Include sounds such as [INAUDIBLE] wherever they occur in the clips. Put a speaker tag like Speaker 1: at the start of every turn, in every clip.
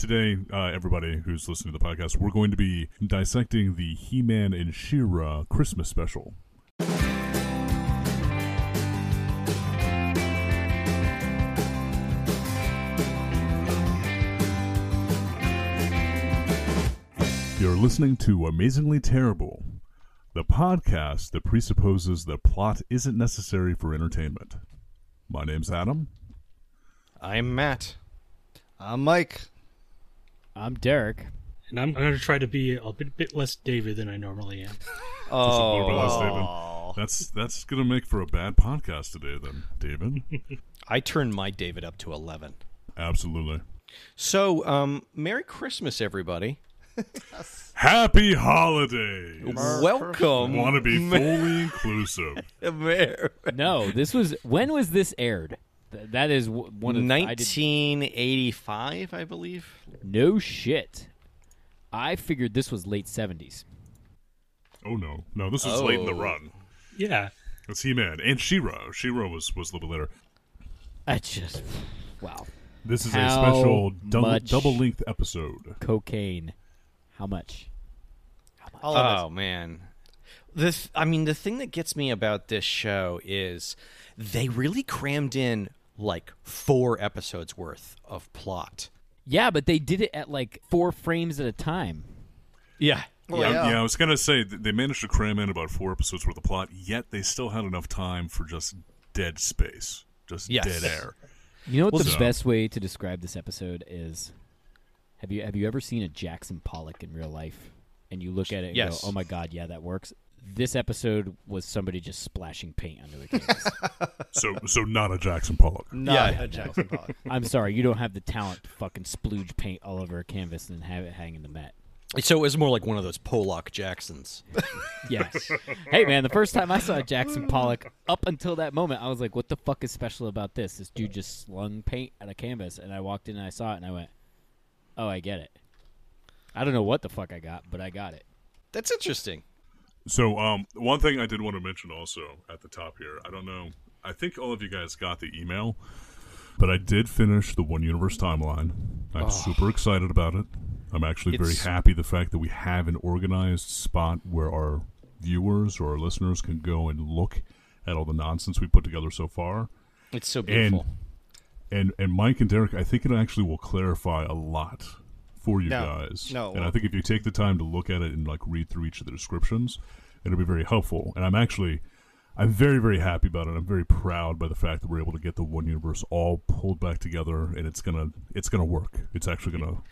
Speaker 1: Today, uh, everybody who's listening to the podcast, we're going to be dissecting the He-Man and She-Ra Christmas special. You're listening to Amazingly Terrible, the podcast that presupposes that plot isn't necessary for entertainment. My name's Adam.
Speaker 2: I'm Matt. I'm Mike.
Speaker 3: I'm Derek.
Speaker 4: And I'm going to try to be a bit, bit less David than I normally am.
Speaker 1: Just a little bit less, David. That's that's gonna make for a bad podcast today, then, David. [LAUGHS]
Speaker 2: I turned my David up to 11.
Speaker 1: Absolutely.
Speaker 2: So, um, Merry Christmas, everybody.
Speaker 1: Happy holidays.
Speaker 2: Welcome.
Speaker 1: Want to
Speaker 2: [LAUGHS]
Speaker 1: be fully inclusive?
Speaker 2: Mer-
Speaker 3: No, this was when was this aired? Th- that is w- one of the- I did-
Speaker 2: 1985, I believe.
Speaker 3: no shit. I figured this was late seventies.
Speaker 1: Oh no, no, this was late in the
Speaker 2: Oh.
Speaker 1: run.
Speaker 4: Yeah.
Speaker 1: It's He-Man and She-Ra. She-Ra was was a little bit later.
Speaker 3: I just wow.
Speaker 1: This is a
Speaker 3: How
Speaker 1: special double
Speaker 3: much-
Speaker 1: double length episode.
Speaker 3: Cocaine. How much?
Speaker 2: Oh man. The th- I mean the thing that gets me about this show is they really crammed in like 4 episodes worth of plot.
Speaker 3: Yeah, but they did it at like four frames at a time.
Speaker 2: Yeah.
Speaker 1: I-
Speaker 5: yeah.
Speaker 1: Um, I was gonna say th- they managed to cram in about four episodes worth of plot, yet they still had enough time for just dead space, just
Speaker 2: Yes.
Speaker 1: dead air.
Speaker 2: [LAUGHS]
Speaker 3: You know what
Speaker 2: Well,
Speaker 3: the
Speaker 1: so-
Speaker 3: best way to describe this episode is? Have you have you ever seen a Jackson Pollock in real life? And you look at it and
Speaker 2: Yes.
Speaker 3: go, "Oh my god, yeah, that works." This episode was somebody just splashing paint onto a canvas.
Speaker 1: So so not a Jackson Pollock.
Speaker 5: Not
Speaker 2: Yeah.
Speaker 5: a Jackson Pollock.
Speaker 3: I'm sorry, you don't have the talent to fucking splooge paint all over a canvas and have it hang in the Met.
Speaker 2: [LAUGHS] So it was more like one of those Pollock Jacksons.
Speaker 3: Yes. hey man, the first time I saw Jackson Pollock, up until that moment, I was like, "What the fuck is special about this?" This dude just slung paint at a canvas, and I walked in and I saw it, and I went, "Oh, I get it." I don't know what the fuck I got, but I got it. [LAUGHS]
Speaker 2: That's interesting.
Speaker 1: So, um, one thing I did want to mention also at the top here, I don't know, I think all of you guys got the email, but I did finish the One Universe timeline. I'm super excited about it. I'm actually very
Speaker 2: It's-
Speaker 1: happy the fact that we have an organized spot where our viewers or our listeners can go and look at all the nonsense we put together so far.
Speaker 2: It's so
Speaker 1: And
Speaker 2: beautiful.
Speaker 1: and and Mike and Derek, I think it actually will clarify a lot for you
Speaker 5: No.
Speaker 1: guys.
Speaker 5: No, it
Speaker 1: and I
Speaker 5: won't.
Speaker 1: think if you take the time to look at it and like read through each of the descriptions, it'll be very helpful. And I'm actually I'm very very happy about it. I'm very proud by the fact that we're able to get the one universe all pulled back together and it's going to it's going to work. It's actually going to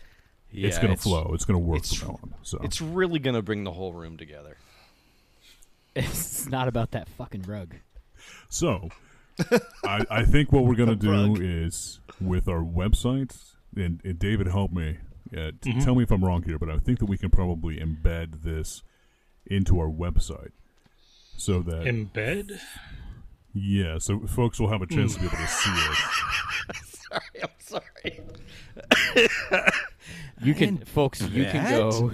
Speaker 2: yeah,
Speaker 1: it's going to flow. It's going to work
Speaker 2: it's-
Speaker 1: from now on. So
Speaker 2: It's really going to bring the whole room together. [LAUGHS]
Speaker 3: It's not about that fucking rug.
Speaker 1: So, I, I think what we're going
Speaker 2: [LAUGHS]
Speaker 1: to do
Speaker 5: Brug.
Speaker 1: is with our website, and, and David, help me. Uh, t-
Speaker 2: Mm-hmm.
Speaker 1: Tell me if I'm wrong here, but I think that we can probably embed this into our website so that,
Speaker 4: Embed?
Speaker 1: yeah, so folks will have a chance to be able to see it.
Speaker 2: I'm sorry.
Speaker 3: You can, folks, you can go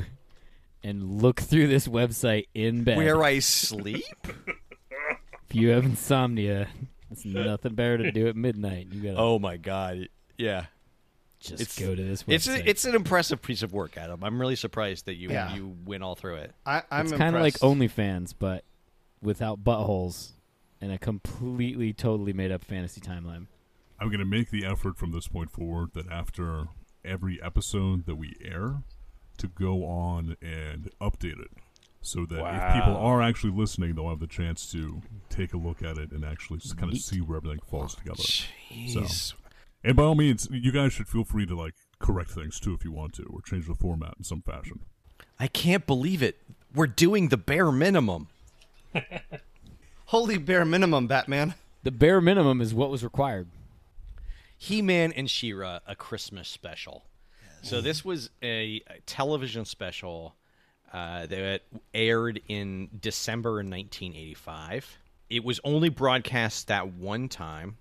Speaker 3: and look through this website in bed.
Speaker 2: Where I sleep?
Speaker 3: if you have insomnia, it's nothing better to do at midnight. You gotta
Speaker 2: [LAUGHS] Oh my god. Yeah.
Speaker 3: just go to this website.
Speaker 2: It's a, it's an impressive piece of work, Adam. I'm really surprised that you
Speaker 5: Yeah.
Speaker 2: you went all through it.
Speaker 5: I, I'm
Speaker 3: it's kind of like
Speaker 5: impressed.
Speaker 3: OnlyFans, but without buttholes and a completely, totally made up fantasy timeline.
Speaker 1: I'm going to make the effort from this point forward that after every episode that we air, to go on and update it. So that if people are actually listening, they'll have the chance to take a look at it and actually kind of see where everything falls together. So, and by all means, you guys should feel free to like correct things too if you want to, or change the format in some fashion.
Speaker 2: I can't believe it. We're doing the bare minimum.
Speaker 5: holy bare minimum, Batman.
Speaker 3: The bare minimum is what was required.
Speaker 2: He-Man and She-Ra: A Christmas Special. So this was a, a television special uh, that aired in December 1985. It was only broadcast that one time,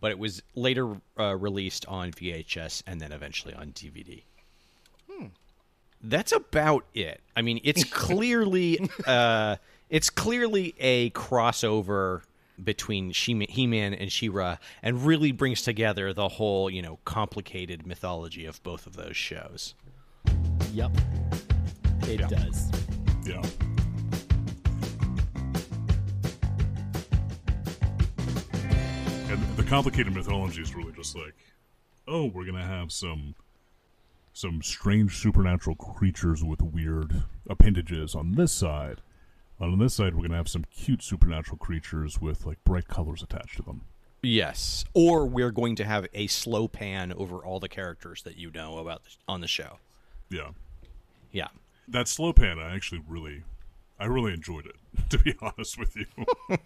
Speaker 2: but it was later uh, released on VHS and then eventually on DVD. That's about it. I [LAUGHS] mean, it's clearly uh, it's clearly a crossover between she- He-Man and She-Ra, and really brings together the whole you know complicated mythology of both of those shows.
Speaker 3: Yep. It
Speaker 2: Yeah.
Speaker 3: does.
Speaker 1: Yeah. And the complicated mythology is really just like, oh, we're gonna have some some strange supernatural creatures with weird appendages on this side. And on this side, we're gonna have some cute supernatural creatures with like bright colors attached to them.
Speaker 2: Yes, or we're going to have a slow pan over all the characters that you know about th- on the show.
Speaker 1: Yeah,
Speaker 2: Yeah,
Speaker 1: that slow pan, I actually really, I really enjoyed it. [LAUGHS] To be honest with you, [LAUGHS]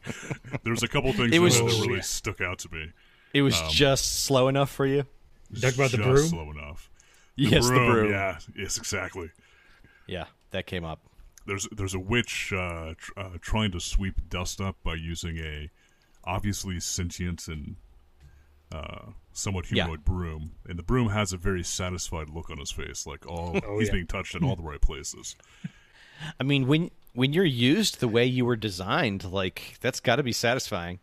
Speaker 1: there's a couple things
Speaker 2: It was-
Speaker 1: in there that really
Speaker 2: yeah.
Speaker 1: stuck out to me.
Speaker 2: it was just slow enough for you.
Speaker 4: Talk about the
Speaker 1: Just
Speaker 4: broom?
Speaker 1: slow enough.
Speaker 2: yes, the broom. Yeah.
Speaker 1: Yeah, yes, exactly.
Speaker 2: that came up.
Speaker 1: There's there's a witch uh, tr- uh, trying to sweep dust up by using a obviously sentient and uh, somewhat
Speaker 2: Yeah.
Speaker 1: humanoid broom, and the broom has a very satisfied look on his face, like all
Speaker 4: Oh,
Speaker 1: he's
Speaker 4: yeah.
Speaker 1: being touched in all the right places.
Speaker 2: I mean, when when you're used the way you were designed, like that's got to be satisfying.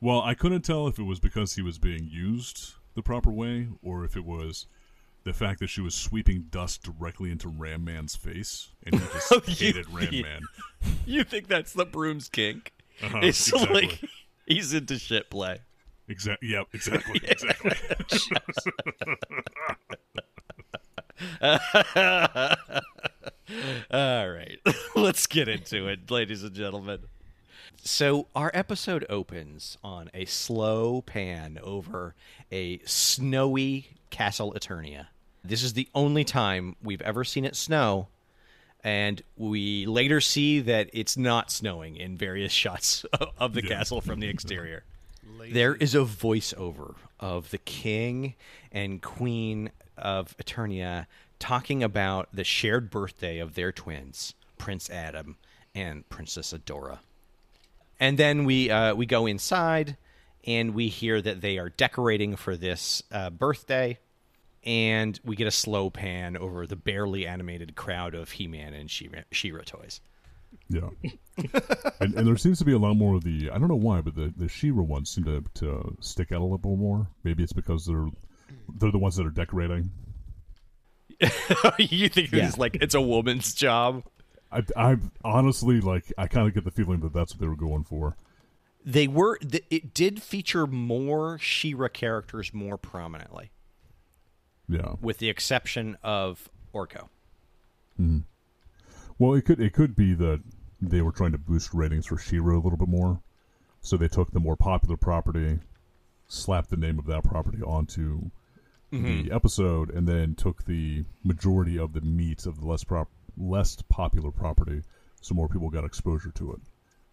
Speaker 1: Well, I couldn't tell if it was because he was being used the proper way, or if it was the fact that she was sweeping dust directly into Ram Man's face, and he
Speaker 2: [LAUGHS]
Speaker 1: [LAUGHS]
Speaker 2: Oh,
Speaker 1: just hated Ram Man.
Speaker 2: You think that's the broom's kink?
Speaker 1: Uh-huh,
Speaker 2: it's
Speaker 1: exactly.
Speaker 2: like [LAUGHS] he's into shit play.
Speaker 1: Exactly. Yeah. Exactly. Exactly.
Speaker 2: All right, [LAUGHS] let's get into it, ladies and gentlemen. So, our episode opens on a slow pan over a snowy Castle Eternia. This is the only time we've ever seen it snow, and we later see that it's not snowing in various [LAUGHS] shots of the castle from the exterior. There is a voiceover of the king and queen of Eternia talking about the shared birthday of their twins, Prince Adam and Princess Adora. And then we uh, we go inside, and we hear that they are decorating for this uh, birthday, and we get a slow pan over the barely animated crowd of He-Man and She-Ra, She-Ra toys.
Speaker 1: Yeah. and, and there seems to be a lot more of the I don't know why, but the the Shira ones seem to to stick out a little more. Maybe it's because they're they're the ones that are decorating.
Speaker 2: [LAUGHS] you think
Speaker 3: Yeah.
Speaker 2: it's like it's a woman's job?
Speaker 1: I I honestly like I kind of get the feeling that that's what they were going for.
Speaker 2: They were. Th- it did feature more She-Ra characters more prominently,
Speaker 1: Yeah.
Speaker 2: with the exception of Orko.
Speaker 1: Well, it could it could be that they were trying to boost ratings for Shira a little bit more, so they took the more popular property, slapped the name of that property onto
Speaker 2: Mm-hmm.
Speaker 1: the episode, and then took the majority of the meat of the less prop less popular property, so more people got exposure to it.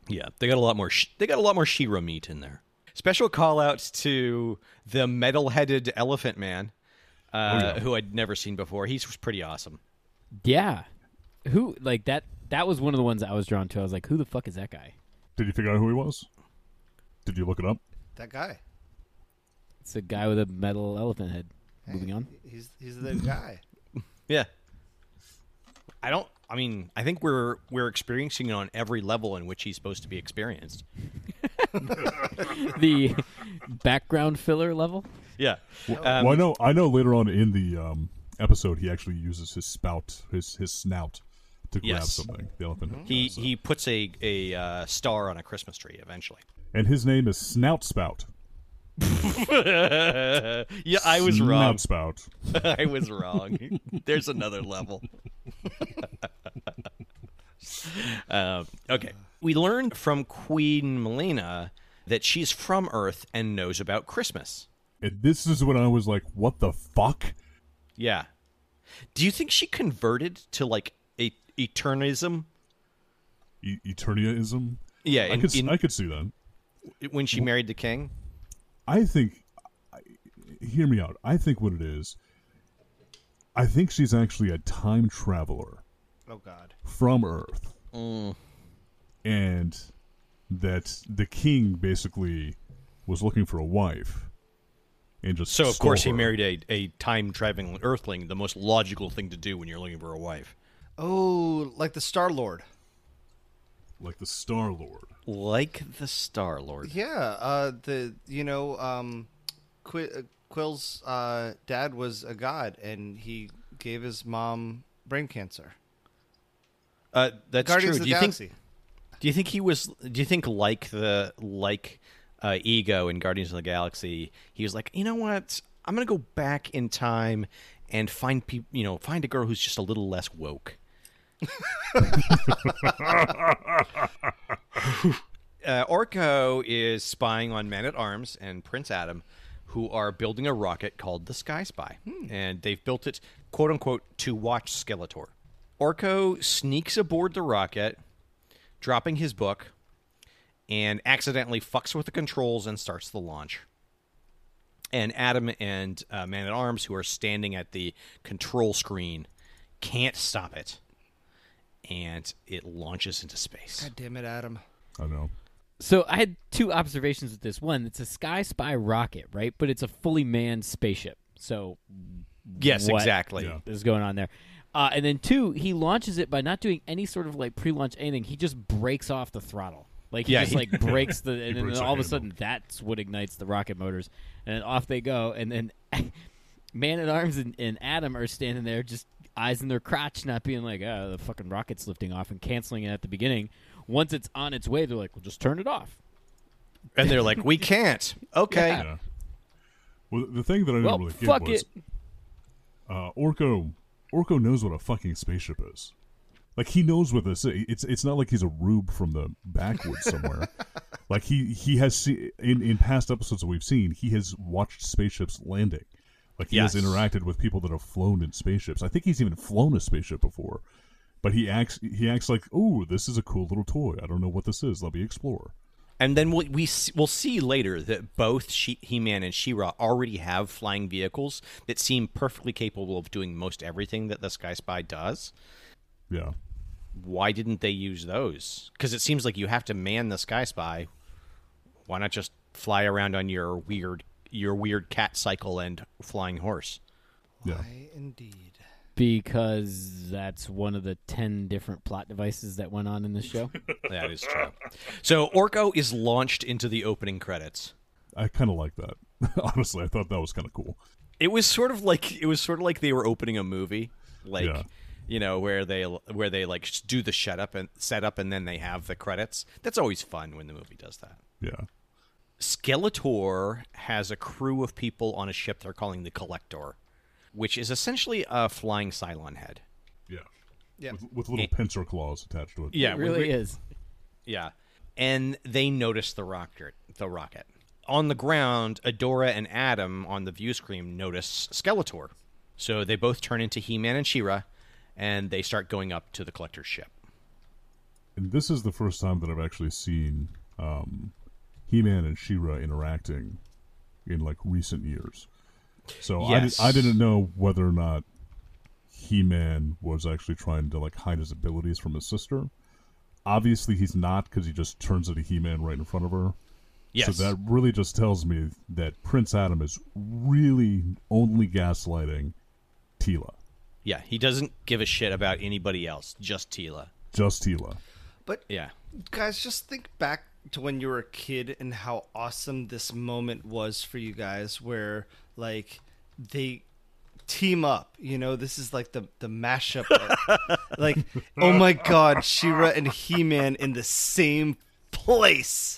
Speaker 2: Yeah, they got a lot more. Sh- they got a lot more Shira meat in there. Special call outs to the metal-headed elephant man, uh, who I'd never seen before. He's pretty awesome.
Speaker 3: Yeah. Who like that? That was one of the ones I was drawn to. I was like, who the fuck is that guy?
Speaker 1: Did you figure out who he was? Did you look it up?
Speaker 5: That guy.
Speaker 3: It's a guy with a metal elephant head. Moving on.
Speaker 5: He's
Speaker 3: [LAUGHS]
Speaker 5: he's the guy.
Speaker 2: Yeah. I don't. I mean, I think we're we're experiencing it on every level in which he's supposed to be experienced.
Speaker 3: The [LAUGHS] background filler level.
Speaker 2: Yeah. Um,
Speaker 1: well, I know I know later on in the um, episode he actually uses his spout his his snout to grab
Speaker 2: Yes.
Speaker 1: something. The elephant. head
Speaker 2: He
Speaker 1: grabs it.
Speaker 2: he puts a a uh, star on a Christmas tree eventually.
Speaker 1: and his name is Snout Spout.
Speaker 2: Uh, Yeah, I was
Speaker 1: Snout
Speaker 2: wrong.
Speaker 1: Spout.
Speaker 2: [LAUGHS] I was wrong. There's another level. [LAUGHS] um, okay. We learned from Queen Melina that she's from Earth and knows about Christmas.
Speaker 1: And this is when I was like, "What the fuck?"
Speaker 2: Yeah. Do you think she converted to like e-, a Eternism?
Speaker 1: E- Eterniaism.
Speaker 2: [LAUGHS] Yeah,
Speaker 1: I
Speaker 2: in,
Speaker 1: could s-
Speaker 2: in-
Speaker 1: I could see that.
Speaker 2: when she married the king.
Speaker 1: I think. I, hear me out. I think what it is. I think she's actually a time traveler.
Speaker 5: Oh God.
Speaker 1: from Earth,
Speaker 2: Mm.
Speaker 1: and that the king basically was looking for a wife, and just
Speaker 2: So of
Speaker 1: stole
Speaker 2: course he
Speaker 1: her.
Speaker 2: married a, a time traveling Earthling, the most logical thing to do when you're looking for a wife.
Speaker 5: Oh, like the Star Lord.
Speaker 1: like the Star Lord.
Speaker 2: like the Star Lord.
Speaker 5: Yeah, uh, the you know, um, Qui- uh, Quill's uh, dad was a god, and he gave his mom brain cancer.
Speaker 2: Uh, that's
Speaker 5: Guardians
Speaker 2: true. Do
Speaker 5: of the
Speaker 2: you
Speaker 5: Galaxy.
Speaker 2: think? Do you think he was? Do you think like the like uh, ego in Guardians of the Galaxy? He was like, you know what? I'm gonna go back in time and find people. You know, find a girl who's just a little less woke. uh, Orko is spying on Man at Arms and Prince Adam, who are building a rocket called the Sky Spy, and they've built it quote unquote to watch Skeletor. Orko sneaks aboard the rocket, dropping his book, and accidentally fucks with the controls and starts the launch. And Adam and uh, Man at Arms, who are standing at the control screen, can't stop it, and it launches into space.
Speaker 5: God damn it, Adam!
Speaker 1: I know.
Speaker 3: So I had two observations with this. One, it's a Sky Spy rocket, right? But it's a fully manned spaceship. So
Speaker 2: Yes,
Speaker 3: what
Speaker 2: exactly.
Speaker 1: Yeah.
Speaker 3: is going on there? Uh, and then two, he launches it by not doing any sort of like pre-launch anything. He just breaks off the throttle. Like he
Speaker 2: Yeah,
Speaker 3: just
Speaker 2: he-
Speaker 3: like breaks the, and then
Speaker 1: breaks the
Speaker 3: all of a
Speaker 1: handle.
Speaker 3: sudden that's what ignites the rocket motors, and then off they go. And then [LAUGHS] Man at Arms and, and Adam are standing there, just eyes in their crotch, not being like, "Oh, the fucking rocket's lifting off," and canceling it at the beginning. Once it's on its way, they're like, "Well, just turn it off."
Speaker 2: And they're like, we can't. Okay.
Speaker 1: Yeah. Well, the thing that I didn't
Speaker 3: Well,
Speaker 1: really get
Speaker 3: fuck
Speaker 1: was
Speaker 3: it.
Speaker 1: uh, Orko. Orko knows what a fucking spaceship is. Like he knows what this is. It's it's not like he's a rube from the backwoods somewhere. like he he has see, in in past episodes that we've seen, he has watched spaceships landing. Like he has
Speaker 2: Yes.
Speaker 1: interacted with people that have flown in spaceships. I think he's even flown a spaceship before. But he acts he acts like, "Oh, this is a cool little toy. I don't know what this is. Let me explore."
Speaker 2: And then we'll, we s- we'll see later that both she- He-Man and She-Ra already have flying vehicles that seem perfectly capable of doing most everything that the Sky Spy does.
Speaker 1: Yeah.
Speaker 2: Why didn't they use those? Because it seems like you have to man the Sky Spy. Why not just fly around on your weird your weird cat cycle and flying horse?
Speaker 1: Yeah.
Speaker 5: Why indeed.
Speaker 3: Because that's one of the ten different plot devices that went on in this show.
Speaker 2: That is true. so Orko is launched into the opening credits.
Speaker 1: I kind of like that. [LAUGHS] Honestly, I thought that was kind of cool.
Speaker 2: It was sort of like it was sort of like they were opening a movie, like
Speaker 1: Yeah.
Speaker 2: you know where they where they like s- do the shut up and set up, and then they have the credits. That's always fun when the movie does that.
Speaker 1: Yeah.
Speaker 2: Skeletor has a crew of people on a ship they're calling the Collector, which is essentially a flying Cylon head.
Speaker 1: Yeah.
Speaker 5: Yeah.
Speaker 1: With, with little pincer claws attached to it.
Speaker 2: Yeah,
Speaker 3: it
Speaker 2: we-
Speaker 3: really
Speaker 2: we-
Speaker 3: is.
Speaker 2: Yeah. And they notice the rocket, the rocket. On the ground, Adora and Adam on the view screen notice Skeletor. So they both turn into He-Man and She-Ra and they start going up to the collector's ship.
Speaker 1: And this is the first time that I've actually seen um, He-Man and She-Ra interacting in like recent years. So
Speaker 2: Yes.
Speaker 1: I, did, I didn't know whether or not He-Man was actually trying to like hide his abilities from his sister. Obviously, he's not because he just turns into He-Man right in front of her.
Speaker 2: Yes.
Speaker 1: So that really just tells me that Prince Adam is really only gaslighting Tila,
Speaker 2: yeah, he doesn't give a shit about anybody else, just Tila.
Speaker 1: just Tila.
Speaker 5: But
Speaker 2: Yeah.
Speaker 5: guys, just think back to when you were a kid and how awesome this moment was for you guys, where like they team up. You know, this is like the the mashup. of- like, oh my God, Shira and He Man in the same place.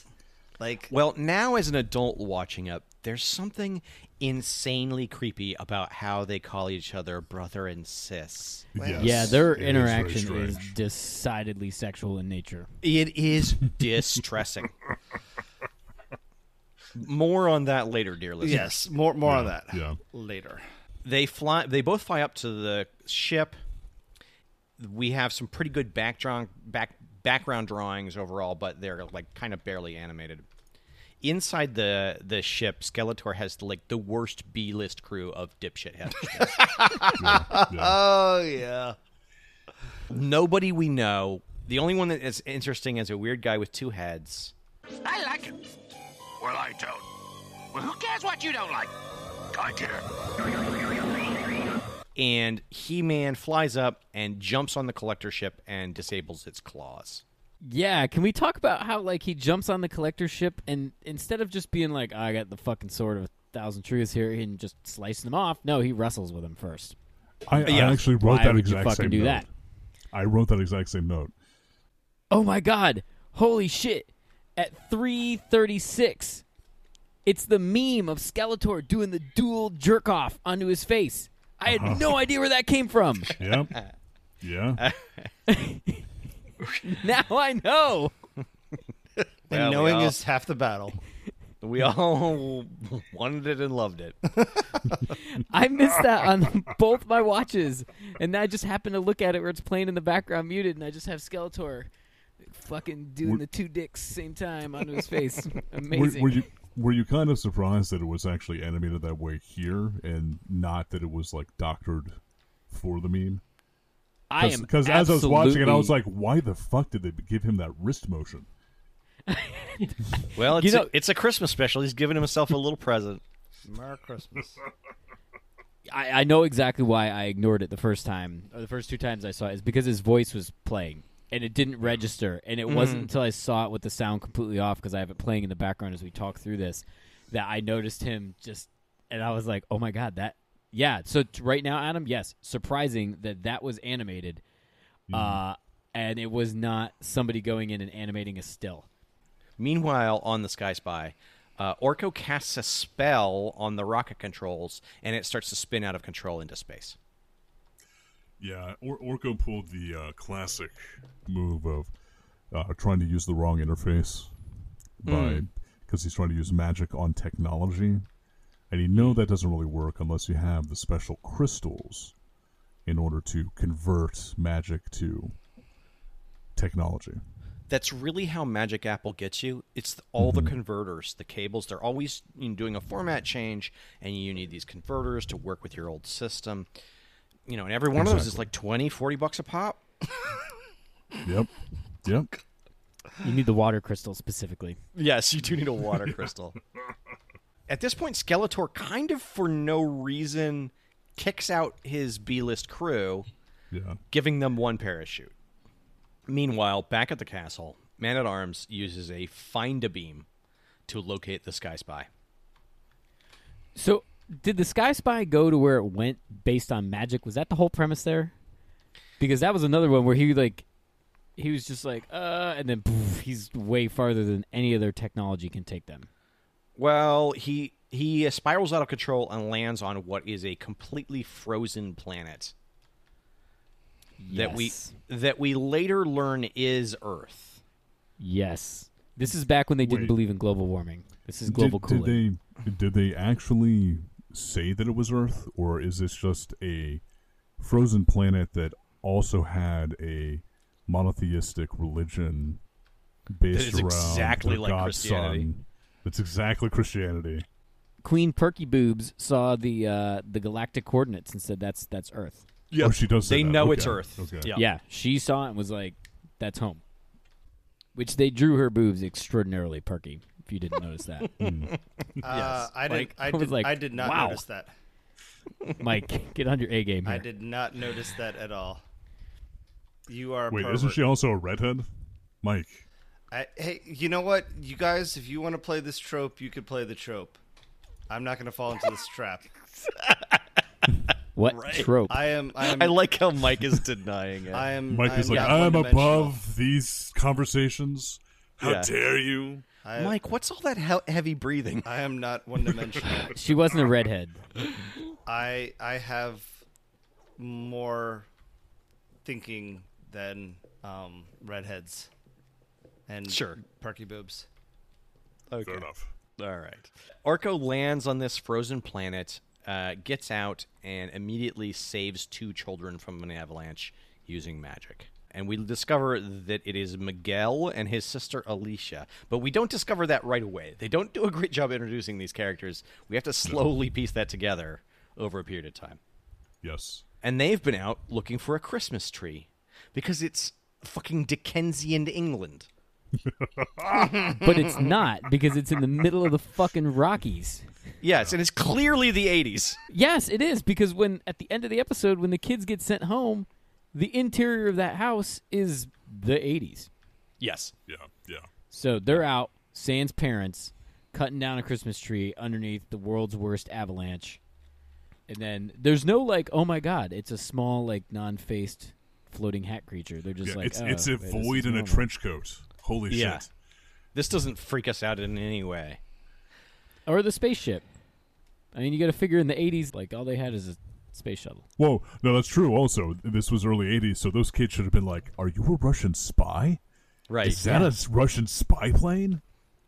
Speaker 5: Like,
Speaker 2: Well, now as an adult watching it, there's something insanely creepy about how they call each other brother and sis.
Speaker 1: Yes.
Speaker 3: Yeah, their
Speaker 1: It is very
Speaker 3: interaction is,
Speaker 1: strange.
Speaker 3: decidedly sexual in nature.
Speaker 2: It is distressing. [LAUGHS] More on that later, dear listeners.
Speaker 5: yes, more more on that
Speaker 1: yeah.
Speaker 5: later.
Speaker 2: They fly. They both fly up to the ship. We have some pretty good background back background drawings overall, but they're like kind of barely animated. Inside the the ship, Skeletor has like the worst B list crew of dipshit heads.
Speaker 1: Yeah.
Speaker 5: [LAUGHS] Oh yeah.
Speaker 2: Nobody we know. The only one that is interesting is a weird guy with two heads.
Speaker 6: I like it. Well, I don't. Well, who cares what you don't like? I care.
Speaker 2: and He Man flies up and jumps on the collector ship and disables its claws.
Speaker 3: Yeah, can we talk about how like he jumps on the collector ship and instead of just being like, I got the fucking sword of a thousand truths here and just slicing them off, no, he wrestles with him first.
Speaker 1: I,
Speaker 2: Yeah.
Speaker 1: I actually wrote
Speaker 3: Why
Speaker 1: that
Speaker 3: would you
Speaker 1: exact
Speaker 3: fucking
Speaker 1: same
Speaker 3: do
Speaker 1: note.
Speaker 3: that?
Speaker 1: I wrote that exact same note.
Speaker 3: Oh my god. Holy shit. At 336, it's the meme of Skeletor doing the dual jerk off onto his face. I had
Speaker 1: Uh-huh.
Speaker 3: no idea where that
Speaker 1: [LAUGHS]
Speaker 3: came from. [LAUGHS]
Speaker 1: Yep. yeah.
Speaker 3: now I know.
Speaker 2: Well,
Speaker 5: And
Speaker 2: we
Speaker 5: knowing
Speaker 2: all-
Speaker 5: is half
Speaker 1: [LAUGHS]
Speaker 5: the battle.
Speaker 2: We all [LAUGHS] wanted it and loved it.
Speaker 3: I missed that
Speaker 1: [LAUGHS]
Speaker 3: on both my watches, and I just happened to look at it where it's playing in the background muted, and I just have Skeletor fucking doing
Speaker 1: Were-
Speaker 3: the two dicks same time onto his face.
Speaker 1: [LAUGHS] Were,
Speaker 3: Amazing.
Speaker 1: were you were you kind of surprised that it was actually animated that way here and not that it was like doctored for the meme?
Speaker 3: I am
Speaker 1: Because as I was watching it, I was
Speaker 3: absolutely-
Speaker 1: like, why the fuck did they give him that wrist motion?
Speaker 2: Well, it's,
Speaker 3: You
Speaker 2: a,
Speaker 3: know-
Speaker 2: it's a Christmas special. He's giving himself a little present.
Speaker 5: Merry Christmas.
Speaker 3: I, I know exactly why I ignored it the first time, or the first two times I saw it, is because his voice was playing, and it didn't register. And it wasn't until I saw it with the sound completely off, because I have it playing in the background as we talk through this, that I noticed him just, and I was like, oh my God, that, yeah. So t- right now, Adam, yes, surprising that that was animated, uh, and it was not somebody going in and animating a still.
Speaker 2: Meanwhile, on the Sky Spy, uh, Orko casts a spell on the rocket controls, and it starts to spin out of control into space.
Speaker 1: Yeah, or- Orko pulled the uh, classic move of uh, trying to use the wrong interface by because he's trying to use magic on technology, and you know that doesn't really work unless you have the special crystals in order to convert magic to technology.
Speaker 2: That's really how Magic Apple gets you. It's th- all the converters, the cables. They're always you know, doing a format change, and you need these converters to work with your old system. You know, and every one of those is like 20, 40 bucks a pop.
Speaker 1: Yep, yep.
Speaker 3: You need the water crystal specifically.
Speaker 2: Yes, you do need a water [LAUGHS] crystal. At this point, Skeletor kind of for no reason kicks out his B list crew,
Speaker 1: Yeah.
Speaker 2: giving them one parachute. Meanwhile, back at the castle, Man at Arms uses a find a beam to locate the Sky Spy.
Speaker 3: So did the Sky Spy go to where it went based on magic? Was that the whole premise there? Because that was another one where he like he was just like, uh and then poof, he's way farther than any other technology can take them.
Speaker 2: Well, he he spirals out of control and lands on what is a completely frozen planet that we
Speaker 3: Yes.
Speaker 2: that we later learn is Earth.
Speaker 3: Yes. This is back when they didn't
Speaker 1: Wait.
Speaker 3: believe in global warming. This is global
Speaker 1: did,
Speaker 3: cooling.
Speaker 1: did they did they actually say that it was Earth, or is this just a frozen planet that also had a monotheistic religion based
Speaker 2: is
Speaker 1: around
Speaker 2: exactly
Speaker 1: their
Speaker 2: like
Speaker 1: god
Speaker 2: Christianity.
Speaker 1: son? That's exactly Christianity.
Speaker 3: Queen Perky Boobs saw the uh the galactic coordinates and said that's that's Earth.
Speaker 1: Yeah, oh, she does. Say
Speaker 2: They
Speaker 1: that.
Speaker 2: know
Speaker 1: Okay.
Speaker 2: it's Earth.
Speaker 1: Okay.
Speaker 2: Yeah.
Speaker 3: Yeah, she saw it and was like, that's home. Which they drew her boobs extraordinarily perky, if you didn't notice
Speaker 2: [LAUGHS]
Speaker 3: that.
Speaker 5: Uh, I did.
Speaker 3: Like,
Speaker 5: I
Speaker 3: I
Speaker 5: did.
Speaker 3: was like,
Speaker 5: I did not
Speaker 3: wow.
Speaker 5: notice that.
Speaker 3: Mike, get on your A game.
Speaker 5: I
Speaker 3: here.
Speaker 5: did not notice that at all. You are. a
Speaker 1: Wait, isn't
Speaker 5: pervert.
Speaker 1: she also a redhead? Mike.
Speaker 5: I, hey, you know what, you guys? If you want to play this trope, you could play the trope. I'm not going to fall into this trap.
Speaker 3: What trope?
Speaker 5: I am. I
Speaker 2: [LAUGHS]
Speaker 5: am.
Speaker 2: I like how Mike is denying it.
Speaker 5: I am.
Speaker 1: Mike
Speaker 5: I am
Speaker 1: is like,
Speaker 5: not
Speaker 1: I'm
Speaker 5: one-dimensional.
Speaker 1: above these conversations. How
Speaker 2: Yeah.
Speaker 1: dare you?
Speaker 5: I,
Speaker 2: Mike, what's all that he- heavy breathing?
Speaker 5: I am not one dimensional.
Speaker 3: she wasn't a redhead.
Speaker 5: I I have more thinking than um, redheads and
Speaker 2: Sure.
Speaker 5: perky boobs.
Speaker 2: Okay.
Speaker 1: Fair enough.
Speaker 2: All right. Orko lands on this frozen planet, uh, gets out, and immediately saves two children from an avalanche using magic. And we discover that it is Miguel and his sister Alicia. But we don't discover that right away. They don't do a great job introducing these characters. We have to slowly piece that together over a period of time.
Speaker 1: Yes.
Speaker 2: And they've been out looking for a Christmas tree because it's fucking Dickensian England.
Speaker 3: But
Speaker 5: [LAUGHS]
Speaker 3: it's not because it's in the middle of the fucking Rockies.
Speaker 2: Yes, and it's clearly the 80s.
Speaker 3: Yes, it is because when at the end of the episode when the kids get sent home, the interior of that house is the 80s.
Speaker 2: Yes.
Speaker 1: Yeah, yeah.
Speaker 3: So they're out, Sans parents, cutting down a Christmas tree underneath the world's worst avalanche. And then there's no like, oh my god, it's a small like non-faced floating hat creature. They're just
Speaker 1: yeah
Speaker 3: like,
Speaker 1: it's
Speaker 3: oh,
Speaker 1: it's a
Speaker 3: wait, this is
Speaker 1: void in a
Speaker 3: normal.
Speaker 1: trench coat. Holy
Speaker 2: Yeah.
Speaker 1: shit.
Speaker 2: This doesn't freak us out in any way.
Speaker 3: or the spaceship. I mean, you got to figure in the '80s, like all they had is a space shuttle. [LAUGHS]
Speaker 1: Whoa, no, that's true. Also, this was early '80s, so those kids should have been like, "Are you a Russian spy?
Speaker 2: Right.
Speaker 1: Is that a s- Russian spy plane?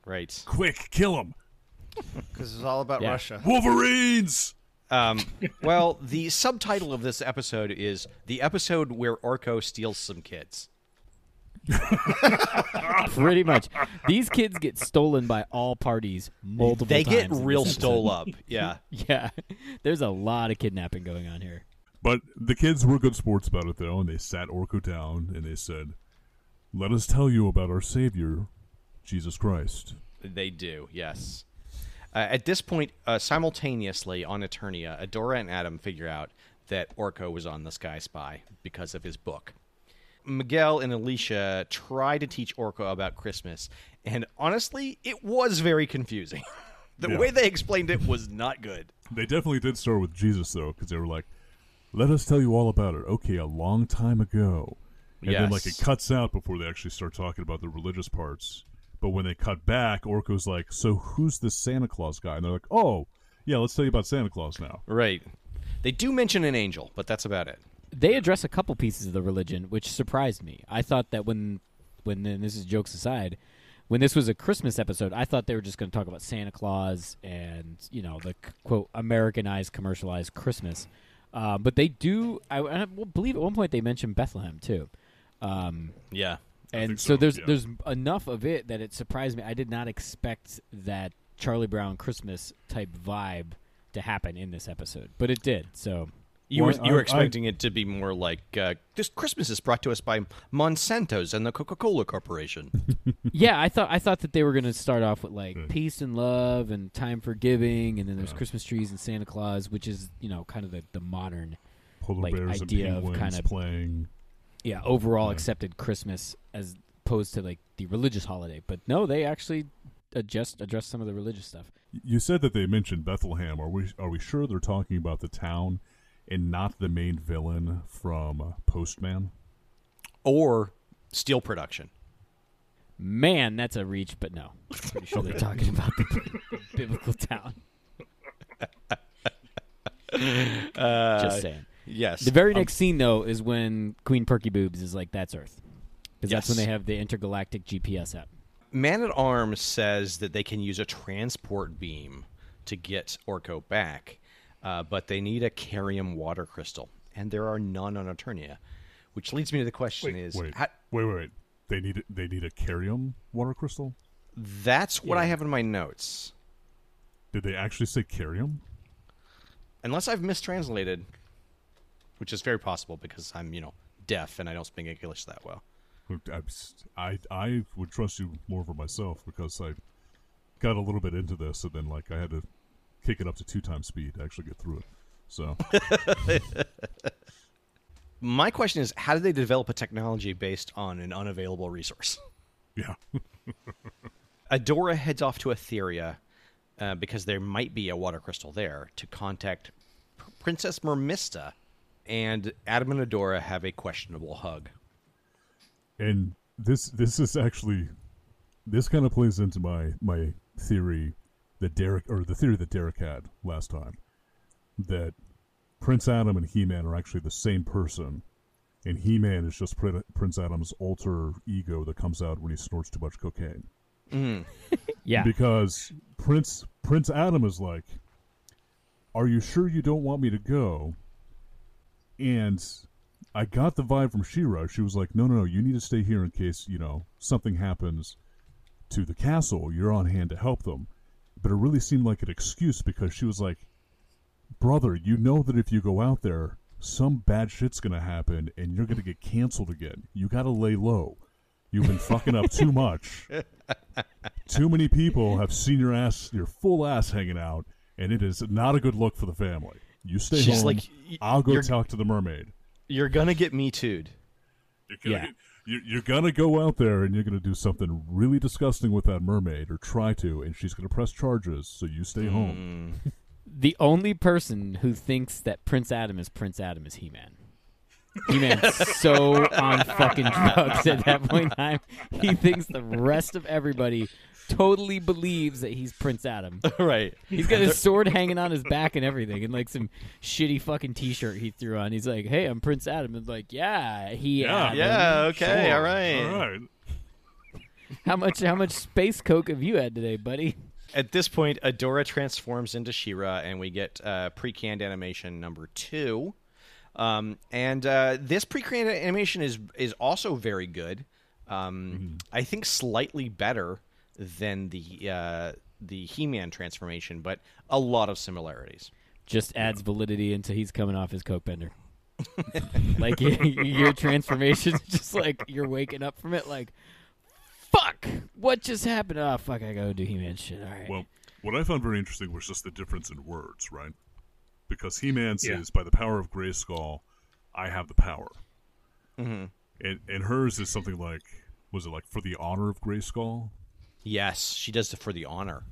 Speaker 2: right.
Speaker 1: Quick, kill him!
Speaker 5: because it's all about
Speaker 3: Yeah.
Speaker 5: Russia.
Speaker 1: Wolverines!"
Speaker 2: Um, well, the subtitle of this episode is the episode where Orko steals some kids.
Speaker 3: Pretty much, these kids get stolen by all parties multiple.
Speaker 2: They get
Speaker 3: times in
Speaker 2: real
Speaker 3: this episode. [LAUGHS]
Speaker 2: stole up. Yeah.
Speaker 3: Yeah, there's a lot of kidnapping going on here.
Speaker 1: But the kids were good sports about it, though, and they sat Orko down and they said, "Let us tell you about our Savior, Jesus Christ."
Speaker 2: They do, yes. Uh, at this point, uh, simultaneously on Eternia, Adora and Adam figure out that Orko was on the Sky Spy because of his book. Miguel and Alicia try to teach Orko about Christmas, and honestly, it was very confusing. [LAUGHS] the
Speaker 1: Yeah.
Speaker 2: way they explained it was not good.
Speaker 1: They definitely did start with Jesus, though, because they were like, "Let us tell you all about it." Okay, a long time ago, and then like it
Speaker 2: Yes.
Speaker 1: cuts out before they actually start talking about the religious parts. But when they cut back, Orko's like, "So who's this Santa Claus guy?" And they're like, "Oh, yeah, let's tell you about Santa Claus now."
Speaker 2: Right. They do mention an angel, but that's about it.
Speaker 3: They address a couple pieces of the religion, which surprised me. I thought that when, when then this is jokes aside, when this was a Christmas episode, I thought they were just going to talk about Santa Claus and you know the c- quote Americanized, commercialized Christmas. Um, but they do. I, I believe at one point they mentioned Bethlehem too. Um,
Speaker 2: Yeah.
Speaker 1: think
Speaker 3: and so,
Speaker 1: so,
Speaker 3: there's
Speaker 1: yeah.
Speaker 3: there's enough of it that it surprised me. I did not expect that Charlie Brown Christmas type vibe to happen in this episode, but it did. So
Speaker 2: You
Speaker 1: Well,
Speaker 2: were you were
Speaker 1: I- I-
Speaker 2: expecting it to be more like uh, this Christmas is brought to us by Monsanto's and the Coca Cola Corporation.
Speaker 3: yeah, I thought I thought that they were going to start off with like peace and love and time for giving, and then there's Christmas trees and Santa Claus, which is you know kind of the, the modern
Speaker 1: Polar
Speaker 3: Like,
Speaker 1: bears
Speaker 3: idea of
Speaker 1: and penguins
Speaker 3: kinda-
Speaker 1: playing.
Speaker 3: yeah overall accepted Christmas as opposed to like the religious holiday. But no, they actually adjust address some of the religious stuff.
Speaker 1: You said that they mentioned Bethlehem. Are we are we sure they're talking about the town and not the main villain from Postman?
Speaker 2: or steel production.
Speaker 3: Man, that's a reach, but no. I'm pretty sure they're talking about the [LAUGHS] biblical town. Just saying.
Speaker 2: Yes.
Speaker 3: The very next scene, though, is when Queen Perky Boobs is like, that's Earth. Because that's when
Speaker 2: Yes.
Speaker 3: they have the intergalactic GPS app.
Speaker 2: Man at Arms says that they can use a transport beam to get Orko back, uh, but they need a carium water crystal, and there are none on Eternia. Which leads me to the question: Is
Speaker 1: Wait,
Speaker 2: how-
Speaker 1: wait, wait, wait. They need they need a carium water crystal.
Speaker 2: that's what I have in my notes,
Speaker 1: Did they actually say carium?
Speaker 2: unless I've mistranslated, which is very possible because I'm you know deaf and I don't speak English that well.
Speaker 1: I, I, I would trust you more for myself because I got a little bit into this and then like I had to kick it up to two times speed to actually get through it. So
Speaker 2: My question is: How did they develop a technology based on an unavailable resource?
Speaker 1: yeah,
Speaker 2: Adora heads off to Etheria uh, because there might be a water crystal there to contact P- Princess Mermista. And Adam and Adora have a questionable hug.
Speaker 1: and this this is actually this kind of plays into my my theory that Derek or the theory that Derek had last time that Prince Adam and He Man are actually the same person, and He Man is just Prin- Prince Adam's alter ego that comes out when he snorts too much cocaine.
Speaker 3: Yeah.
Speaker 1: because Prince Prince Adam is like, "Are you sure you don't want me to go?" And I got the vibe from Shira. She was like, "No, no, no. You need to stay here in case you know something happens to the castle. You're on hand to help them." But it really seemed like an excuse because she was like, "Brother, you know that if you go out there, some bad shit's gonna happen, and you're gonna get canceled again. You gotta lay low. You've been fucking up too much." too many people have seen your ass, your full ass hanging out, and it is not a good look for the family. You stay
Speaker 2: She's
Speaker 1: home.
Speaker 2: like, y-
Speaker 1: I'll go
Speaker 2: you're-
Speaker 1: talk to the mermaid.
Speaker 2: You're gonna get me tooed.
Speaker 1: You're
Speaker 3: gonna- Yeah.
Speaker 1: You're, you're gonna go out there and you're gonna do something really disgusting with that mermaid, or try to, and she's gonna press charges. So you stay home.
Speaker 3: The only person who thinks that Prince Adam is Prince Adam is He Man. He Man's so on fucking drugs at that point in time. He thinks the rest of everybody totally believes that he's Prince Adam.
Speaker 2: [LAUGHS] right.
Speaker 3: He's got his sword hanging on his back and everything, and like some shitty fucking t shirt he threw on. He's like, hey, I'm Prince Adam. And like, yeah, he
Speaker 1: Yeah.
Speaker 3: Adam.
Speaker 2: Yeah. Okay. Mm. All right.
Speaker 1: All right.
Speaker 3: How much how much space coke have you had today, buddy?
Speaker 2: At this point, Adora transforms into Shira, and we get uh, pre-canned animation number two. Um, and uh, this pre-canned animation is is also very good. Um, I think slightly better than the uh, the He-Man transformation, but a lot of similarities.
Speaker 3: Just adds validity into he's coming off his coke bender. [LAUGHS] like y- y- your transformation is just like you're waking up from it like fuck what just happened oh fuck i gotta do he-man shit all right
Speaker 1: Well, what I found very interesting was just the difference in words, right? Because He Man
Speaker 4: Yeah.
Speaker 1: says, "By the power of Grayskull, I have the power," mm-hmm. and and hers is something like, was it like for the honor of Grayskull?
Speaker 2: Yes, she does it for the honor.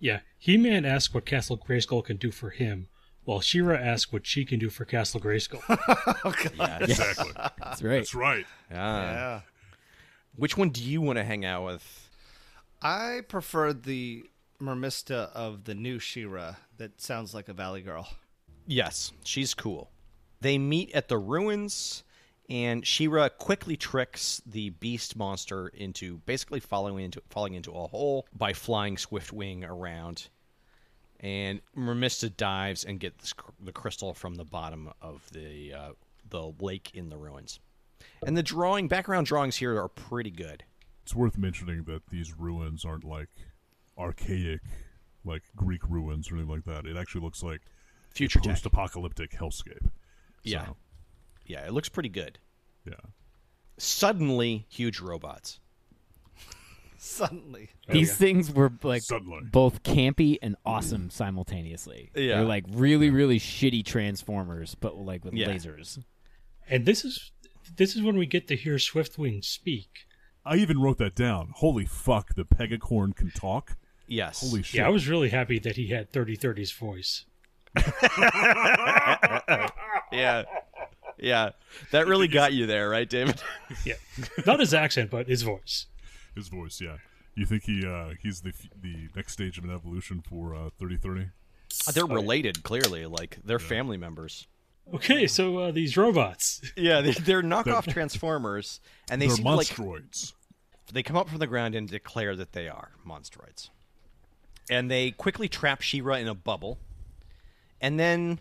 Speaker 4: Yeah, He Man asks what Castle Grayskull can do for him, while Shira asks what she can do for Castle Grayskull.
Speaker 1: Exactly.
Speaker 3: that's right
Speaker 1: That's right.
Speaker 5: Yeah.
Speaker 2: Which one do you want to hang out with?
Speaker 5: I prefer the Mermista of the new Shira. That sounds like a Valley Girl. [LAUGHS]
Speaker 2: Yes, she's cool. They meet at the ruins, and Shira quickly tricks the beast monster into basically following into falling into a hole by flying Swiftwing around. And Mermista dives and gets cr- the crystal from the bottom of the uh, the lake in the ruins. And the drawing background drawings here are pretty good.
Speaker 1: It's worth mentioning that these ruins aren't like archaic, like Greek ruins or anything like that. It actually looks like
Speaker 2: Future tech.
Speaker 1: post-apocalyptic hellscape.
Speaker 2: Yeah.
Speaker 1: So,
Speaker 2: Yeah, it looks pretty good.
Speaker 1: yeah.
Speaker 2: Suddenly, huge robots.
Speaker 5: Suddenly.
Speaker 3: These things were like
Speaker 1: Suddenly.
Speaker 3: both campy and awesome simultaneously.
Speaker 2: Yeah.
Speaker 3: They're like really, really shitty Transformers, but like with
Speaker 2: Yeah.
Speaker 3: lasers.
Speaker 4: and this is this is when we get to hear Swiftwing speak.
Speaker 1: I even wrote that down. Holy fuck, the Pegacorn can talk.
Speaker 2: Yes.
Speaker 1: Holy shit.
Speaker 4: Yeah, I was really happy that he had 3030's voice.
Speaker 2: yeah. Yeah. That really got you there, right, David?
Speaker 4: Yeah, not his accent, but his voice.
Speaker 1: His voice, yeah. You think he uh, he's the f- the next stage of an evolution for uh, thirty thirty?
Speaker 2: [LAUGHS] They're related, clearly. Like, they're family members.
Speaker 4: Okay, so uh, these robots.
Speaker 2: Yeah, they- they're knockoff Transformers, and they
Speaker 1: They're
Speaker 2: seem like
Speaker 1: monstroids.
Speaker 2: they come up from the ground and declare that they are monstroids. And they quickly trap She-Ra in a bubble, and then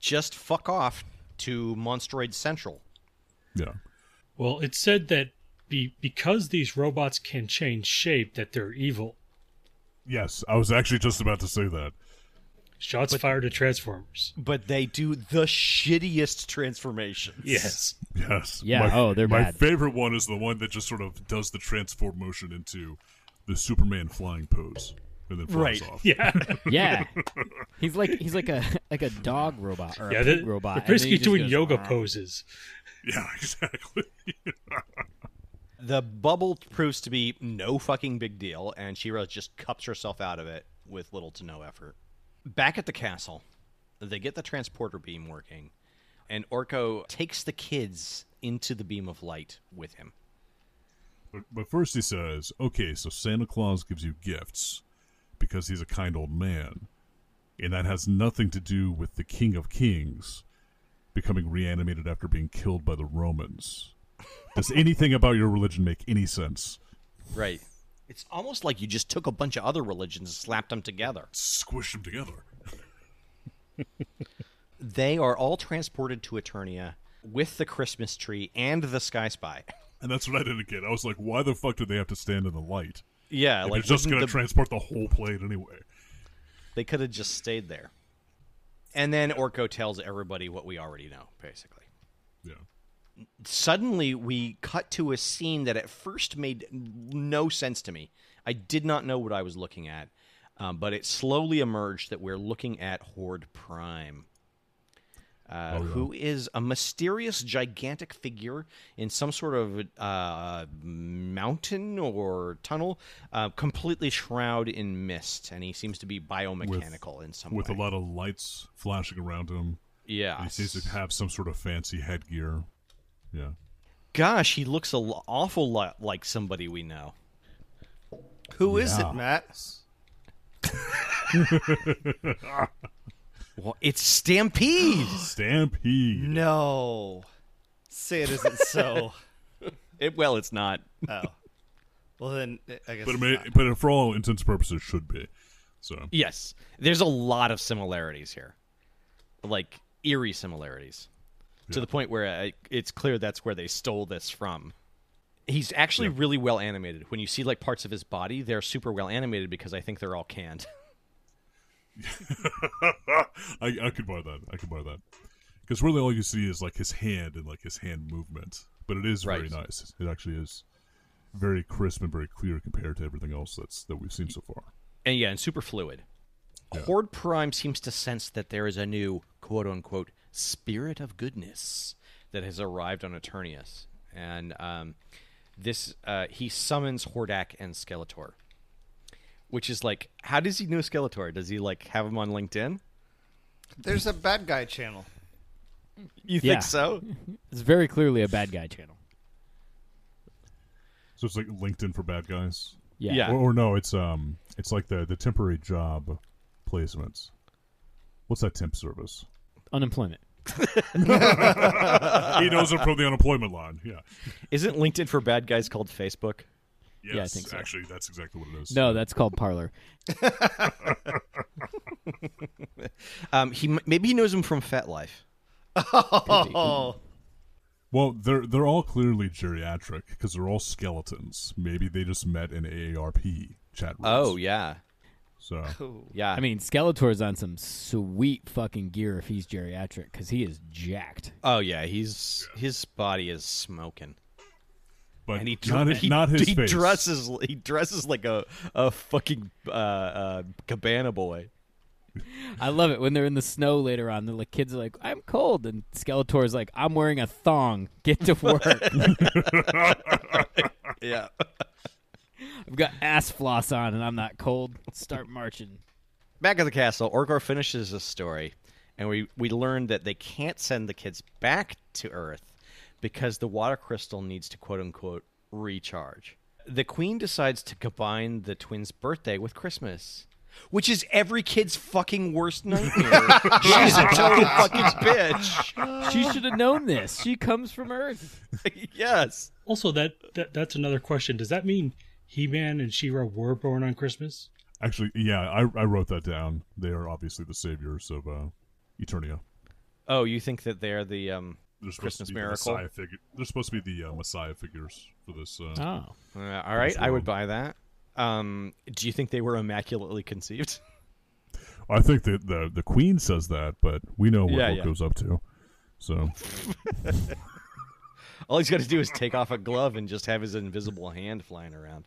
Speaker 2: just fuck off to Monstroid Central.
Speaker 1: Yeah,
Speaker 4: Well, it's said that be- because these robots can change shape, that they're evil.
Speaker 1: yes. I was actually just about to say that.
Speaker 4: Shots fired at Transformers.
Speaker 2: But they do the shittiest transformations.
Speaker 4: Yes.
Speaker 1: Yes.
Speaker 3: Yeah,
Speaker 1: My,
Speaker 3: oh, they're
Speaker 1: my
Speaker 3: bad.
Speaker 1: favorite one is the one that just sort of does the transform motion into the Superman flying pose and then flies
Speaker 2: Right.
Speaker 1: off.
Speaker 4: [LAUGHS] Yeah. [LAUGHS]
Speaker 3: Yeah. he's like he's like a like a dog robot or
Speaker 4: yeah.
Speaker 3: a
Speaker 4: They're,
Speaker 3: pig robot.
Speaker 4: they're
Speaker 3: and then he
Speaker 4: basically
Speaker 3: just
Speaker 4: doing
Speaker 3: goes,
Speaker 4: yoga
Speaker 3: "Arr."
Speaker 4: poses.
Speaker 1: [LAUGHS] Yeah, exactly.
Speaker 2: The bubble proves to be no fucking big deal, and Shira just cups herself out of it with little to no effort. Back at the castle, they get the transporter beam working, and Orko takes the kids into the beam of light with him.
Speaker 1: But, but first he says, okay, so Santa Claus gives you gifts because he's a kind old man. And that has nothing to do with the King of Kings becoming reanimated after being killed by the Romans. Does anything about your religion make any sense?
Speaker 2: Right. It's almost like you just took a bunch of other religions and slapped them together.
Speaker 1: Squish them together.
Speaker 2: They are all transported to Eternia with the Christmas tree and the Sky Spy.
Speaker 1: And that's what I didn't get. I was like, why the fuck do they have to stand in the light?
Speaker 2: Yeah,
Speaker 1: If
Speaker 2: like
Speaker 1: They're just
Speaker 2: wouldn't
Speaker 1: going to
Speaker 2: the-
Speaker 1: transport the whole plane anyway.
Speaker 2: They could have just stayed there. And then Orko tells everybody what we already know, basically.
Speaker 1: Yeah.
Speaker 2: Suddenly, we cut to a scene that at first made no sense to me. I did not know what I was looking at, um, but it slowly emerged that we're looking at Horde Prime.
Speaker 1: Oh,
Speaker 2: uh, who is a mysterious gigantic figure in some sort of uh, mountain or tunnel, uh, completely shrouded in mist, and he seems to be biomechanical in some
Speaker 1: with
Speaker 2: way.
Speaker 1: a lot of lights flashing around him.
Speaker 2: yeah,
Speaker 1: He seems to have some sort of fancy headgear. Yeah.
Speaker 2: gosh, he looks an awful lot like somebody we know.
Speaker 5: Who is
Speaker 1: Yeah.
Speaker 5: it, Matt?
Speaker 2: Well, it's Stampede.
Speaker 1: Stampede.
Speaker 5: No. Say it isn't so.
Speaker 2: [GASPS]
Speaker 4: [LAUGHS]
Speaker 2: It- well, it's not.
Speaker 5: oh. Well, then, I guess.
Speaker 1: But, it
Speaker 5: it's
Speaker 1: may,
Speaker 5: not.
Speaker 1: but for all intents and purposes, should be. So [LAUGHS]
Speaker 2: Yes, there's a lot of similarities here, like eerie similarities, to the point where I, it's clear that's where they stole this from. He's actually really well animated. When you see like parts of his body, they're super well animated because I think they're all canned. [LAUGHS]
Speaker 1: I, I could buy that. I could buy that. Because really, all you see is like his hand and like his hand movement. But it is very
Speaker 2: Right.
Speaker 1: nice. It actually is very crisp and very clear compared to everything else that's that we've seen so far.
Speaker 2: and yeah, and super fluid. Horde Prime seems to sense that there is a new quote unquote spirit of goodness that has arrived on Eternius. And um, this uh, he summons Hordak and Skeletor. Which is like, how does he know Skeletor? Does he like have him on LinkedIn?
Speaker 5: There's a bad guy channel.
Speaker 2: You
Speaker 3: Yeah.
Speaker 2: think so?
Speaker 3: It's very clearly a bad guy channel.
Speaker 1: So it's like LinkedIn for bad guys.
Speaker 3: Yeah.
Speaker 2: Yeah.
Speaker 1: Or, or no, it's um, it's like the the temporary job placements. What's that temp service?
Speaker 3: Unemployment.
Speaker 1: he knows it from the unemployment line. Yeah.
Speaker 2: [LAUGHS] Isn't LinkedIn for bad guys called Facebook?
Speaker 1: Yes,
Speaker 3: I think so.
Speaker 1: Actually, that's exactly what it is.
Speaker 3: No, that's called parlor.
Speaker 2: Um, he m- maybe he knows him from Fat Life.
Speaker 5: Oh.
Speaker 1: Well, they're they're all clearly geriatric because they're all skeletons. Maybe they just met in AARP chat rooms.
Speaker 2: Oh yeah, [LAUGHS]
Speaker 1: So
Speaker 2: yeah.
Speaker 3: I mean, Skeletor's on some sweet fucking gear if he's geriatric because he is jacked.
Speaker 2: oh yeah, he's his body is smoking.
Speaker 1: but
Speaker 2: and he
Speaker 1: [LAUGHS] not,
Speaker 2: dre- he,
Speaker 1: not his
Speaker 2: he
Speaker 1: face.
Speaker 2: dresses he dresses like a a fucking uh, uh, cabana boy.
Speaker 3: I love it when they're in the snow later on. The like, kids are like, "I'm cold," and Skeletor's like, "I'm wearing a thong. Get to work.
Speaker 2: [LAUGHS]
Speaker 3: I've
Speaker 2: Yeah,
Speaker 3: got ass floss on, and I'm not cold. Start marching."
Speaker 2: back at the castle, Orgor finishes his story, and we we learn that they can't send the kids back to Earth because the water crystal needs to quote unquote recharge. The queen decides to combine the twins' birthday with Christmas. Which is every kid's fucking
Speaker 1: [LAUGHS]
Speaker 2: worst nightmare. She's a total fucking bitch. [LAUGHS]
Speaker 3: She should have known this. She comes from Earth.
Speaker 2: yes.
Speaker 4: Also, that, that that's another question. Does that mean He Man and She Ra were born on Christmas?
Speaker 1: Actually, yeah, I, I wrote that down. They are obviously the saviors of uh, Eternia.
Speaker 2: Oh, you think that they're the um
Speaker 1: They're supposed
Speaker 2: Christmas
Speaker 1: to be
Speaker 2: miracle?
Speaker 1: The messiah figure. They're supposed to be the uh, messiah figures for this. Uh,
Speaker 3: Oh,
Speaker 2: Uh, all right, I would buy that. Um, do you think they were immaculately conceived? [LAUGHS]
Speaker 1: I think that the the queen says that, but we know what
Speaker 2: Yeah,
Speaker 1: it
Speaker 2: yeah.
Speaker 1: goes up to. So
Speaker 2: All he's got to do is take off a glove and just have his invisible hand flying around.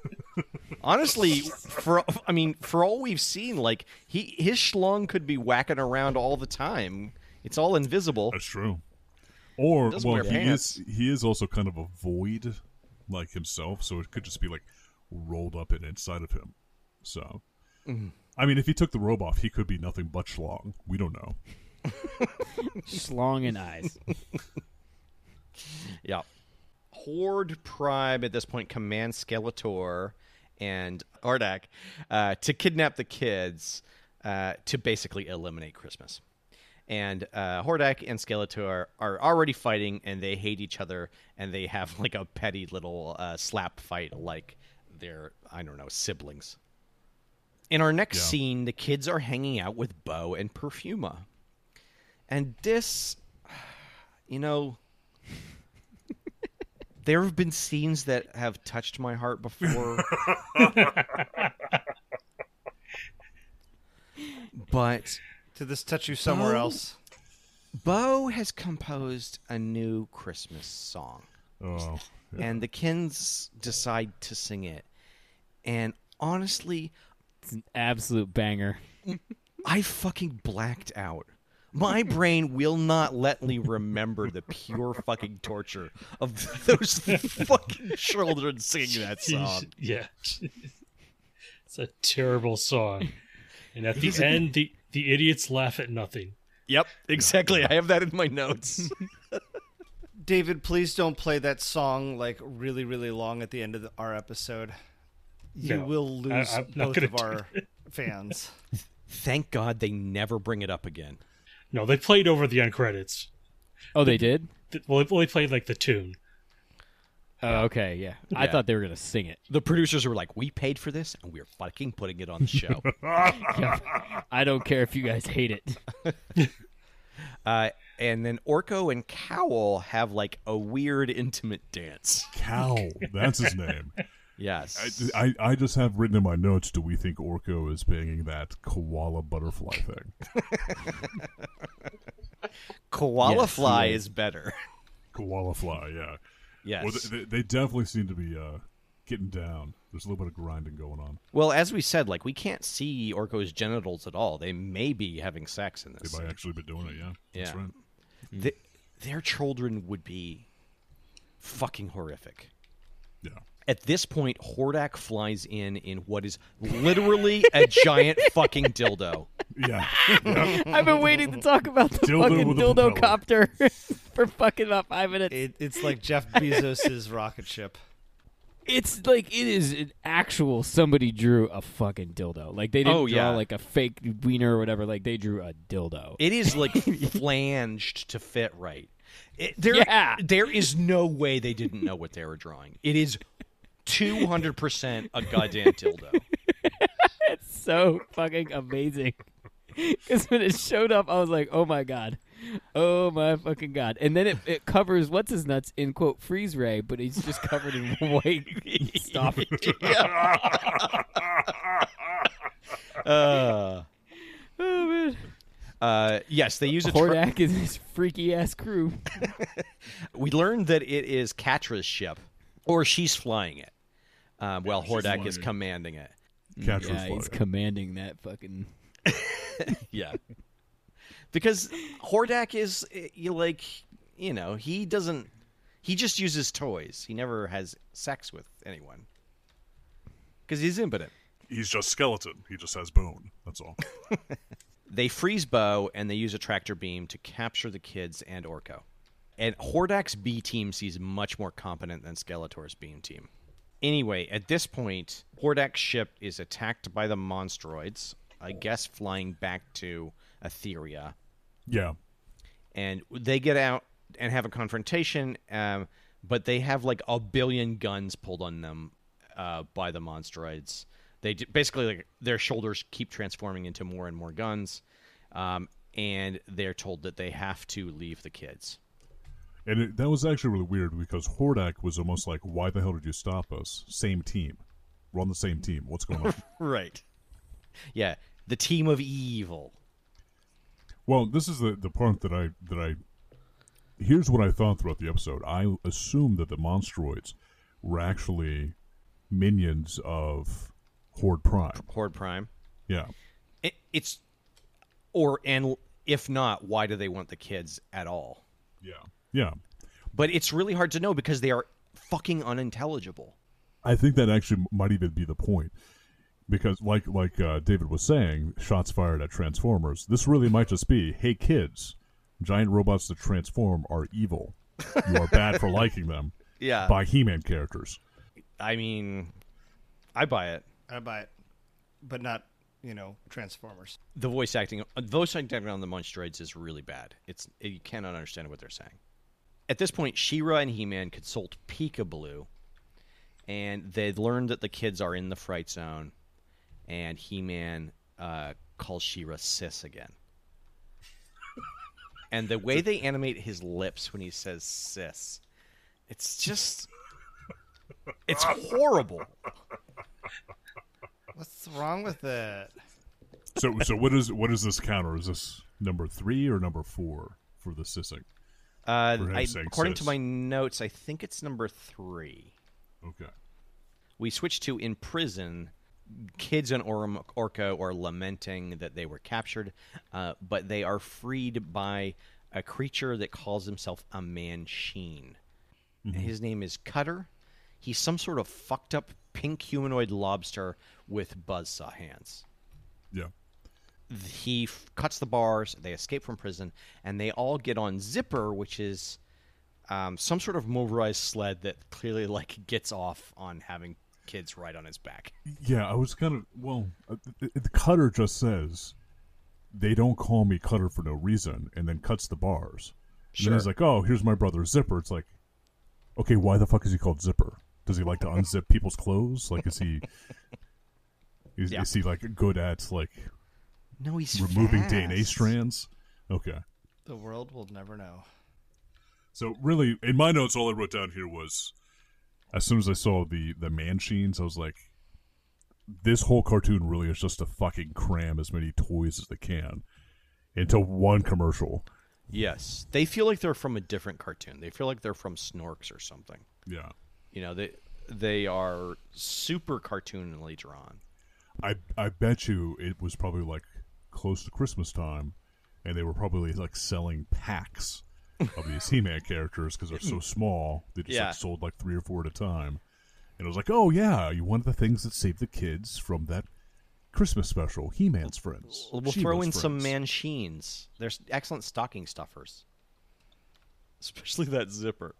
Speaker 2: [LAUGHS] Honestly, for I mean, for all we've seen, like he his schlong could be whacking around all the time. It's all invisible.
Speaker 1: that's true. Or
Speaker 2: Doesn't
Speaker 1: well,
Speaker 2: wear
Speaker 1: he
Speaker 2: pants.
Speaker 1: is he is also kind of a void, like himself. So it could just be like rolled up and inside of him. So,
Speaker 2: Mm-hmm.
Speaker 1: I mean, if he took the robe off, he could be nothing but schlong. We don't know.
Speaker 3: schlong and eyes.
Speaker 2: Yeah. Horde Prime at this point commands Skeletor and Ardak uh, to kidnap the kids uh, to basically eliminate Christmas. And uh, Hordak and Skeletor are already fighting, and they hate each other, and they have [LAUGHS] like a petty little uh, slap fight, like they're I don't know siblings. In our next
Speaker 1: Yeah.
Speaker 2: scene, the kids are hanging out with Bo and Perfuma, and this, [SIGHS] you know, there have been scenes that have touched my heart before. but
Speaker 5: Did this touch you somewhere else?
Speaker 2: Bo has composed a new Christmas song,
Speaker 1: Oh, yeah.
Speaker 2: and the Kins decide to sing it. And honestly,
Speaker 3: It's an absolute banger.
Speaker 2: I fucking blacked out. my brain will not let me remember the pure fucking torture of those fucking children singing that song.
Speaker 4: yeah. [LAUGHS] it's a terrible song. And at the end, the, the idiots laugh at nothing.
Speaker 2: Yep, exactly. I have that in my notes.
Speaker 5: David, please don't play that song like really, really long at the end of the, our episode. You
Speaker 4: No,
Speaker 5: will
Speaker 4: I-
Speaker 5: lose
Speaker 4: I'm not
Speaker 5: both
Speaker 4: gonna
Speaker 5: of
Speaker 4: do
Speaker 5: our
Speaker 4: [LAUGHS]
Speaker 5: fans.
Speaker 2: Thank God they never bring it up again.
Speaker 4: No, they played over the end credits.
Speaker 3: Oh, they did.
Speaker 4: Th- Well, they only played like the tune.
Speaker 3: Oh, okay, yeah. I
Speaker 2: Yeah.
Speaker 3: thought they were gonna sing it.
Speaker 2: The producers were like, "We paid for this, and we're fucking putting it on the show."
Speaker 1: Uh,
Speaker 3: Yep. I don't care if you guys hate it.
Speaker 2: uh, and then Orko and Cowl have like a weird intimate dance.
Speaker 1: [LAUGHS] Cal, that's his name.
Speaker 2: Yes,
Speaker 1: I, I just have written in my notes. Do we think Orko is banging that koala butterfly thing?
Speaker 2: koala
Speaker 3: Yes,
Speaker 2: fly
Speaker 3: yeah.
Speaker 2: is better. [LAUGHS]
Speaker 1: Koala fly, yeah.
Speaker 2: Yes.
Speaker 1: Well, they, they, they definitely seem to be uh, getting down. There's a little bit of grinding going on.
Speaker 2: Well, as we said, like we can't see Orko's genitals at all. They may be having sex in
Speaker 1: They
Speaker 2: this.
Speaker 1: might actually be doing it. Yeah, that's
Speaker 2: Yeah.
Speaker 1: right.
Speaker 2: Th their children would be fucking horrific.
Speaker 1: Yeah,
Speaker 2: At this point, Hordak flies in in what is literally a giant fucking dildo.
Speaker 1: yeah.
Speaker 3: I've been waiting to talk about the
Speaker 1: Dildo
Speaker 3: fucking
Speaker 1: with a
Speaker 3: dildo
Speaker 1: propeller.
Speaker 3: copter [LAUGHS] for fucking about five minutes.
Speaker 5: It, it's like Jeff Bezos' rocket ship.
Speaker 3: it's like it is an actual somebody drew a fucking dildo. Like they didn't
Speaker 2: Oh,
Speaker 3: draw
Speaker 2: yeah.
Speaker 3: like a fake wiener or whatever. Like they drew a dildo.
Speaker 2: It is [LAUGHS] like flanged to fit right. It, there,
Speaker 3: Yeah.
Speaker 2: there is no way they didn't know what they were drawing. It is two hundred percent a goddamn dildo.
Speaker 3: so fucking amazing. [LAUGHS] Because when it showed up, I was like, "Oh my god, oh my fucking god!" And then it, it covers what's his nuts in quote freeze ray, but he's just covered in [LAUGHS] white
Speaker 1: [LAUGHS]
Speaker 2: [LAUGHS]
Speaker 3: stuff. [LAUGHS]
Speaker 2: Uh,
Speaker 3: Oh man,
Speaker 2: uh, yes, they use a. Ter-
Speaker 3: Hordak and his freaky ass crew.
Speaker 2: we learned that it is Katra's ship, or she's flying it. Um, well, Hordak is
Speaker 1: flying it.
Speaker 2: commanding it.
Speaker 1: Catcher's
Speaker 3: Yeah, he's
Speaker 1: fly.
Speaker 3: commanding that fucking.
Speaker 2: Yeah, because Hordak is eh, you like you know he doesn't he just uses toys. He never has sex with anyone because he's impotent.
Speaker 1: He's just skeleton. He just has bone. That's all.
Speaker 2: They freeze Bo and they use a tractor beam to capture the kids and Orko. And Hordak's B team seems much more competent than Skeletor's beam team. Anyway, at this point, Hordak's ship is attacked by the monsteroids, I guess flying back to Etheria.
Speaker 1: Yeah,
Speaker 2: And they get out and have a confrontation, um, but they have like a billion guns pulled on them uh, by the monsteroids. They d- basically like their shoulders keep transforming into more and more guns, um, and they're told that they have to leave the kids.
Speaker 1: and it, that was actually really weird because Hordak was almost like, "Why the hell did you stop us? Same team. We're on the same team. What's going on?"
Speaker 2: Right. Yeah, the team of evil.
Speaker 1: Well, this is the the part that I that I here's what I thought throughout the episode. I assumed that the monstroids were actually minions of Horde Prime.
Speaker 2: Horde Prime.
Speaker 1: Yeah.
Speaker 2: It, it's, or and if not, why do they want the kids at all?
Speaker 1: Yeah. Yeah.
Speaker 2: But it's really hard to know because they are fucking unintelligible.
Speaker 1: I think that actually might even be the point. Because like like uh, David was saying, shots fired at Transformers. This really might just be, hey kids, giant robots that transform are evil. You are bad for liking them.
Speaker 2: Yeah.
Speaker 1: By He Man characters.
Speaker 2: I mean, I buy it.
Speaker 5: I buy it, but not you know Transformers.
Speaker 2: The voice acting, uh, voice acting on the Munchdroids is really bad. It's you cannot understand what they're saying. At this point, She-Ra and He-Man consult Pika Blue, and they learn that the kids are in the fright zone, and He-Man uh, calls She-Ra sis again. [LAUGHS] and the way they animate his lips when he says sis, it's just, it's horrible.
Speaker 5: What's wrong with it?
Speaker 1: So so what is what is this counter? Is this number three or number four for the sissing?
Speaker 2: Uh,
Speaker 1: We're gonna
Speaker 2: I,
Speaker 1: say
Speaker 2: according to
Speaker 1: sis.
Speaker 2: my notes, I think it's number three.
Speaker 1: Okay.
Speaker 2: We switch to in prison kids in Orm- Orco are lamenting that they were captured, uh, but they are freed by a creature that calls himself a Mansheen. His name is Cutter. He's some sort of fucked up pink humanoid lobster with buzzsaw hands
Speaker 1: Yeah.
Speaker 2: he f- cuts the bars. They escape from prison, and they all get on Zipper, which is um, some sort of motorized sled that clearly like gets off on having kids ride on his back.
Speaker 1: Yeah, I was kind of well. uh, th- th- Cutter just says they don't call me Cutter for no reason, and then cuts the bars. And then he's like, "Oh, here's my brother Zipper." It's like, okay, why the fuck is he called Zipper? Does he like to unzip people's clothes? Like, is he is,
Speaker 2: Yeah.
Speaker 1: is he like good at like
Speaker 2: No, he's
Speaker 1: removing
Speaker 2: fast.
Speaker 1: DNA strands? Okay.
Speaker 5: The world will never know.
Speaker 1: So really, in my notes, all I wrote down here was, as soon as I saw the the Manchines, I was like, this whole cartoon really is just to fucking cram as many toys as they can into one commercial.
Speaker 2: Yes, they feel like they're from a different cartoon. They feel like they're from Snorks or something.
Speaker 1: Yeah,
Speaker 2: You know, they they are super cartoonily drawn.
Speaker 1: I I bet you it was probably like close to Christmas time, and they were probably like selling packs of
Speaker 2: [LAUGHS]
Speaker 1: these He-Man characters because they're so small. They just
Speaker 2: Mm. Yeah.
Speaker 1: like sold like three or four at a time, and it was like, oh yeah, you one of the things that saved the kids from that Christmas special, He-Man's friends.
Speaker 2: We'll throw in
Speaker 1: She-Man's
Speaker 2: some
Speaker 1: friends.
Speaker 2: manchines. They're s- excellent stocking stuffers, especially that zipper.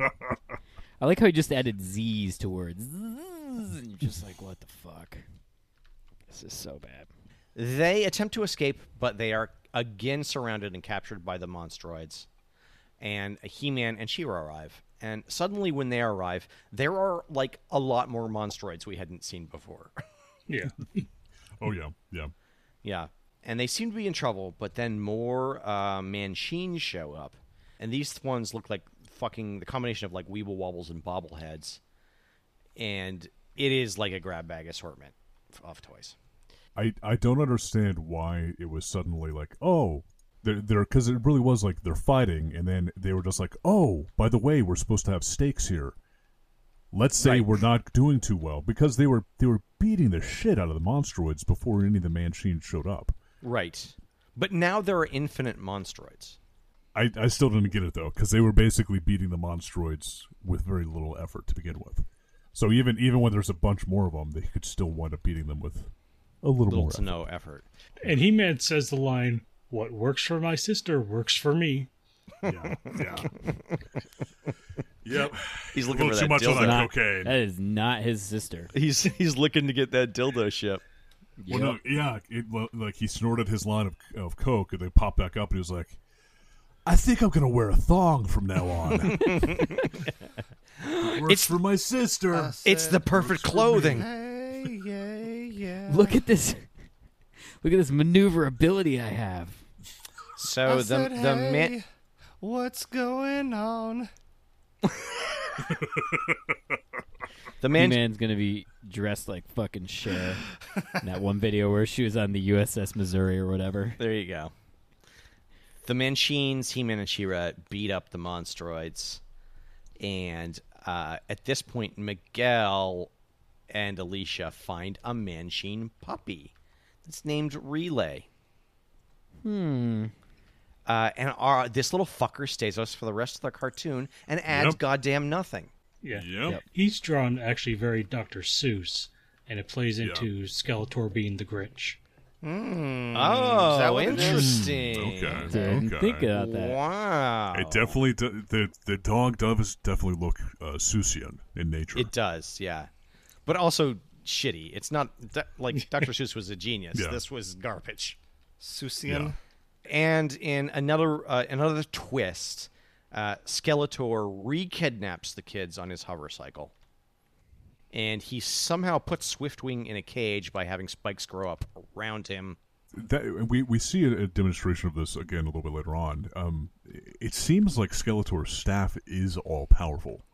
Speaker 3: I like how he just added Z's to words. Zzzz, and you're just like, what the fuck? This is so bad.
Speaker 2: They attempt to escape, but they are again surrounded and captured by the monstroids. And He-Man and She-Ra arrive. And suddenly, when they arrive, there are like a lot more monstroids we hadn't seen before. [LAUGHS]
Speaker 4: Yeah.
Speaker 1: Oh yeah, yeah.
Speaker 2: yeah, and they seem to be in trouble. But then more uh, Manchines show up, and these ones look like fucking the combination of like Weeble Wobbles and bobbleheads, and it is like a grab bag assortment of toys.
Speaker 1: I I don't understand why it was suddenly like oh they're they're because it really was like they're fighting and then they were just like oh by the way we're supposed to have stakes here. Let's say
Speaker 2: Right.
Speaker 1: we're not doing too well because they were they were beating the shit out of the monstroids before any of the Manchines showed up.
Speaker 2: Right, but now there are infinite monstroids.
Speaker 1: I, I still didn't get it though because they were basically beating the monstroids with very little effort to begin with. So even even when there's a bunch more of them, they could still wind up beating them with a little,
Speaker 2: little
Speaker 1: more.
Speaker 2: to
Speaker 1: effort.
Speaker 2: no effort.
Speaker 4: And He Man says the line, What works for my sister works for me.
Speaker 1: [LAUGHS] Yeah, yeah. yep.
Speaker 2: He's
Speaker 1: A
Speaker 2: looking
Speaker 1: little too much on that
Speaker 3: Not-
Speaker 1: cocaine.
Speaker 3: That is not his sister.
Speaker 2: He's he's looking to get that dildo ship.
Speaker 1: Well, no, yeah, it, well, like he snorted his line of, of coke, and they popped back up, and he was like, "I think I'm gonna wear a thong from now
Speaker 3: [LAUGHS]
Speaker 1: on." it works
Speaker 2: It's-
Speaker 1: for my sister.
Speaker 2: It's the perfect clothing.
Speaker 5: Hey, yeah, yeah.
Speaker 3: Look at this. Look at this maneuverability I have.
Speaker 2: So
Speaker 3: oh,
Speaker 5: I
Speaker 2: the
Speaker 5: said,
Speaker 2: the man,
Speaker 5: "Hey, What's going on?
Speaker 2: the
Speaker 3: Man-
Speaker 2: man
Speaker 3: man's gonna be dressed like fucking Cher in that one video where she was on the USS Missouri or whatever.
Speaker 2: There you go. The Manchines, He-Man, and She-Ra beat up the Monstroids, and uh, at this point, Miguel and Alicia find a Manchine puppy that's named Relay. Hmm. Uh, and our, this little fucker stays with us for the rest of the cartoon and adds
Speaker 1: Yep.
Speaker 2: goddamn nothing.
Speaker 4: Yeah.
Speaker 1: Yep.
Speaker 3: Yep.
Speaker 4: He's drawn actually very Dr. Seuss, and it plays into Skeletor being the Grinch.
Speaker 2: Oh,
Speaker 5: that what it Mm, is?
Speaker 2: interesting.
Speaker 1: Okay.
Speaker 3: Didn't
Speaker 1: Mm, okay.
Speaker 3: think about that.
Speaker 2: Wow.
Speaker 1: It definitely do- the the dog does definitely look uh, Susian in nature.
Speaker 2: It does, yeah. But also shitty. It's not that,
Speaker 1: [LAUGHS]
Speaker 2: like Dr. Seuss was a genius.
Speaker 1: Yeah.
Speaker 2: This was garbage.
Speaker 5: Susian.
Speaker 1: Yeah.
Speaker 2: And in another uh, another twist, uh, Skeletor re-kidnaps the kids on his hover cycle, and he somehow puts Swiftwing in a cage by having spikes grow up around him.
Speaker 1: that and we we see a, a demonstration of this again a little bit later on. Um, it- it seems like Skeletor's staff is all powerful.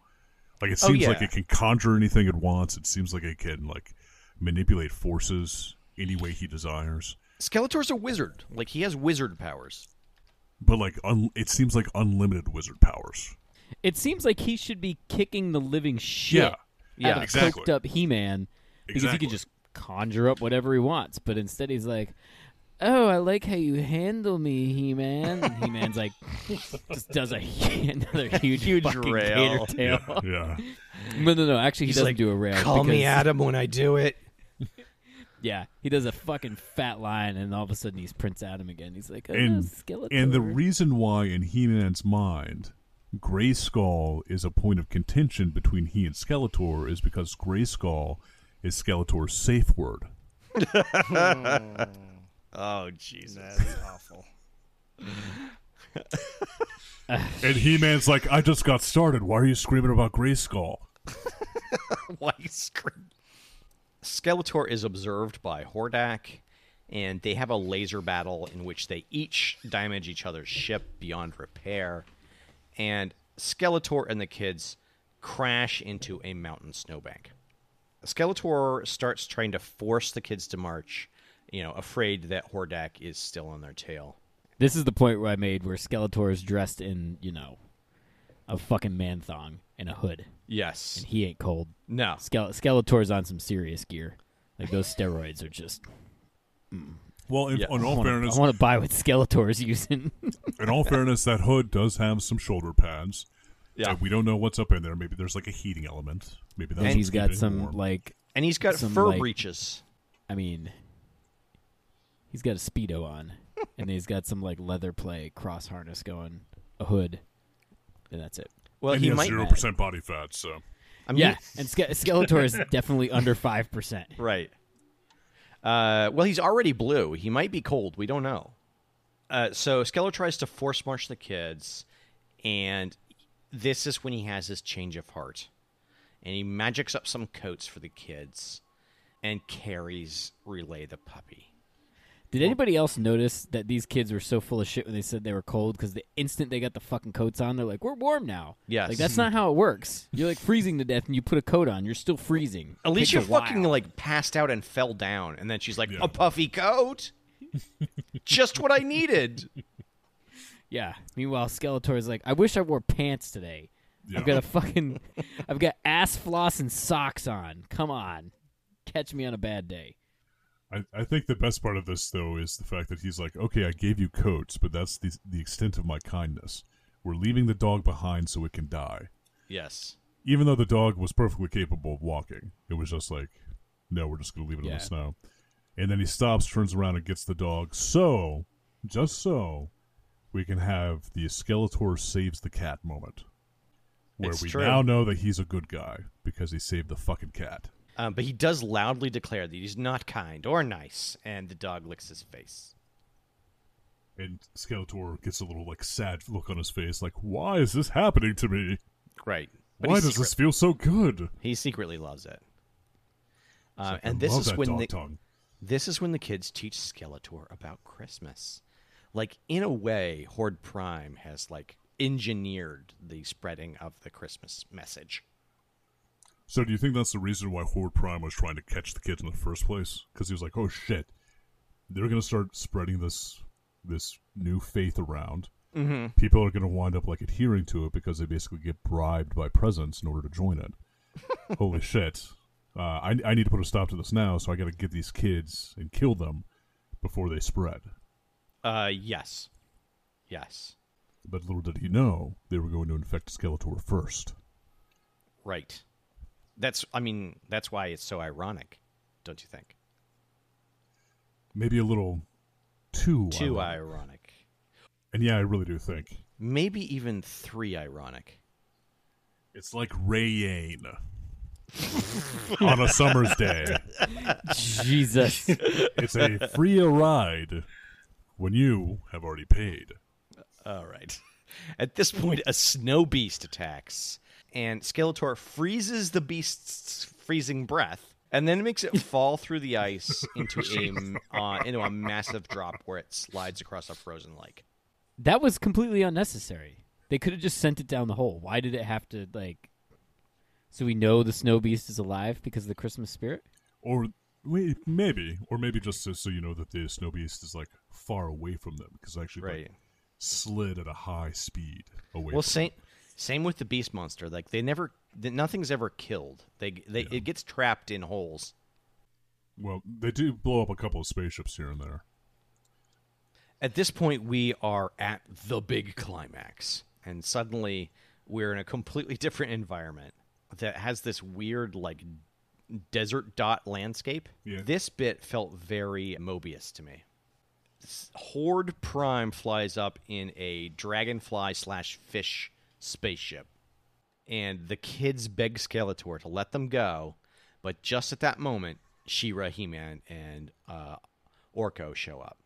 Speaker 1: Like it
Speaker 2: Oh,
Speaker 1: seems like
Speaker 2: yeah.
Speaker 1: it can conjure anything it wants. It seems like it can like manipulate forces any way he desires.
Speaker 2: Skeletor's a wizard. Like he has wizard powers.
Speaker 1: But like un- it seems like unlimited wizard powers.
Speaker 3: It seems like he should be kicking the living shit
Speaker 1: Yeah.
Speaker 3: out
Speaker 2: Yeah.
Speaker 3: of
Speaker 1: Exactly.
Speaker 3: coked up He Man because he
Speaker 1: Exactly.
Speaker 3: could just conjure up whatever he wants. But instead, he's like, "Oh, I like how you handle me, He Man." And He Man's like, [LAUGHS] just does a [LAUGHS] another huge,
Speaker 2: Huge
Speaker 3: fucking
Speaker 2: rail.
Speaker 3: gator tail.
Speaker 1: yeah.
Speaker 3: No, no, no. Actually, he
Speaker 2: He's
Speaker 3: doesn't
Speaker 2: like,
Speaker 3: do a rail.
Speaker 2: Call me
Speaker 3: because-
Speaker 2: Adam when I do it.
Speaker 3: Yeah, he does a fucking fat line, and all of a sudden he's Prince Adam again. He's like, "Oh,
Speaker 1: And
Speaker 3: Skeletor."
Speaker 1: and the reason why in He-Man's mind, Grayskull is a point of contention between he and Skeletor is because Grayskull is Skeletor's safe word.
Speaker 2: Oh Jesus!
Speaker 5: That's
Speaker 2: [LAUGHS]
Speaker 5: awful.
Speaker 1: And He-Man's like, I just got started. Why are you screaming about Grayskull?
Speaker 2: Why you [LAUGHS] scream? Skeletor is observed by Hordak, and they have a laser battle in which they each damage each other's ship beyond repair. And Skeletor and the kids crash into a mountain snowbank. Skeletor starts trying to force the kids to march, you know, afraid that Hordak is still on their tail.
Speaker 3: This is the point where I made where Skeletor is dressed in, you know, a fucking man thong and a hood.
Speaker 2: Yes.
Speaker 3: He ain't cold.
Speaker 2: No.
Speaker 3: Skele- Skeletor's on some serious gear. Like those steroids are just.
Speaker 1: Well, in,
Speaker 2: Yeah.
Speaker 1: in all
Speaker 3: wanna-
Speaker 1: fairness,
Speaker 3: I want to buy what Skeletor's using.
Speaker 1: in all fairness, that hood does have some shoulder pads.
Speaker 2: Yeah.
Speaker 1: And we don't know what's up in there. Maybe there's like a heating element. Maybe that's
Speaker 3: and
Speaker 1: what's
Speaker 3: he's got
Speaker 1: keeping it
Speaker 3: some
Speaker 1: warm.
Speaker 3: like,
Speaker 2: And he's got
Speaker 3: Some,
Speaker 2: fur
Speaker 3: like-
Speaker 2: breeches.
Speaker 3: I mean, he's got a speedo on, and he's got some like leather play cross harness going, a hood, and that's it.
Speaker 2: Well,
Speaker 1: and
Speaker 2: he
Speaker 1: has
Speaker 2: might.
Speaker 1: E zero percent body fat. So
Speaker 2: I mean,
Speaker 3: Yeah, and Ske- Skeletor is definitely under five percent.
Speaker 2: Right. Uh, well, he's already blue. He might be cold. We don't know. Uh, so Skeller tries to force march the kids, and this is when he has his change of heart. And he magics up some coats for the kids and carries Relay the puppy.
Speaker 3: Did anybody else notice that these kids were so full of shit when they said they were cold? Because the instant they got the fucking coats on, they're like, "We're warm now."
Speaker 2: Yes.
Speaker 3: like that's not how it works. You're like freezing to death, and you put a coat on, you're still freezing. Takes
Speaker 2: Alicia
Speaker 3: a while.
Speaker 2: fucking like passed out and fell down, and then she's like,
Speaker 1: Yeah.
Speaker 2: "A puffy
Speaker 3: [LAUGHS]
Speaker 2: coat, just what I needed."
Speaker 3: yeah. Meanwhile, Skeletor's like, "I wish I wore pants today.
Speaker 1: yeah.
Speaker 3: I've got a fucking, I've got ass floss and socks on. Come on, catch me on a bad day."
Speaker 1: I, I think the best part of this though is the fact that he's like, okay, I gave you coats, but that's the the extent of my kindness. We're leaving the dog behind so it can die.
Speaker 2: Yes.
Speaker 1: Even though the dog was perfectly capable of walking, it was just like, no, we're just gonna leave it in
Speaker 3: Yeah.
Speaker 1: the snow. And then he stops, turns around, and gets the dog. So, just so, we can have the Skeletor saves the cat moment, where
Speaker 2: It's
Speaker 1: we
Speaker 2: true.
Speaker 1: now know that he's a good guy because he saved the fucking cat.
Speaker 2: Um, but he does loudly declare that he's not kind or nice, and the dog licks his face.
Speaker 1: And Skeletor gets a little like sad look on his face, like, "Why is this happening to me?
Speaker 2: Right.
Speaker 1: Why does this feel so good?"
Speaker 2: He secretly loves it. Uh,
Speaker 1: I
Speaker 2: and this
Speaker 1: love
Speaker 2: is
Speaker 1: that
Speaker 2: when
Speaker 1: dog
Speaker 2: the
Speaker 1: tongue.
Speaker 2: this is when the kids teach Skeletor about Christmas. Like in a way, Horde Prime has like engineered the spreading of the Christmas message.
Speaker 1: So, do you think that's the reason why Horde Prime was trying to catch the kids in the first place? Because he was like, "Oh shit, they're gonna start spreading this this new faith around. Mm-hmm. People are gonna wind up like adhering to it because they basically get bribed by presents in order to join
Speaker 2: [LAUGHS]
Speaker 1: it. Holy shit! Uh, I I need to put a stop to this now, so I gotta get these kids and kill them before they spread."
Speaker 2: Uh, yes, yes,
Speaker 1: But little did he know they were going to infect Skeletor first.
Speaker 2: right. That's I mean that's why it's so ironic, don't you think?
Speaker 1: Maybe a little too
Speaker 2: Too
Speaker 1: ironic.
Speaker 2: ironic.
Speaker 1: And yeah, I really do think
Speaker 2: Maybe even three ironic.
Speaker 1: it's like rain on a summer's day.
Speaker 3: Jesus.
Speaker 1: It's a free ride when you have already paid.
Speaker 2: All right. [LAUGHS] At this point, a snow beast attacks, and Skeletor freezes the beast's freezing breath, and then makes it fall through the [LAUGHS] ice into a uh, into a massive drop where it slides across a frozen lake.
Speaker 3: [LAUGHS] That was completely unnecessary. They could have just sent it down the hole. Why did it have to like? So we know the snow beast is alive because of the Christmas spirit.
Speaker 1: Or wait, maybe, or maybe just so, so you know that the snow beast is like far away from them because actually like,
Speaker 2: Right.
Speaker 1: slid at a high speed away.
Speaker 2: Well,
Speaker 1: from
Speaker 2: same same with the beast monster. Like they never, th- nothing's ever killed. They they it gets trapped in holes.
Speaker 1: Well, they do blow up a couple of spaceships here and there.
Speaker 2: At this point, we are at the big climax, and suddenly we're in a completely [LAUGHS] different environment that has this weird, like, desert dot landscape.
Speaker 1: Yeah.
Speaker 2: This bit felt very Mobius to me. S- Horde Prime flies up in a dragonfly slash fish spaceship, and the kids beg Skeletor to let them go, but just at that moment, She-Ra, He-Man, and uh, Orko show up.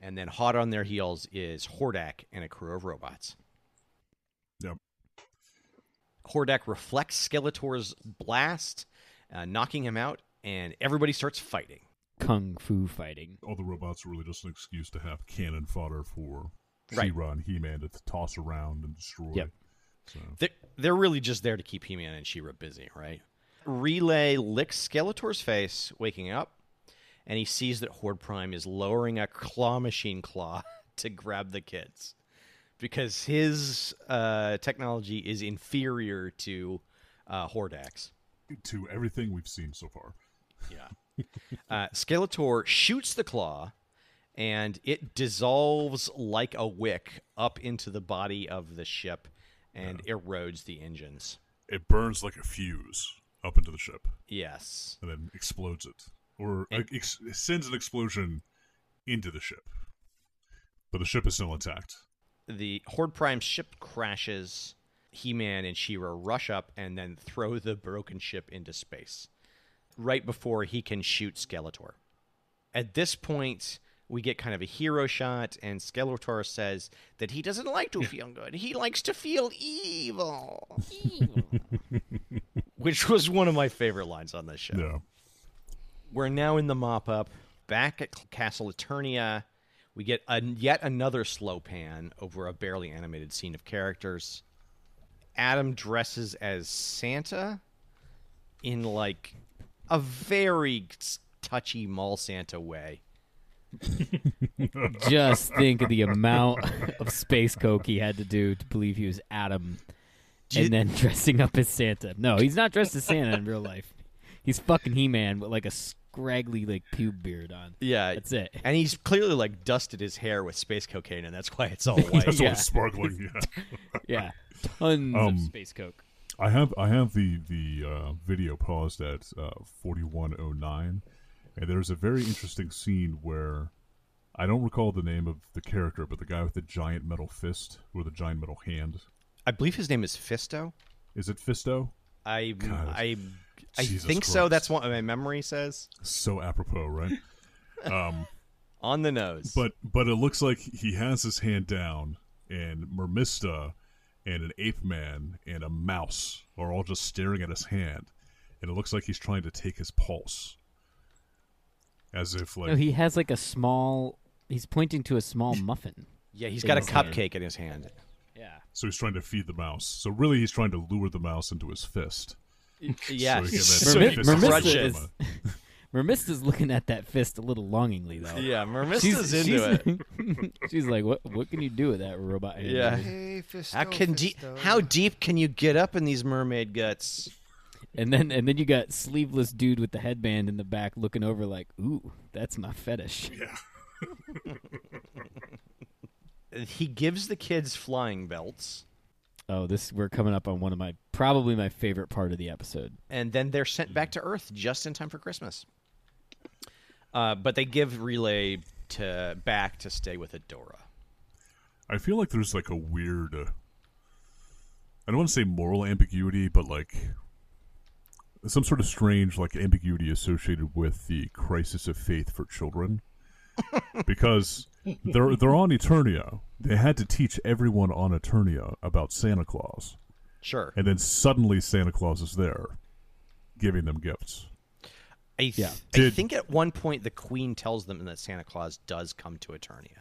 Speaker 2: And then hot on their heels is Hordak and a crew of robots.
Speaker 1: Yep.
Speaker 2: Hordak reflects Skeletor's blast, uh, knocking him out, and everybody starts fighting.
Speaker 3: Kung fu fighting.
Speaker 1: All the robots are really just an excuse to have cannon fodder for
Speaker 2: Right.
Speaker 1: She-Ra and He-Man to toss around and destroy.
Speaker 3: Yep.
Speaker 2: They're, they're really just there to keep He-Man and She-Ra busy, right? Relay licks Skeletor's face, waking up, and he sees that Horde Prime is lowering a claw machine claw [LAUGHS] to grab the kids because his uh, technology is inferior to uh, Hordak's.
Speaker 1: To everything we've seen so far.
Speaker 2: Yeah. uh, Skeletor shoots the claw, and it dissolves like a wick up into the body of the ship and erodes the engines.
Speaker 1: It burns like a fuse up into the ship
Speaker 2: Yes.
Speaker 1: and then explodes it, or uh, ex- sends an explosion into the ship. But the ship is still intact.
Speaker 2: The Horde Prime ship crashes. He Man and She Ra rush up and then throw the broken ship into space right before he can shoot Skeletor. At this point, we get kind of a hero shot, and Skeletor says that he doesn't like to feel good. He likes to feel evil. [LAUGHS] Which was one of my favorite lines on this show.
Speaker 1: Yeah.
Speaker 2: We're now in the mop up. Back at Castle Eternia, we get a, yet another slow pan over a barely animated scene of characters. Adam dresses as Santa in like a very touchy mall Santa way.
Speaker 3: Just think of the amount [LAUGHS] of space coke he had to do to believe he was Adam,
Speaker 2: you-
Speaker 3: and then [LAUGHS] dressing up as Santa. No, he's not dressed as Santa in real life. He's fucking He-Man with like a scraggly like pube beard on.
Speaker 2: Yeah,
Speaker 3: That's it.
Speaker 2: And he's clearly like dusted his hair with space cocaine, and that's
Speaker 1: [LAUGHS]
Speaker 2: why it's all white.
Speaker 1: That's all
Speaker 3: Yeah.
Speaker 1: sparkling. [LAUGHS] Yeah.
Speaker 3: Yeah, tons
Speaker 1: Um,
Speaker 3: of space coke.
Speaker 1: I have I have the the uh, video paused at uh, forty one oh nine, and there's a very interesting scene where I don't recall the name of the character, but the guy with the giant metal fist or the giant metal hand
Speaker 2: I believe his name is Fisto.
Speaker 1: is it Fisto?
Speaker 2: I
Speaker 1: God.
Speaker 2: I I
Speaker 1: Jesus
Speaker 2: think so.
Speaker 1: Christ.
Speaker 2: That's what my memory says.
Speaker 1: So apropos, right?
Speaker 2: On the nose.
Speaker 1: But but it looks like he has his hand down, and Mermista, and an ape man, and a mouse are all just staring at his hand, and it looks like he's trying to take his pulse, as if like
Speaker 3: No, he has like a small. He's pointing to a small muffin.
Speaker 2: yeah, he's got a
Speaker 3: It was like-
Speaker 2: cupcake in his hand.
Speaker 3: Yeah.
Speaker 1: so he's trying to feed the mouse. So really, he's trying to lure the mouse into his fist.
Speaker 2: Yes.
Speaker 1: So
Speaker 3: Mermi-
Speaker 1: he can
Speaker 3: Mermista
Speaker 1: crunch
Speaker 2: Mermista
Speaker 1: it.
Speaker 3: is, Mermista's looking at that fist a little longingly though.
Speaker 2: yeah, Mermista's
Speaker 3: She's,
Speaker 2: into it.
Speaker 3: it. [LAUGHS] she's like, what? What can you do with that robot? hand?"
Speaker 2: Yeah.
Speaker 5: Hey, Fisto,
Speaker 2: How can de-
Speaker 5: Fisto.
Speaker 2: how deep can you get up in these mermaid guts?
Speaker 3: And then and then you got sleeveless dude with the headband in the back looking over like, ooh, that's my fetish.
Speaker 2: He gives the kids flying belts,
Speaker 3: Oh, this we're coming up on one of my probably my favorite part of the episode.
Speaker 2: and then they're sent back to Earth just in time for Christmas. Uh, but they give Relay to back to stay with Adora.
Speaker 1: I feel like there's like a weird. Uh, I don't want to say moral ambiguity, but like some sort of strange like ambiguity associated with the crisis of faith for children, because they're they're on Eternia. They had to teach everyone on Eternia about Santa Claus,
Speaker 2: Sure.
Speaker 1: and then suddenly Santa Claus is there, giving them gifts.
Speaker 2: I, th-
Speaker 3: Yeah.
Speaker 2: I
Speaker 1: Did-
Speaker 2: think at one point the Queen tells them that Santa Claus does come to Eternia.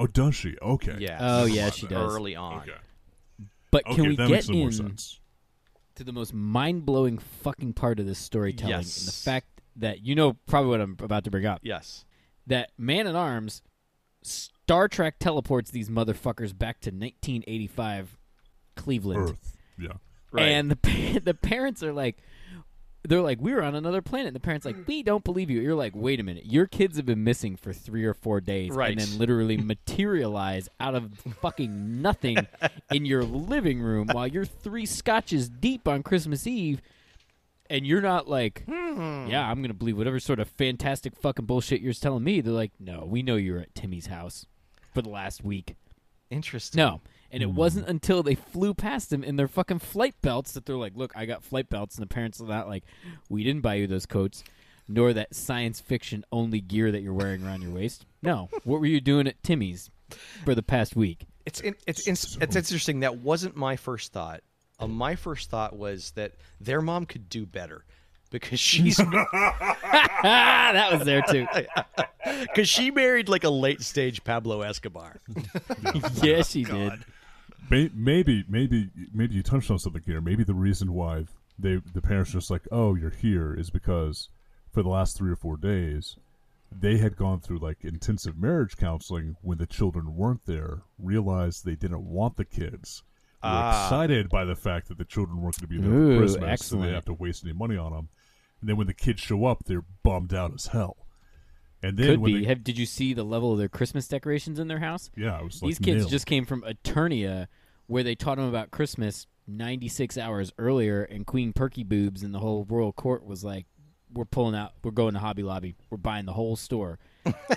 Speaker 1: Oh, does she? Okay.
Speaker 2: Yeah.
Speaker 3: Oh, yeah, she does.
Speaker 2: Early on.
Speaker 1: Okay.
Speaker 3: But
Speaker 1: Okay,
Speaker 3: can we
Speaker 1: that
Speaker 3: get
Speaker 1: makes a little
Speaker 3: in
Speaker 1: more sense.
Speaker 3: to the most mind blowing fucking part of this storytelling and the
Speaker 2: Yes.
Speaker 3: fact that you know probably what I'm about to bring up.
Speaker 2: Yes.
Speaker 3: That man at arms Star Trek teleports these motherfuckers back to nineteen eighty five Cleveland.
Speaker 1: Earth. Yeah.
Speaker 2: Right.
Speaker 3: [LAUGHS] And the pa- the parents are like, they're like, we were on another planet. And the parents like, we don't believe you. You're like, wait a minute, your kids have been missing for three or four days,
Speaker 2: Right.
Speaker 3: and then literally [LAUGHS] materialize out of fucking nothing in your living room while you're three scotches deep on Christmas Eve, and you're not like,
Speaker 2: Hmm.
Speaker 3: yeah, I'm gonna believe whatever sort of fantastic fucking bullshit you're telling me. They're like, no, we know you were at Timmy's house for the last week.
Speaker 2: Interesting.
Speaker 3: No. And it wasn't until they flew past him in their fucking flight belts that they're like, look, I got flight belts. And the parents are not like, we didn't buy you those coats, nor that science fiction only gear that you're wearing around your waist. No. What were you doing at Timmy's for the past week? [LAUGHS]
Speaker 2: It's in, it's in, it's interesting. That wasn't my first thought. Uh, my first thought was that their mom could do better [LAUGHS] because she's
Speaker 3: Ah, that was there too.
Speaker 2: because she married like a late stage Pablo Escobar.
Speaker 3: yeah, she did.
Speaker 1: May- maybe, maybe, maybe you touched on something here. Maybe the reason why they the parents are just like, oh, you're here, is because for the last three or four days, they had gone through like intensive marriage counseling when the children weren't there, realized they didn't want the kids. Were excited by the fact that the children weren't going to be there
Speaker 3: Ah. Ooh,
Speaker 1: for Christmas, so
Speaker 3: excellent.
Speaker 1: they have to waste any money on them. And then when the kids show up, they're bummed out as hell. And then
Speaker 3: Could
Speaker 1: when
Speaker 3: be.
Speaker 1: they,
Speaker 3: Have, did you see the level of their Christmas decorations in their house?
Speaker 1: yeah, it was like
Speaker 3: These kids
Speaker 1: nailed.
Speaker 3: just came from Eternia, where they taught them about Christmas 96 hours earlier, and Queen Perky Boobs and the whole royal court was like, "We're pulling out. We're going to Hobby Lobby. We're buying the whole store."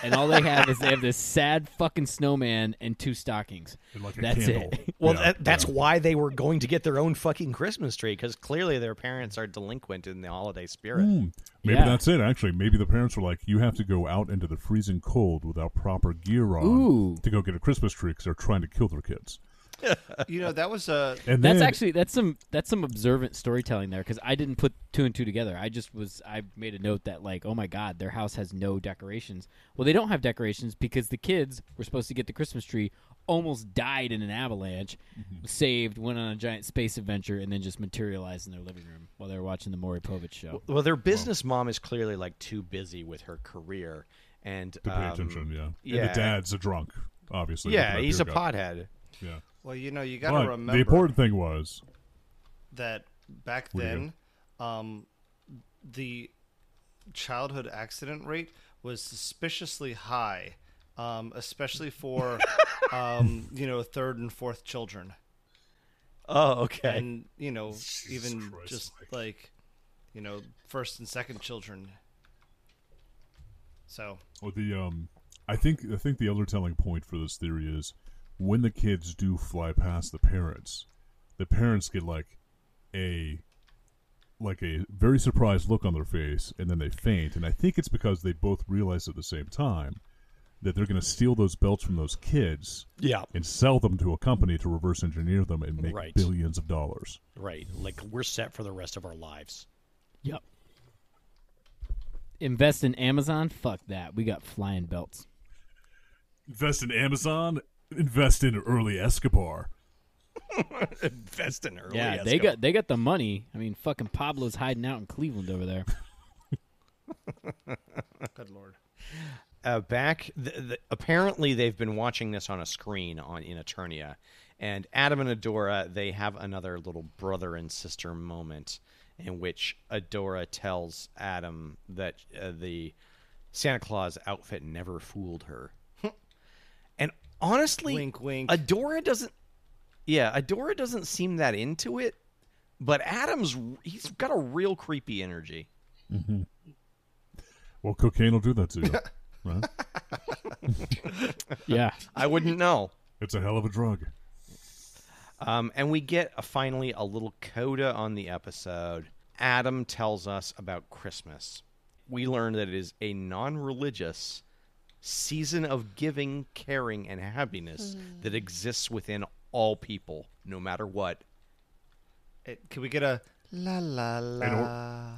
Speaker 3: and all they have is they have this sad fucking snowman and two stockings.
Speaker 1: And, like, a
Speaker 3: That's
Speaker 1: candle.
Speaker 3: it. [LAUGHS]
Speaker 2: Well,
Speaker 1: Yeah,
Speaker 2: that, that's
Speaker 1: yeah.
Speaker 2: why they were going to get their own fucking Christmas tree because clearly their parents are delinquent in the holiday spirit.
Speaker 1: Hmm. Maybe
Speaker 3: Yeah.
Speaker 1: that's it. Actually, maybe the parents were like, "You have to go out into the freezing cold without proper gear on
Speaker 3: Ooh.
Speaker 1: to go get a Christmas tree because they're trying to kill their kids."
Speaker 5: [LAUGHS] You know, that was a
Speaker 1: And
Speaker 3: That's
Speaker 1: then,
Speaker 3: actually that's some that's some observant storytelling there because I didn't put two and two together. I just was I made a note that like oh my god their house has no decorations. Well, they don't have decorations because the kids were supposed to get the Christmas tree, almost died in an avalanche, saved, went on a giant space adventure, and then just materialized in their living room while they were watching the Maury Povich show.
Speaker 2: Well, their business mom is clearly like too busy with her career and
Speaker 1: to pay
Speaker 2: um,
Speaker 1: attention. Yeah. And
Speaker 2: yeah.
Speaker 1: the dad's a drunk, obviously. with
Speaker 2: Yeah,
Speaker 1: that
Speaker 2: he's a
Speaker 1: beer gut.
Speaker 2: pothead.
Speaker 1: Yeah.
Speaker 5: well, you know, you got
Speaker 1: But
Speaker 5: to
Speaker 1: the
Speaker 5: remember
Speaker 1: important thing was
Speaker 5: that back
Speaker 1: do you
Speaker 5: then, um, the childhood accident rate was suspiciously high, um,
Speaker 2: [LAUGHS]
Speaker 5: especially for um, you know third and fourth children,
Speaker 2: Oh, okay.
Speaker 5: and
Speaker 1: [LAUGHS]
Speaker 5: you know even
Speaker 1: Christ,
Speaker 5: just
Speaker 1: Mike.
Speaker 5: like you know first and second children. So
Speaker 1: well, the um, I think I think the other telling point for this theory is when the kids do fly past the parents, the parents get like a like a very surprised look on their face and then they faint and i think it's because they both realize at the same time that they're going to steal those belts from those kids
Speaker 2: yeah,
Speaker 1: and sell them to a company to reverse engineer them and make
Speaker 2: Right.
Speaker 1: billions of dollars
Speaker 2: right. Like we're set for the rest of our lives.
Speaker 3: Yep. Invest in Amazon? Fuck that. We got flying belts.
Speaker 1: invest in amazon invest in early escobar
Speaker 2: Invest in early.
Speaker 3: yeah, they got they got the money. I mean, fucking Pablo's hiding out in Cleveland over there.
Speaker 5: good lord.
Speaker 2: uh, back. Th- th- apparently, they've been watching this on a screen on in Eternia, and Adam and Adora they have another little brother and sister moment in which Adora tells Adam that uh, the Santa Claus outfit never fooled her. [LAUGHS] and honestly,
Speaker 5: Wink, wink.
Speaker 2: Adora doesn't. Yeah, Adora doesn't seem that into it, but Adam's he's got a real creepy energy.
Speaker 1: well cocaine will do that to you [LAUGHS] right?
Speaker 3: Yeah.
Speaker 2: I
Speaker 5: [LAUGHS]
Speaker 2: wouldn't know.
Speaker 1: it's a hell of a drug
Speaker 2: Um, and we get a, finally a little coda on the episode. Adam tells us about Christmas. We learn that it is a non religious season of giving, caring, and happiness that exists within all people, no matter what.
Speaker 5: It, can we get a la la la?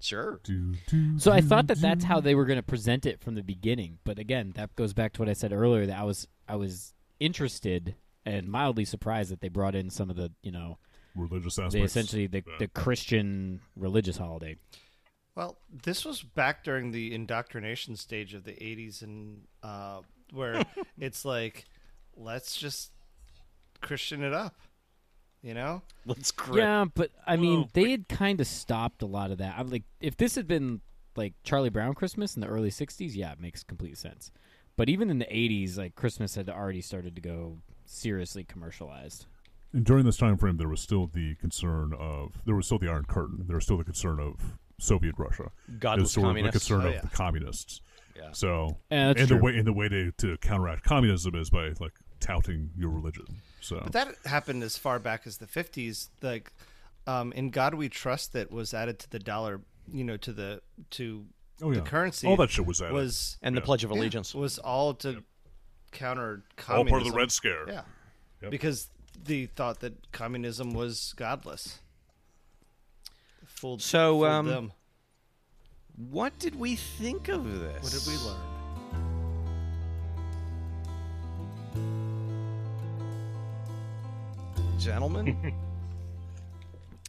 Speaker 2: Sure.
Speaker 1: do, do,
Speaker 3: So I thought that that's how they were going to present it from the beginning, but again, that goes back to what I said earlier that I was I was interested and mildly surprised that they brought in some of the you know
Speaker 1: religious aspects
Speaker 3: they essentially the, the Christian religious holiday.
Speaker 5: Well, this was back during the indoctrination stage of the 80s, and uh, where it's like, let's just Christian it up. You know,
Speaker 2: Let's grip.
Speaker 3: Yeah, but I mean,
Speaker 1: Whoa,
Speaker 3: they had kind of stopped a lot of that. I'm like, if this had been like Charlie Brown Christmas in the early '60s, yeah, it makes complete sense. But even in the '80s, like Christmas had already started to go seriously commercialized.
Speaker 1: And during this time frame, there was still the concern of there was still the Iron Curtain. There was still the concern of Soviet Russia.
Speaker 2: Godless
Speaker 1: It was sort of the
Speaker 2: communists.
Speaker 1: concern
Speaker 5: Oh,
Speaker 1: of
Speaker 5: yeah.
Speaker 1: the communists.
Speaker 2: Yeah.
Speaker 1: So
Speaker 3: Yeah, that's
Speaker 1: and the
Speaker 3: true.
Speaker 1: way and the way to, to counteract communism is by like touting your religion. So
Speaker 5: but that happened as far back as the '50s. Like, um, "In God We Trust" that was added to the dollar. You know, to the to
Speaker 1: oh, yeah.
Speaker 5: the currency.
Speaker 1: all that shit was added.
Speaker 5: was
Speaker 2: And the Pledge of
Speaker 5: yeah,
Speaker 2: Allegiance.
Speaker 5: was all to counter
Speaker 1: all
Speaker 5: communism.
Speaker 1: part of the Red Scare.
Speaker 5: Yeah,
Speaker 1: Yep.
Speaker 5: because they thought that communism was godless. Fooled,
Speaker 2: So,
Speaker 5: fooled
Speaker 2: um,
Speaker 5: them.
Speaker 2: What did we think of this?
Speaker 5: What did we learn?
Speaker 2: [LAUGHS] [LAUGHS] Gentlemen,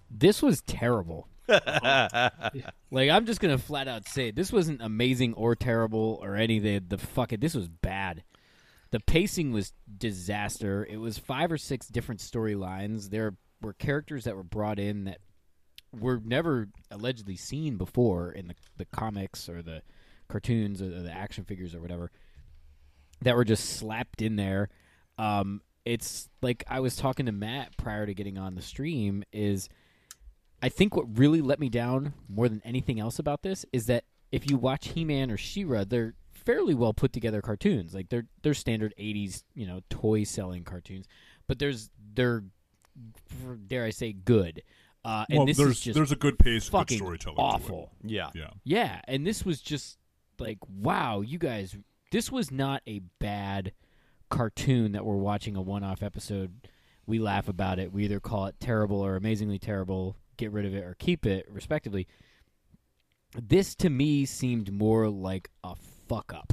Speaker 3: This was terrible. like I'm just gonna flat out say this wasn't amazing or terrible or anything. The fuck it, this was bad. The pacing was disaster. It was five or six different storylines. There were characters that were brought in that were never allegedly seen before in the the comics or the cartoons or the action figures or whatever that were just slapped in there. Um, it's like I was talking to Matt prior to getting on the stream is I think what really let me down more than anything else about this is that if you watch He-Man or She-Ra, they're fairly well put together cartoons. Like they're they're standard 80s, you know, toy selling cartoons, but there's they're dare I say good. Uh, and
Speaker 1: well,
Speaker 3: this
Speaker 1: there's
Speaker 3: is just
Speaker 1: there's a good pace, good
Speaker 3: fucking
Speaker 1: storytelling. to it.
Speaker 3: awful.
Speaker 2: yeah.
Speaker 1: Yeah.
Speaker 3: Yeah, and this was just like, wow, you guys, this was not a bad cartoon that we're watching a one-off episode. We laugh about it. We either call it terrible or amazingly terrible, get rid of it or keep it, respectively. This to me seemed more like a fuck up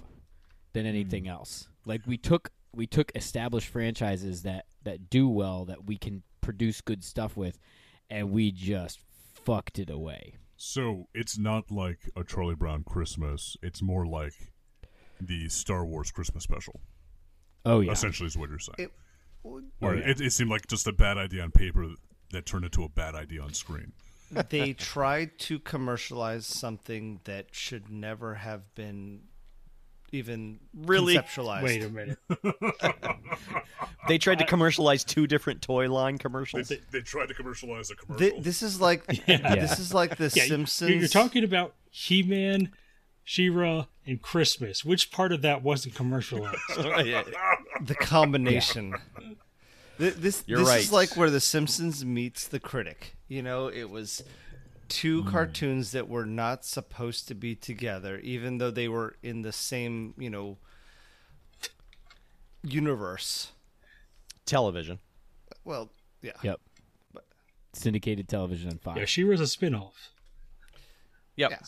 Speaker 3: than anything else. Like we took we took established franchises that that do well that we can produce good stuff with and we just fucked it away.
Speaker 1: So it's not like a Charlie Brown Christmas. It's more like the Star Wars Christmas special.
Speaker 3: Oh yeah.
Speaker 1: Essentially, is what you're saying.
Speaker 5: It-
Speaker 1: Where it, it seemed like just a bad idea on paper that turned into a bad idea on screen.
Speaker 5: they tried to commercialize something that should never have been even
Speaker 2: Really?
Speaker 5: conceptualized.
Speaker 4: Wait a minute.
Speaker 2: They tried to commercialize two different toy line commercials.
Speaker 1: They, they tried to commercialize a commercial.
Speaker 5: Th- this
Speaker 4: [LAUGHS]
Speaker 5: is like this is like the
Speaker 4: Yeah, you-
Speaker 5: Simpsons.
Speaker 4: You're talking about He-Man, She-Ra, and Christmas. Which part of that wasn't commercialized?
Speaker 2: [LAUGHS]
Speaker 5: the combination. Th- This
Speaker 2: You're
Speaker 5: this
Speaker 2: right.
Speaker 5: is like where the Simpsons meets the critic. You know, it was
Speaker 4: Hmm.
Speaker 5: two cartoons that were not supposed to be together, even though they were in the same you know universe.
Speaker 2: Television.
Speaker 5: Well, yeah,
Speaker 3: Yep. Syndicated television on Fox.
Speaker 4: yeah, She-Ra's a spin-off.
Speaker 2: Yep.
Speaker 5: Yeah.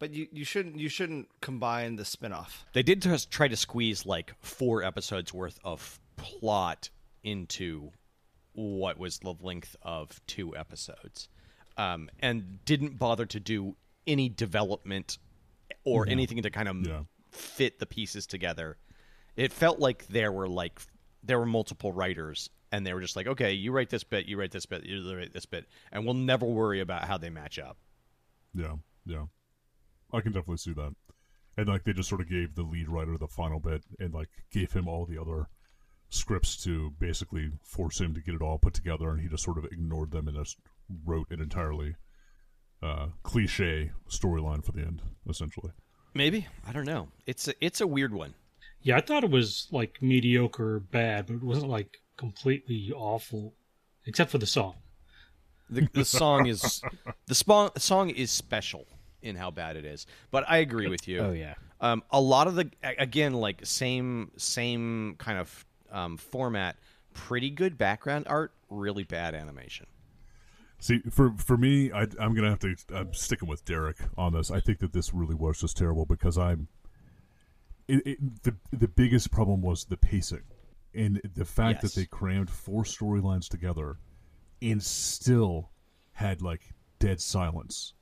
Speaker 5: but you, you shouldn't you shouldn't combine the spinoff.
Speaker 2: They did just try to squeeze like four episodes worth of plot into what was the length of two episodes, um, and didn't bother to do any development or anything to kind of
Speaker 1: Yeah.
Speaker 2: fit the pieces together. It felt like there were like there were multiple writers, and they were just like, "Okay, you write this bit, you write this bit, you write this bit, and we'll never worry about how they match up."
Speaker 1: Yeah, yeah. I can definitely see that. And like they just sort of gave the lead writer the final bit and like gave him all the other scripts to basically force him to get it all put together and he just sort of ignored them and just wrote an entirely uh cliche storyline for the end, essentially.
Speaker 2: Maybe I don't know. It's a, it's a weird one.
Speaker 4: Yeah, I thought it was like mediocre or bad, but it wasn't like completely awful, except for the song.
Speaker 2: the, the song is the spa- song is special in how bad it is but i agree with you
Speaker 3: Oh yeah.
Speaker 2: um, a lot of the a- again like same same kind of um, format pretty good background art really bad animation
Speaker 1: See, for for me, I, I'm gonna have to. I'm sticking with Derek on this. I think that this really was just terrible because I'm. It, it, the the biggest problem was the pacing, and the fact
Speaker 2: Yes.
Speaker 1: that they crammed four storylines together, and still had like dead silence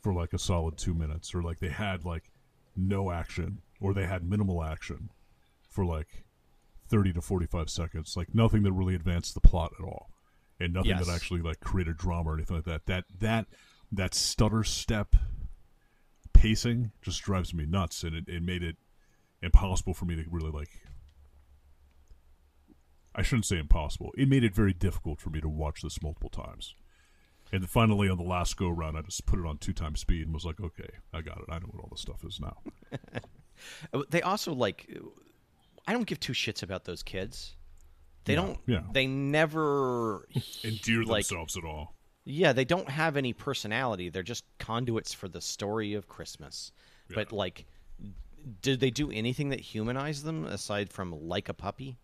Speaker 1: for like a solid two minutes, or like they had like no action, or they had minimal action for like thirty to forty five seconds, like nothing that really advanced the plot at all and nothing
Speaker 2: Yes.
Speaker 1: that actually like created drama or anything like that. That that that stutter step pacing just drives me nuts, and it, it made it impossible for me to really like. I shouldn't say impossible. It made it very difficult for me to watch this multiple times. And then finally, on the last go round, I just put it on two times speed and was like, "Okay, I got it. I know what all this stuff is now."
Speaker 2: Uh, They also like I don't give two shits about those kids. They don't
Speaker 1: yeah.
Speaker 2: they never
Speaker 1: Endear
Speaker 2: Like-
Speaker 1: themselves at all?
Speaker 2: Yeah, they don't have any personality. They're just conduits for the story of Christmas. But like did they do anything that humanized them aside from like a puppy?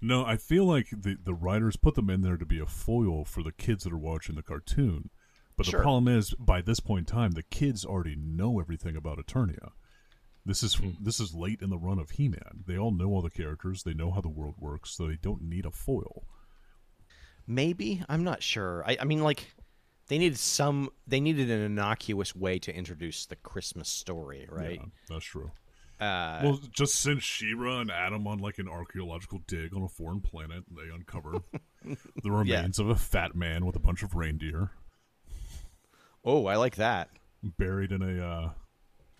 Speaker 1: No, I feel like the the writers put them in there to be a foil for the kids that are watching the cartoon. But
Speaker 2: Sure.
Speaker 1: the problem is, by this point in time, the kids already know everything about Eternia. This is
Speaker 2: Hmm.
Speaker 1: this is late in the run of He-Man. They all know all the characters. They know how the world works, so they don't need a foil.
Speaker 2: Maybe I'm not sure. I, I mean, like they needed some. They needed an innocuous way to introduce the Christmas story, right?
Speaker 1: Yeah, that's true.
Speaker 2: Uh,
Speaker 1: well, just since Shira and Adam on like an archaeological dig on a foreign planet, they
Speaker 2: [LAUGHS]
Speaker 1: uncover the remains of a fat man with a bunch of reindeer.
Speaker 2: Oh, I like that.
Speaker 1: buried in a uh,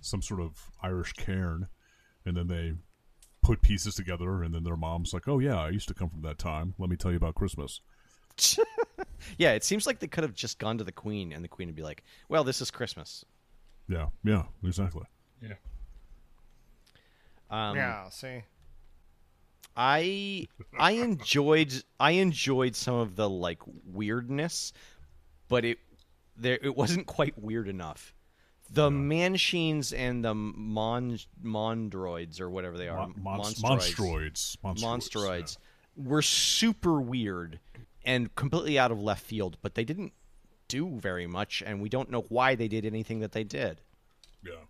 Speaker 1: some sort of Irish cairn, and then they put pieces together, and then their mom's like, "Oh yeah, I used to come from that time. Let me tell you about Christmas."
Speaker 2: Yeah, it seems like they could have just gone to the Queen, and the Queen would be like, "Well, this is Christmas."
Speaker 1: Yeah, yeah, exactly.
Speaker 4: Yeah.
Speaker 2: Um,
Speaker 5: yeah, see. [LAUGHS]
Speaker 2: I I enjoyed I enjoyed some of the like weirdness, but it there it wasn't quite weird enough. The Manchines and the Mon Mondroids or whatever they are,
Speaker 1: Mon- monst-
Speaker 2: Monstroids.
Speaker 1: Monstroids, Monstroids,
Speaker 2: Monsteroids were super weird and completely out of left field, but they didn't do very much, and we don't know why they did anything that they did.
Speaker 1: Yeah, yeah.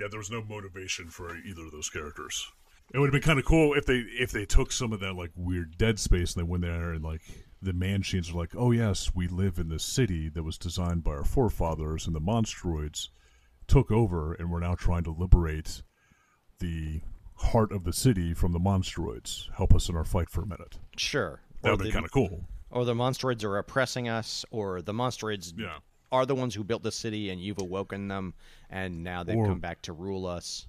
Speaker 1: yeah there was no motivation for either of those characters. It would have been kind of cool if they if they took some of that like weird dead space and they went there and like the Manchines are like, oh yes, we live in this city that was designed by our forefathers and the Monstroids took over and we're now trying to liberate the heart of the city from the Monstroids. Help us in our fight for a minute.
Speaker 2: Sure.
Speaker 1: That
Speaker 2: or,
Speaker 1: would
Speaker 2: the,
Speaker 1: be kind of cool.
Speaker 2: or the Monsteroids are oppressing us, or the Monsteroids
Speaker 1: Yeah.
Speaker 2: are the ones who built the city, and you've awoken them, and now they've
Speaker 1: Or-
Speaker 2: come back to rule us.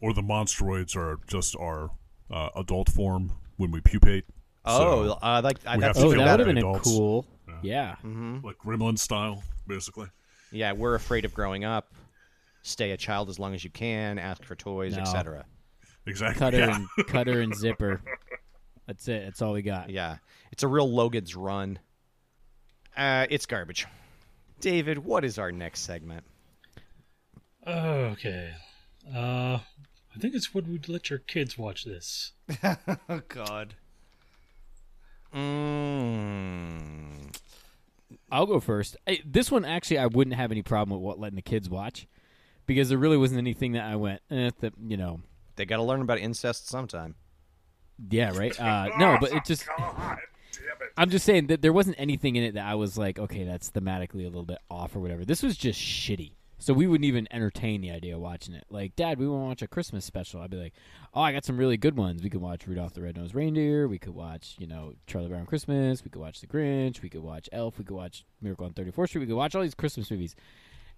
Speaker 1: Or the Monstroids are just our uh, adult form when we pupate.
Speaker 2: Oh, uh, like I,
Speaker 1: we
Speaker 2: that's
Speaker 1: have to
Speaker 3: Oh,
Speaker 2: even
Speaker 1: kill
Speaker 3: that would
Speaker 2: better.
Speaker 1: would've
Speaker 3: have been a
Speaker 1: adults.
Speaker 3: cool. Yeah.
Speaker 1: So, like gremlin style, basically.
Speaker 2: Yeah, we're afraid of growing up. Stay a child as long as you can. Ask for toys,
Speaker 3: No.
Speaker 2: etc.
Speaker 1: Exactly. [LAUGHS]
Speaker 3: Cutter
Speaker 1: yeah.
Speaker 3: and cutter and zipper. That's it. That's all we got.
Speaker 2: Yeah, it's a real Logan's Run. Uh, it's garbage. David, what is our next segment?
Speaker 4: Okay. Uh, I think it's what we'd let your kids watch this.
Speaker 5: Oh God.
Speaker 2: Mm.
Speaker 3: I'll go first. I, this one actually, I wouldn't have any problem with what letting the kids watch, because there really wasn't anything that I went. Eh, that you know,
Speaker 2: They got to learn about incest sometime.
Speaker 3: yeah, right. Uh, no, but it just. I'm just saying that there wasn't anything in it that I was like, okay, that's thematically a little bit off or whatever. This was just shitty. So we wouldn't even entertain the idea of watching it. Like, Dad, we want to watch a Christmas special. I'd be like, oh, I got some really good ones. We could watch Rudolph the Red-Nosed Reindeer. We could watch, you know, Charlie Brown Christmas. We could watch The Grinch. We could watch Elf. We could watch Miracle on 34th Street. We could watch all these Christmas movies.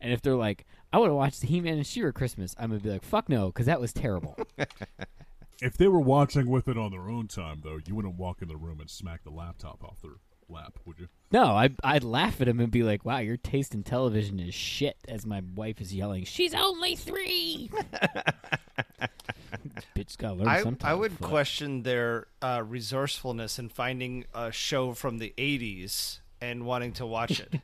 Speaker 3: And if they're like, I want to watch the He-Man and She-Ra Christmas, I'm going to be like, fuck no, because that was terrible.
Speaker 1: If they were watching with it on their own time, though, you wouldn't walk in the room and smack the laptop off their lap, would you?
Speaker 3: No, I, I'd laugh at him and be like, wow, your taste in television is shit, as my wife is yelling, she's only three. [LAUGHS] Bitch, gotta learn
Speaker 5: I,
Speaker 3: sometime.
Speaker 5: I would
Speaker 3: fuck.
Speaker 5: question their uh, resourcefulness in finding a show from the '80s and wanting to watch
Speaker 3: [LAUGHS]
Speaker 5: it.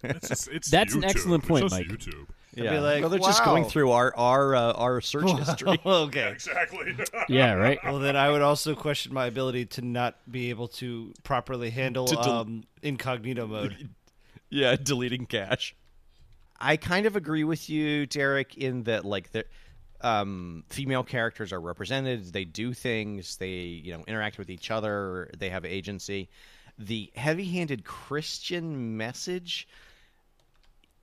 Speaker 1: That's, just- it's
Speaker 3: That's an
Speaker 1: YouTube.
Speaker 3: excellent
Speaker 1: It's
Speaker 3: point,
Speaker 1: just
Speaker 3: Mike.
Speaker 1: YouTube.
Speaker 2: Yeah,
Speaker 5: like,
Speaker 2: well, they're just going
Speaker 5: wow.
Speaker 2: through our our uh, our [LAUGHS] search history.
Speaker 5: [LAUGHS] okay.
Speaker 1: Exactly.
Speaker 3: [LAUGHS]
Speaker 1: [LAUGHS]
Speaker 3: Yeah, right?
Speaker 5: Well, then I would also question my ability to not be able to properly handle
Speaker 2: To del-
Speaker 5: um, incognito mode.
Speaker 2: yeah, [LAUGHS] deleting cache. I kind of agree with you, Derek, in that like the um, female characters are represented. They do things. They you know interact with each other. They have agency. The heavy-handed Christian message.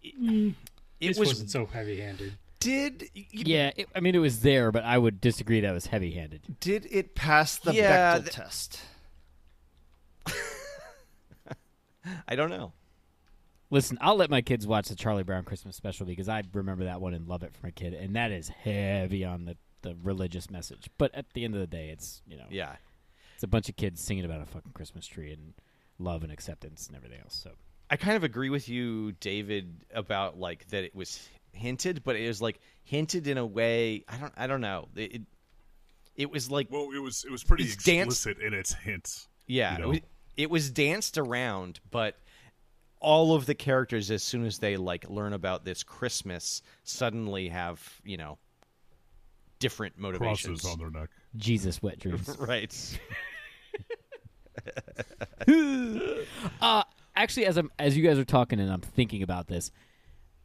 Speaker 2: It,
Speaker 4: This
Speaker 2: it was
Speaker 4: wasn't so heavy-handed.
Speaker 5: Did y-
Speaker 3: Yeah, it, I mean, it was there, but I would disagree that was heavy handed.
Speaker 5: did it pass the
Speaker 2: Yeah,
Speaker 5: Bechdel
Speaker 2: th-
Speaker 5: test?
Speaker 2: I don't know.
Speaker 3: Listen, I'll let my kids watch the Charlie Brown Christmas special because I remember that one and love it from a kid, and that is heavy on the, the religious message. But at the end of the day, it's you know,
Speaker 2: Yeah.
Speaker 3: it's a bunch of kids singing about a fucking Christmas tree and love and acceptance and everything else. So
Speaker 2: I kind of agree with you, David, about like that it was hinted, but it was like hinted in a way I don't I don't know. It it, it was like
Speaker 1: Well, it was it was pretty
Speaker 2: It's danced-
Speaker 1: explicit in its hints.
Speaker 2: yeah,
Speaker 1: you
Speaker 2: it,
Speaker 1: know?
Speaker 2: was, it was danced around, but all of the characters as soon as they like learn about this Christmas suddenly have, you know, different motivations.
Speaker 1: Crosses on their neck.
Speaker 3: Jesus, wet dreams.
Speaker 2: [LAUGHS] right.
Speaker 3: Uh, actually as I'm as you guys are talking and I'm thinking about this,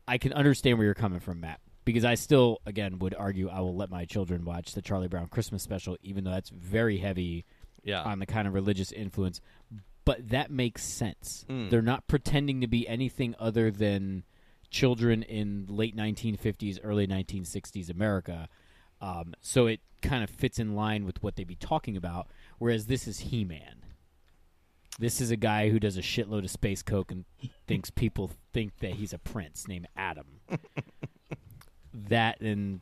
Speaker 3: I can understand where you're coming from, Matt. Because I still, again, would argue I will let my children watch the Charlie Brown Christmas special, even though that's very heavy
Speaker 2: Yeah.
Speaker 3: on the kind of religious influence. But that makes sense. They're not pretending to be anything other than children in late 1950s, early 1960s America. Um, so it kind of fits in line with what they'd be talking about. Whereas this is He Man. This is a guy who does a shitload of space coke and thinks people think that he's a prince named Adam. that and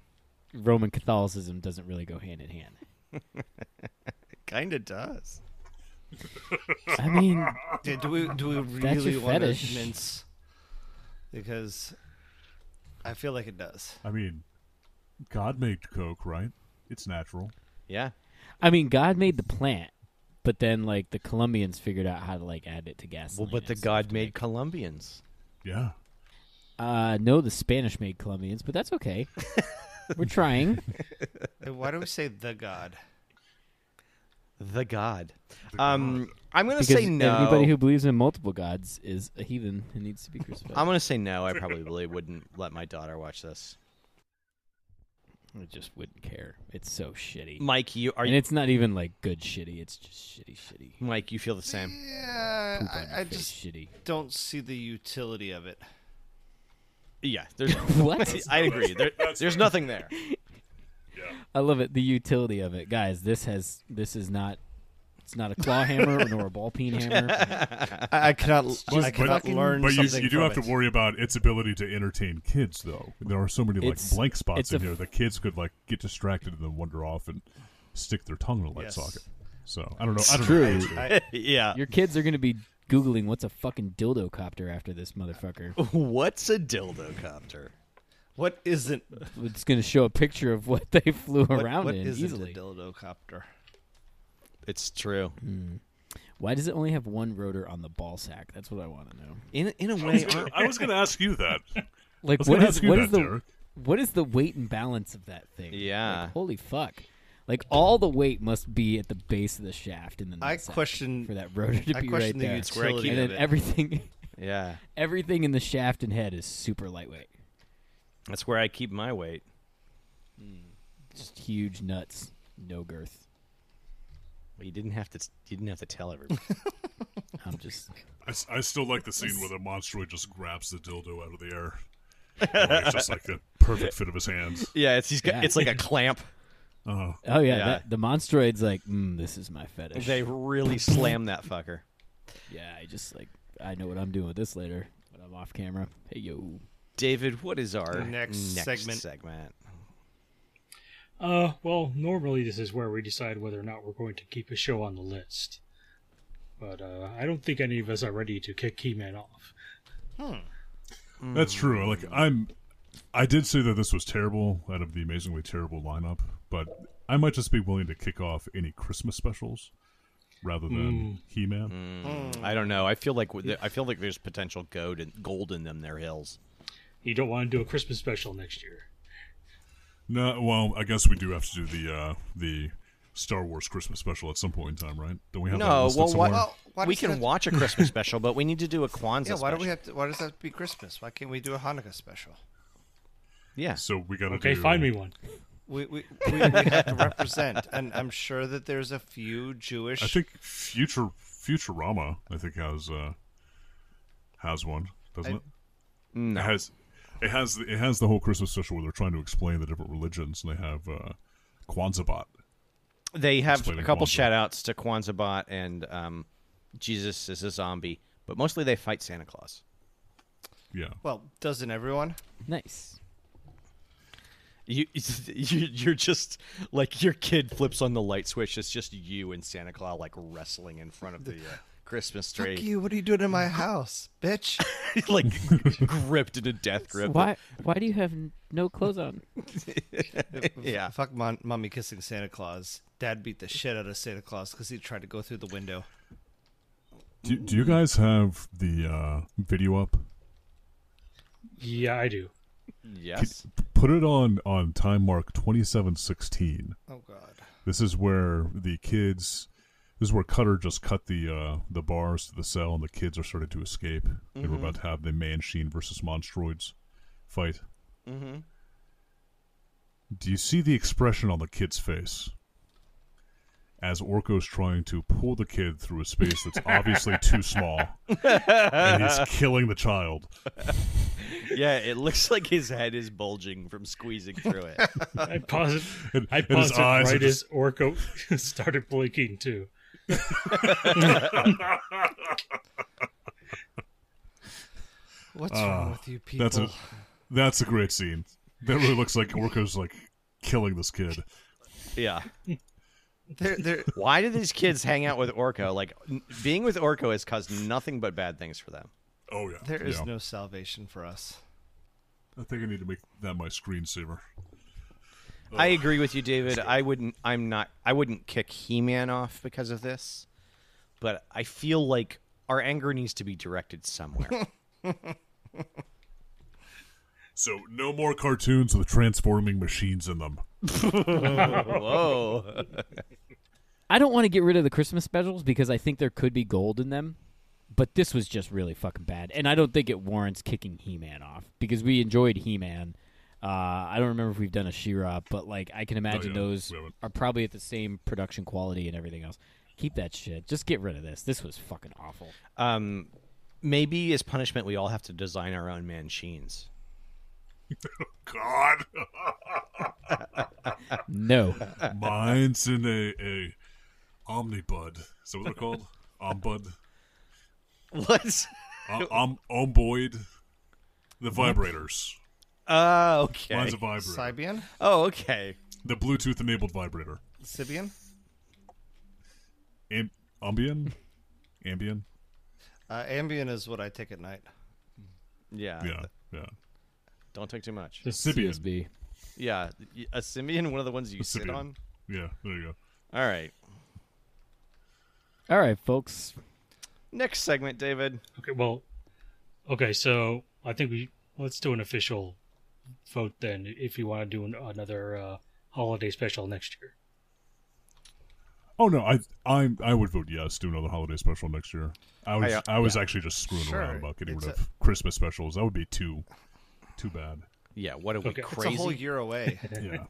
Speaker 3: Roman Catholicism doesn't really go hand in hand.
Speaker 2: kind of does.
Speaker 3: I mean,
Speaker 5: Yeah, do we do we
Speaker 3: That's your
Speaker 5: really want
Speaker 3: fetish.
Speaker 5: to mince? Because I feel like it does.
Speaker 1: I mean, God made coke, right? It's natural.
Speaker 2: Yeah.
Speaker 3: I mean, God made the plant, but then like the Colombians figured out how to like add it to gasoline.
Speaker 2: Well, but the
Speaker 3: and stuff
Speaker 2: God
Speaker 3: to
Speaker 2: made
Speaker 3: make-
Speaker 2: Colombians.
Speaker 1: Yeah.
Speaker 3: Uh, no, the Spanish made Colombians, but that's okay.
Speaker 2: [LAUGHS]
Speaker 3: We're trying.
Speaker 5: Hey, Uh, Why do we say the God?
Speaker 2: The God. Um, I'm gonna
Speaker 3: Because
Speaker 2: say no.
Speaker 3: Anybody who believes in multiple gods is a heathen and needs to be crucified.
Speaker 2: I'm gonna say no. I probably wouldn't let my daughter watch this.
Speaker 3: I just wouldn't care. It's so shitty.
Speaker 2: Mike, you are
Speaker 3: and
Speaker 2: you,
Speaker 3: it's not even like good shitty. It's just shitty, shitty.
Speaker 2: Mike. You feel the same.
Speaker 5: Yeah,
Speaker 3: Poop on your
Speaker 5: I, I
Speaker 3: face,
Speaker 5: just
Speaker 3: shitty.
Speaker 5: don't see the utility of it.
Speaker 2: [LAUGHS] Yeah, there's
Speaker 3: What?
Speaker 2: I agree. [LAUGHS] There, there's nothing there.
Speaker 3: I love it. The utility of it, guys. This has this is not. It's not a
Speaker 2: [LAUGHS]
Speaker 3: claw hammer nor a ball peen hammer.
Speaker 5: I, I cannot. I cannot learn
Speaker 1: but you,
Speaker 5: something
Speaker 1: you do
Speaker 5: from
Speaker 1: have
Speaker 5: it.
Speaker 1: to worry about its ability to entertain kids, though. There are so many like
Speaker 3: It's-
Speaker 1: blank
Speaker 3: it's
Speaker 1: spots in
Speaker 3: a-
Speaker 1: here that kids could like get distracted and then wander off and stick their tongue in a light
Speaker 5: Yes.
Speaker 1: socket. So I don't know. I don't
Speaker 3: True.
Speaker 1: know. what to do.
Speaker 2: yeah.
Speaker 3: Your kids are going to be googling what's a fucking dildo copter after this motherfucker.
Speaker 2: [LAUGHS] What's a dildo copter?
Speaker 5: What isn't
Speaker 3: It's going to show a picture of what they [LAUGHS] flew
Speaker 5: what,
Speaker 3: around
Speaker 5: what
Speaker 3: in
Speaker 5: isn't
Speaker 3: easily.
Speaker 5: a dildo copter?
Speaker 2: It's true.
Speaker 3: Why does it only have one rotor on the ball sack? That's what I want to know.
Speaker 2: In in a way, aren't-
Speaker 1: I was going to ask you [LAUGHS] that.
Speaker 3: Like
Speaker 1: was
Speaker 3: what
Speaker 1: gonna
Speaker 3: is
Speaker 1: ask you
Speaker 3: what is
Speaker 1: that,
Speaker 3: the
Speaker 1: Derek.
Speaker 3: what is the weight and balance of that thing?
Speaker 2: Yeah.
Speaker 3: Like, holy fuck. Like all the weight must be at the base of the shaft and then
Speaker 5: I question.
Speaker 3: for that rotor to
Speaker 5: I
Speaker 3: be right
Speaker 5: question
Speaker 3: there.
Speaker 5: the
Speaker 2: where I
Speaker 5: utility
Speaker 3: and
Speaker 5: of
Speaker 3: then
Speaker 5: it.
Speaker 3: everything [LAUGHS]
Speaker 2: yeah,
Speaker 3: everything in the shaft and head is super lightweight.
Speaker 2: that's where I keep my weight.
Speaker 3: Just huge nuts, no girth.
Speaker 2: Well, you didn't have to. You didn't have to tell everybody.
Speaker 3: I'm
Speaker 5: [LAUGHS]
Speaker 3: just
Speaker 1: I, s- I still like the scene where the monsteroid just grabs the dildo out of the [LAUGHS] air. Like, it's just like the perfect fit of his hands.
Speaker 2: [LAUGHS] yeah, it's he's got,
Speaker 3: Yeah.
Speaker 2: it's like a [LAUGHS] clamp.
Speaker 1: Uh,
Speaker 3: Oh yeah,
Speaker 2: Yeah.
Speaker 3: That, the Monstroid's like, mm, this is my fetish.
Speaker 5: [LAUGHS]
Speaker 2: They really slam that fucker.
Speaker 3: yeah, I just like I know what I'm doing with this later when I'm off camera. Hey yo,
Speaker 2: David, what is our
Speaker 5: Next segment.
Speaker 2: segment?
Speaker 4: Uh, well, normally this is where we decide whether or not we're going to keep a show on the list. But uh, I don't think any of us are ready to kick Keyman off.
Speaker 1: That's true. Like I'm, I did say that this was terrible out of the amazingly terrible lineup, but I might just be willing to kick off any Christmas specials rather
Speaker 2: Hmm.
Speaker 1: than He-Man.
Speaker 2: I don't know. I feel like with the- I feel like there's potential gold in, gold in them. Their hills.
Speaker 4: You don't want to do a Christmas special next year.
Speaker 1: No, well, I guess we do have to do the uh, the Star Wars Christmas special at some point in time, right? Don't we have that
Speaker 2: No,
Speaker 1: listed
Speaker 2: well,
Speaker 1: somewhere?
Speaker 2: what,
Speaker 5: Why
Speaker 2: we
Speaker 5: does it
Speaker 2: can
Speaker 5: have to-
Speaker 2: watch a Christmas special, but we need to do a Kwanzaa.
Speaker 5: Yeah, why do
Speaker 2: special.
Speaker 5: we have to? Why does that have to be Christmas? Why can't we do a Hanukkah special?
Speaker 2: Yeah,
Speaker 1: So we gotta
Speaker 4: Okay,
Speaker 1: do,
Speaker 4: find me one.
Speaker 5: We we, we, we have to represent, [LAUGHS] and I'm sure that there's a few Jewish.
Speaker 1: I think Future Futurama, I think has uh, has one, doesn't
Speaker 5: I-
Speaker 1: it? It has it has the- it has the whole Christmas special where they're trying to explain the different religions, and they have uh, Kwanzaa bot.
Speaker 2: they have a
Speaker 1: Explaining
Speaker 2: couple
Speaker 1: Kwanzaa.
Speaker 2: shout outs to Kwanzaa Bot and um, Jesus is a zombie. but mostly they fight Santa Claus.
Speaker 1: Yeah.
Speaker 5: Well, doesn't everyone?
Speaker 3: Nice.
Speaker 2: You, [LAUGHS] you you're just like your kid flips on the light switch. It's just you and Santa Claus like wrestling in front of the uh, Christmas tree,
Speaker 5: Fuck you! What are you doing in [LAUGHS] my house, [LAUGHS] bitch?
Speaker 2: [LAUGHS] like gripped in a death grip.
Speaker 3: Why? Why do you have n- no clothes on?
Speaker 2: Yeah.
Speaker 5: Fuck mon- mommy kissing Santa Claus. Dad beat the shit out of Santa Claus because he tried to go through the window.
Speaker 1: Do, do you guys have the uh, video up?
Speaker 4: Yeah, I do.
Speaker 2: Yes.
Speaker 1: Put it on on time mark twenty seven sixteen.
Speaker 5: Oh God.
Speaker 1: This is where the kids. This is where Cutter just cut the uh, the bars to the cell, and the kids are starting to escape. They were about to have the Mansheen versus Monstroids fight. Mm-hmm. Do you see the expression on the kid's face as Orko's trying to pull the kid through a space that's obviously too small, and he's killing the child?
Speaker 2: Yeah, it looks like his head is bulging from squeezing through it.
Speaker 1: [LAUGHS]
Speaker 4: I paused. it-
Speaker 1: And-
Speaker 4: I
Speaker 1: and his
Speaker 4: paused it
Speaker 1: eyes are
Speaker 4: right
Speaker 1: just-
Speaker 4: as Orko [LAUGHS] started blinking too.
Speaker 5: What's wrong with you people?
Speaker 1: Ah, That's a that's a great scene. That really looks like Orko's like killing this kid.
Speaker 2: Yeah.
Speaker 5: They're, they're,
Speaker 2: Why do these kids hang out with Orko? Like n- being with Orko has caused nothing but bad things for them.
Speaker 1: Oh yeah,
Speaker 5: there is
Speaker 1: Yeah.
Speaker 5: no salvation for us.
Speaker 1: I think I need to make that my screensaver.
Speaker 2: I agree with you, David. I wouldn't. I'm not. I wouldn't kick He-Man off because of this, but I feel like our anger needs to be directed somewhere.
Speaker 1: So no more cartoons with transforming machines in them.
Speaker 2: [LAUGHS]
Speaker 1: [LAUGHS]
Speaker 2: Whoa!
Speaker 3: [LAUGHS] I don't want to get rid of the Christmas specials because I think there could be gold in them, but this was just really fucking bad, and I don't think it warrants kicking He-Man off because we enjoyed He-Man. Uh, I don't remember if we've done a She-Ra, but like I can imagine
Speaker 1: yeah,
Speaker 3: those
Speaker 1: we haven't.
Speaker 3: are probably at the same production quality and everything else. Keep that shit. Just get rid of this. This was fucking awful.
Speaker 2: [LAUGHS] Um, maybe as punishment, we all have to design our own manchines.
Speaker 1: God, [LAUGHS]
Speaker 3: No,
Speaker 1: mine's in a, a omnibud. Is that what they're called? Ombud,
Speaker 2: What?
Speaker 1: um, um, omboid, the vibrators.
Speaker 2: [LAUGHS] Oh, okay.
Speaker 1: Mine's a vibrator.
Speaker 5: Sibian?
Speaker 2: Oh, okay.
Speaker 1: the Bluetooth enabled vibrator.
Speaker 5: Sibian?
Speaker 1: Am- Ambien, Ambien.
Speaker 5: Uh, Ambien is what I take at night.
Speaker 2: Yeah.
Speaker 1: Yeah, yeah.
Speaker 2: Don't take too much.
Speaker 1: Sibian.
Speaker 3: CSB.
Speaker 2: Yeah, a symbian, one of the ones you sit
Speaker 1: Sibian.
Speaker 2: on.
Speaker 1: Yeah, there you go.
Speaker 2: All right.
Speaker 3: All right, folks.
Speaker 2: Next segment, David.
Speaker 4: Okay, well, okay, so I think we let's do an official vote then if you want to do an, another uh, holiday special next year.
Speaker 1: Oh no, I I I would vote yes. Do another holiday special next year. I was
Speaker 2: I, uh,
Speaker 1: I, was actually just screwing around
Speaker 5: Sure,
Speaker 1: about getting
Speaker 5: it's
Speaker 1: rid of Christmas specials. That would be too too bad.
Speaker 2: Yeah, what are we
Speaker 4: Okay. It's a
Speaker 5: It's a
Speaker 2: crazy?
Speaker 5: whole year away. [LAUGHS]
Speaker 1: Yeah,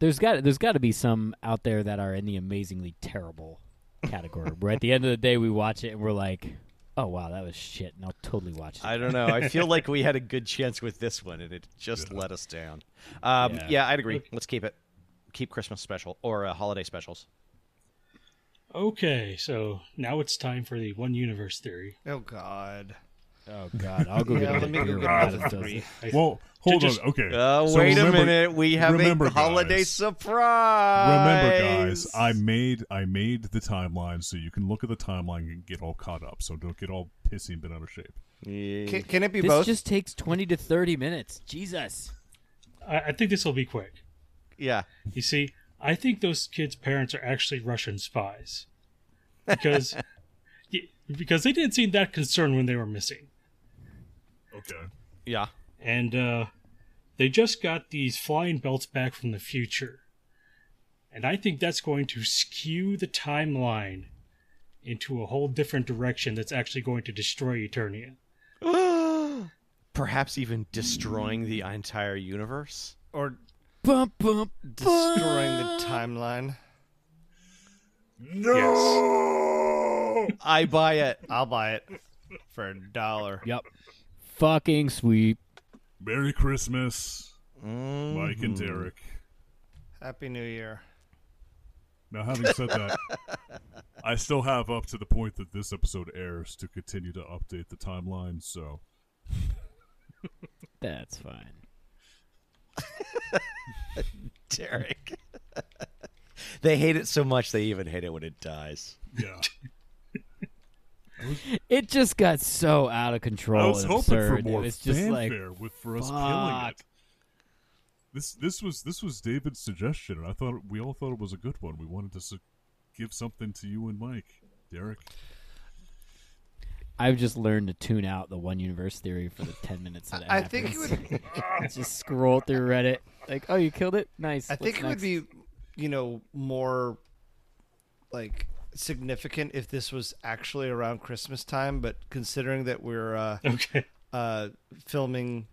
Speaker 3: There's got there's got to be some out there that are in the amazingly terrible category. [LAUGHS] where at the end of the day we watch it and we're like, "Oh wow, that was shit," and I'll totally watch it.
Speaker 2: I don't know. I feel like we had a good chance with this one, and it just let us down. Um, yeah.
Speaker 3: Yeah.
Speaker 2: I'd agree. Let's keep it. Keep Christmas special or uh, holiday specials.
Speaker 4: Okay, so now it's time for the one universe theory.
Speaker 5: oh God.
Speaker 3: oh god,
Speaker 1: [LAUGHS]
Speaker 3: I'll go
Speaker 5: Yeah,
Speaker 3: get
Speaker 5: let me
Speaker 3: a
Speaker 5: go
Speaker 3: beer
Speaker 5: get
Speaker 3: while
Speaker 5: another
Speaker 3: this does
Speaker 5: three.
Speaker 3: it.
Speaker 4: I-
Speaker 1: Well, hold
Speaker 4: just-
Speaker 1: on. Okay.
Speaker 2: Uh,
Speaker 1: So
Speaker 2: wait
Speaker 1: remember-
Speaker 2: a minute. We have
Speaker 1: remember,
Speaker 2: a holiday
Speaker 1: guys,
Speaker 2: surprise.
Speaker 1: Remember, guys, I made I made the timeline so you can look at the timeline and get all caught up. So don't get all pissy and bent out of shape.
Speaker 5: Can, can it be
Speaker 3: This
Speaker 5: both?
Speaker 3: just takes twenty to thirty minutes. Jesus.
Speaker 4: I, I think this will be quick.
Speaker 2: Yeah.
Speaker 4: You see, I think those kids' parents are actually Russian spies
Speaker 1: [LAUGHS]
Speaker 4: because y- because they didn't seem that concerned when they were missing,
Speaker 1: Okay.
Speaker 2: Yeah.
Speaker 4: and uh, they just got these flying belts back from the future, and I think that's going to skew the timeline into a whole different direction. That's actually going to destroy Eternia.
Speaker 2: Perhaps even destroying the entire universe.
Speaker 5: or
Speaker 3: Bum, bum,
Speaker 5: destroying the timeline?
Speaker 1: No.
Speaker 2: I buy it.
Speaker 5: I'll buy it for a dollar.
Speaker 3: Yep. Fucking sweet.
Speaker 1: Merry Christmas, Mike
Speaker 2: Mm-hmm.
Speaker 1: and Derek.
Speaker 5: Happy New Year.
Speaker 1: Now, having said that, I still have up to the point that this episode airs to continue to update the timeline. So
Speaker 3: That's fine.
Speaker 2: [LAUGHS] Derek. [LAUGHS] they hate it so much they even hate it when it dies.
Speaker 3: [LAUGHS]
Speaker 1: yeah,
Speaker 3: It just got so out of control.
Speaker 1: I was
Speaker 3: and
Speaker 1: hoping for
Speaker 3: absurd.
Speaker 1: more
Speaker 3: it was just like,
Speaker 1: fanfare with for us killing
Speaker 3: fuck.
Speaker 1: it. This this was this was David's suggestion, and I thought we all thought it was a good one. We wanted to su- give something to you and Mike, Derek.
Speaker 3: I've just learned to tune out the one universe theory for the ten minutes that it
Speaker 5: I think it
Speaker 3: happens. [LAUGHS]
Speaker 5: would.
Speaker 3: just scroll through Reddit. Like, oh, you killed it. Nice.
Speaker 5: I
Speaker 3: What's
Speaker 5: think it would
Speaker 3: next?
Speaker 5: be, you know, more like significant if this was actually around Christmas time. But considering that we're uh,
Speaker 4: Okay.
Speaker 5: uh, filming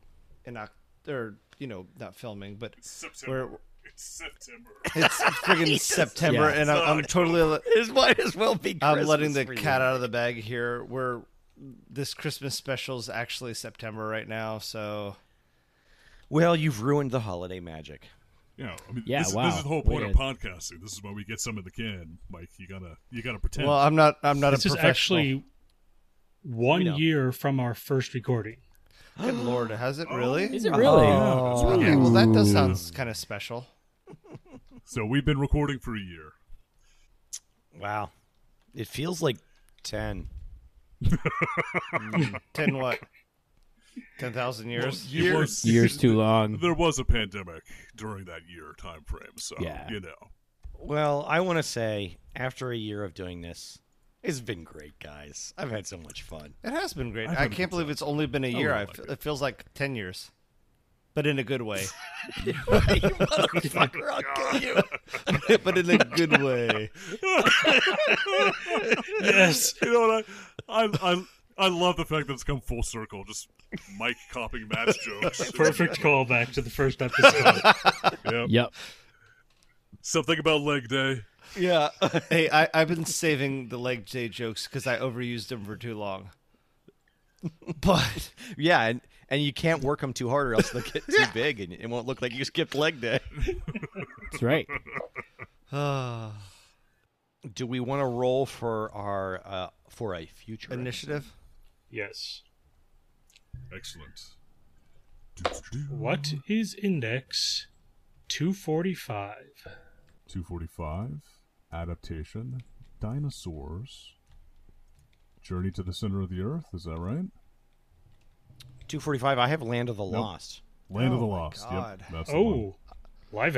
Speaker 5: in Oc- or you know, not filming, but
Speaker 1: September.
Speaker 5: we're
Speaker 1: It's September.
Speaker 5: it's
Speaker 3: [LAUGHS]
Speaker 5: friggin' September,
Speaker 3: Yeah.
Speaker 5: and I'm, I'm totally. le-
Speaker 2: It might as well be.
Speaker 5: I'm letting the cat out of the bag here. We're this Christmas special is actually September right now, so
Speaker 2: Well, you've ruined the holiday magic.
Speaker 1: Yeah, I mean,
Speaker 3: Yeah,
Speaker 1: this, is-
Speaker 3: wow.
Speaker 1: this is the whole point
Speaker 3: Way
Speaker 1: of
Speaker 3: to-
Speaker 1: podcasting. This is why we get some in the can, Mike. You gotta, you gotta pretend.
Speaker 5: well, I'm not. I'm not
Speaker 4: This
Speaker 5: a
Speaker 4: is
Speaker 5: professional.
Speaker 4: actually one year from our first recording.
Speaker 5: Good lord, has it really?
Speaker 3: Oh, Is it really? Oh.
Speaker 5: [LAUGHS]
Speaker 1: Yeah, it's really-
Speaker 5: Okay, well that does sound kind of special.
Speaker 1: So we've been recording for a year.
Speaker 2: Wow, it feels like ten.
Speaker 5: Ten what? Ten thousand years.
Speaker 1: Well, it was-
Speaker 3: Years too long.
Speaker 1: [LAUGHS] There was a pandemic during that year time frame, so
Speaker 3: Yeah.
Speaker 1: you know.
Speaker 2: Well, I want to say after a year of doing this, it's been great, guys. I've had so much fun.
Speaker 5: It has been Oh great.
Speaker 1: I've
Speaker 5: I
Speaker 1: had a
Speaker 5: can't
Speaker 1: good
Speaker 5: believe it's only been a year. I
Speaker 1: like
Speaker 5: f- it feels like ten years, but in a good way.
Speaker 2: [LAUGHS] you motherfucker, I'll kill you.
Speaker 5: [LAUGHS] but in a good way.
Speaker 4: Yes.
Speaker 1: You know what? I, I, I, I love the fact that it's come full circle. Just Mike copying Matt's jokes. [LAUGHS]
Speaker 4: Perfect callback to the first episode.
Speaker 1: Yeah.
Speaker 3: Yep.
Speaker 1: Something about leg day.
Speaker 5: Yeah. hey, I, I've been saving the leg day jokes because I overused them for too long. But
Speaker 2: Yeah, and, and you can't work them too hard or else they'll get [LAUGHS] too big and it won't look like you skipped leg day.
Speaker 3: That's right.
Speaker 5: uh,
Speaker 2: Do we want to roll for our uh, for a future
Speaker 5: initiative.
Speaker 4: yes.
Speaker 1: Excellent. Doo-doo-doo.
Speaker 4: What is index 245?
Speaker 1: 245 adaptation dinosaurs journey to the center of the earth is that right
Speaker 2: Two forty five. I have Land of the Lost.
Speaker 1: land of
Speaker 5: Oh
Speaker 1: the
Speaker 5: my
Speaker 1: lost
Speaker 5: God.
Speaker 1: yep that's the
Speaker 4: Oh, live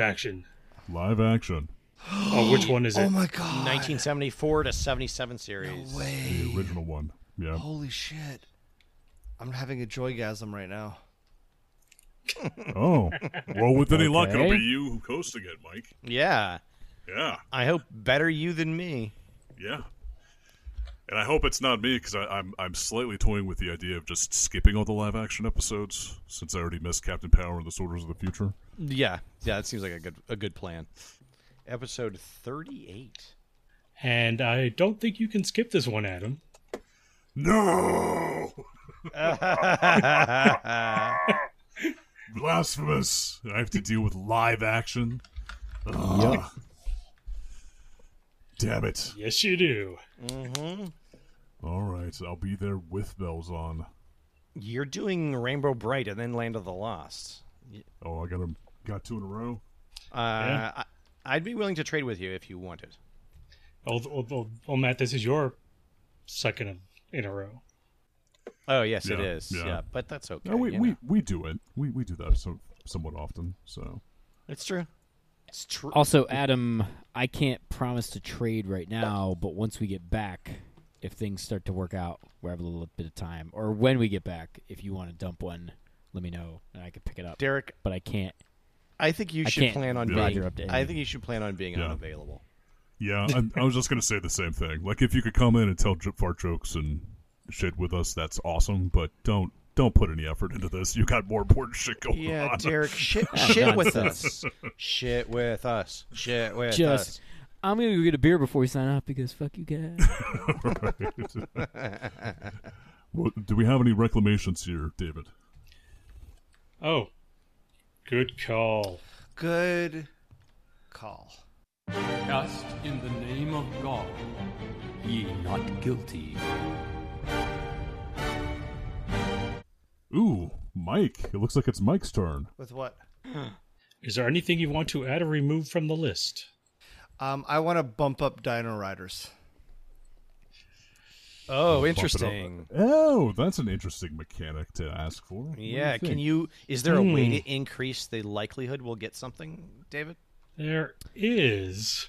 Speaker 1: [GASPS]
Speaker 4: action.
Speaker 1: one. live action
Speaker 4: Oh, which one is it?
Speaker 5: Oh my god!
Speaker 2: Nineteen seventy four to seventy seven series.
Speaker 5: Way.
Speaker 1: the original one yeah
Speaker 5: Holy shit! I'm having a joygasm right now.
Speaker 1: oh well with any luck it'll
Speaker 3: Okay.
Speaker 1: be you hosting it mike
Speaker 2: yeah.
Speaker 1: yeah
Speaker 2: I hope better you than me.
Speaker 1: yeah and i hope it's not me because i'm i'm slightly toying with the idea of just skipping all the live action episodes since i already missed captain power and the soldiers of the future
Speaker 2: Yeah. Yeah, that seems like a good a good plan. Episode thirty [LAUGHS] eight.
Speaker 4: And I don't think you can skip this one, Adam.
Speaker 1: no blasphemous. I have to deal with live action. Ugh. Damn it.
Speaker 4: Yes, you do.
Speaker 1: All right, I'll be there with bells on.
Speaker 2: You're doing Rainbow Bright and then Land of the Lost.
Speaker 1: Oh, I got 'em- Got two in a row.
Speaker 2: Uh, I, I'd be willing to trade with you if you wanted.
Speaker 4: Oh, oh, oh, oh, Matt, this is your second in- in a row.
Speaker 2: Oh yes, it
Speaker 1: Yeah,
Speaker 2: is.
Speaker 1: yeah.
Speaker 2: Yeah. but that's okay.
Speaker 1: No, we,
Speaker 2: you
Speaker 1: we,
Speaker 2: know.
Speaker 1: we do it. We, we do that so, somewhat often. So
Speaker 2: it's true. It's true.
Speaker 3: Also, Adam, I can't promise to trade right now, but once we get back, if things start to work out, we have a little bit of time. Or when we get back, if you want to dump one, let me know and I can pick it up.
Speaker 2: Derek,
Speaker 3: But I can't.
Speaker 2: I think you
Speaker 3: I
Speaker 2: should
Speaker 3: can't
Speaker 2: plan on
Speaker 3: provide
Speaker 2: being.
Speaker 3: your update.
Speaker 2: I think you should plan on being
Speaker 1: Yeah.
Speaker 2: unavailable.
Speaker 1: yeah, I, I was just gonna say the same thing. Like if you could come in and tell drip fart jokes and shit with us, that's awesome. But don't don't put any effort into this. You got more important shit going
Speaker 2: Yeah,
Speaker 1: on. [LAUGHS]
Speaker 2: Derek, shit, shit with us. Shit with us. Shit with
Speaker 3: Just,
Speaker 2: us.
Speaker 3: I'm going to go get a beer before we sign off because fuck you guys.
Speaker 1: Well, do we have any reclamations here, David?
Speaker 4: Oh, good call.
Speaker 5: Good call.
Speaker 7: Cast in the name of God, ye not guilty.
Speaker 1: Ooh, Mike. It looks like it's Mike's turn.
Speaker 5: With what?
Speaker 4: Is there anything you want to add or remove from the list?
Speaker 5: Um, I want to bump up Dino Riders.
Speaker 2: Oh,
Speaker 1: Bump it up.
Speaker 2: interesting.
Speaker 1: Oh, that's an interesting mechanic to ask for. What do
Speaker 2: Yeah,
Speaker 1: think?
Speaker 2: can you? Hmm. Is there a way to increase the likelihood we'll get something, David?
Speaker 4: There is.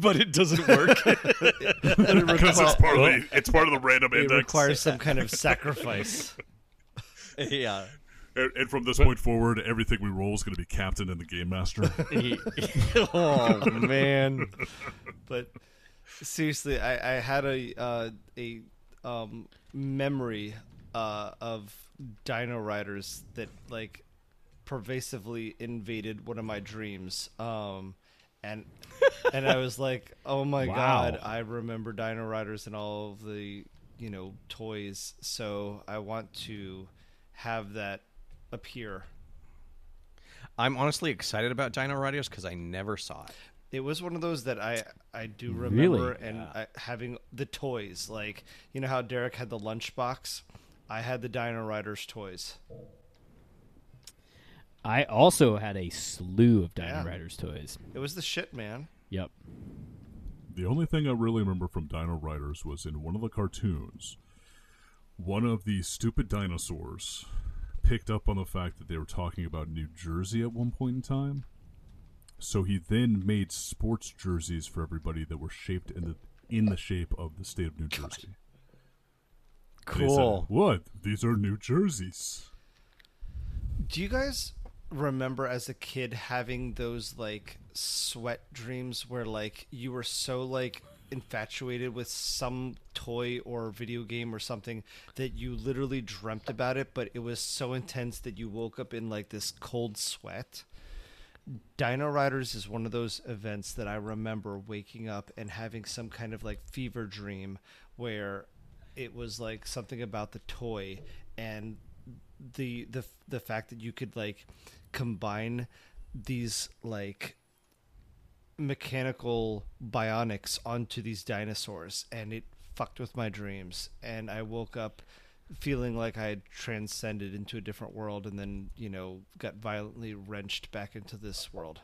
Speaker 2: But it doesn't work.
Speaker 8: Because it's part of the it's part of the random
Speaker 5: It
Speaker 8: index.
Speaker 5: requires some kind of [LAUGHS] sacrifice.
Speaker 2: yeah.
Speaker 1: And, and from this point forward, everything we roll is going to be captain and the game master.
Speaker 2: oh man.
Speaker 5: [LAUGHS] but seriously, I, I had a uh, a um, memory uh, of Dino Riders that like pervasively invaded one of my dreams. Um,
Speaker 2: [LAUGHS]
Speaker 5: and and I was like, oh my god, I remember Dino Riders and all of the you know toys. So I want to have that appear.
Speaker 2: [LAUGHS] I'm honestly excited about Dino Riders because I never saw it.
Speaker 5: It was one of those that I I do
Speaker 3: Really?
Speaker 5: remember, and I, having the toys, like you know how Derek had the lunchbox, I had the Dino Riders toys.
Speaker 3: I also had a slew of Dino
Speaker 5: Yeah.
Speaker 3: Riders toys.
Speaker 5: It was the shit, man.
Speaker 3: Yep.
Speaker 1: The only thing I really remember from Dino Riders was in one of the cartoons, one of the stupid dinosaurs picked up on the fact that they were talking about New Jersey at one point in time. So he then made sports jerseys for everybody that were shaped in the in the shape of the state of New Jersey. And he said, what? These are New Jerseys.
Speaker 5: Do you guys remember as a kid having those like sweat dreams where like you were so like infatuated with some toy or video game or something that you literally dreamt about it, but it was so intense that you woke up in like this cold sweat? Dino Riders is one of those events that I remember waking up and having some kind of like fever dream where it was like something about the toy and the the the fact that you could like combine these like mechanical bionics onto these dinosaurs and it fucked with my dreams and I woke up feeling like I had transcended into a different world and then, you know, got violently wrenched back into this world.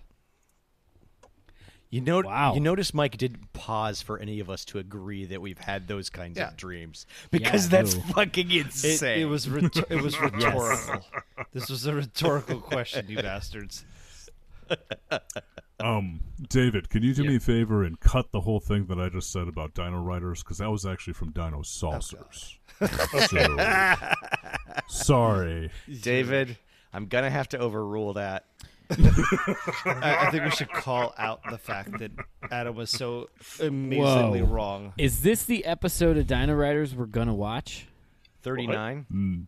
Speaker 2: You know,
Speaker 3: Wow.
Speaker 2: you notice Mike didn't pause for any of us to agree that we've had those kinds
Speaker 5: Yeah.
Speaker 2: of dreams because
Speaker 3: Yeah,
Speaker 2: that's
Speaker 3: no.
Speaker 2: fucking
Speaker 5: It,
Speaker 2: insane.
Speaker 5: it was rhetor- it was rhetorical. This was a rhetorical question, you bastards.
Speaker 1: Um, David, can you do me a favor and cut the whole thing that I just said about Dino Riders? Because that was actually from Dino Saucers. so, sorry.
Speaker 2: David, I'm gonna have to overrule that.
Speaker 5: I, I think we should call out the fact that Adam was so amazingly
Speaker 3: Whoa.
Speaker 5: wrong.
Speaker 3: Is this the episode of Dino Riders we're gonna watch?
Speaker 2: 39.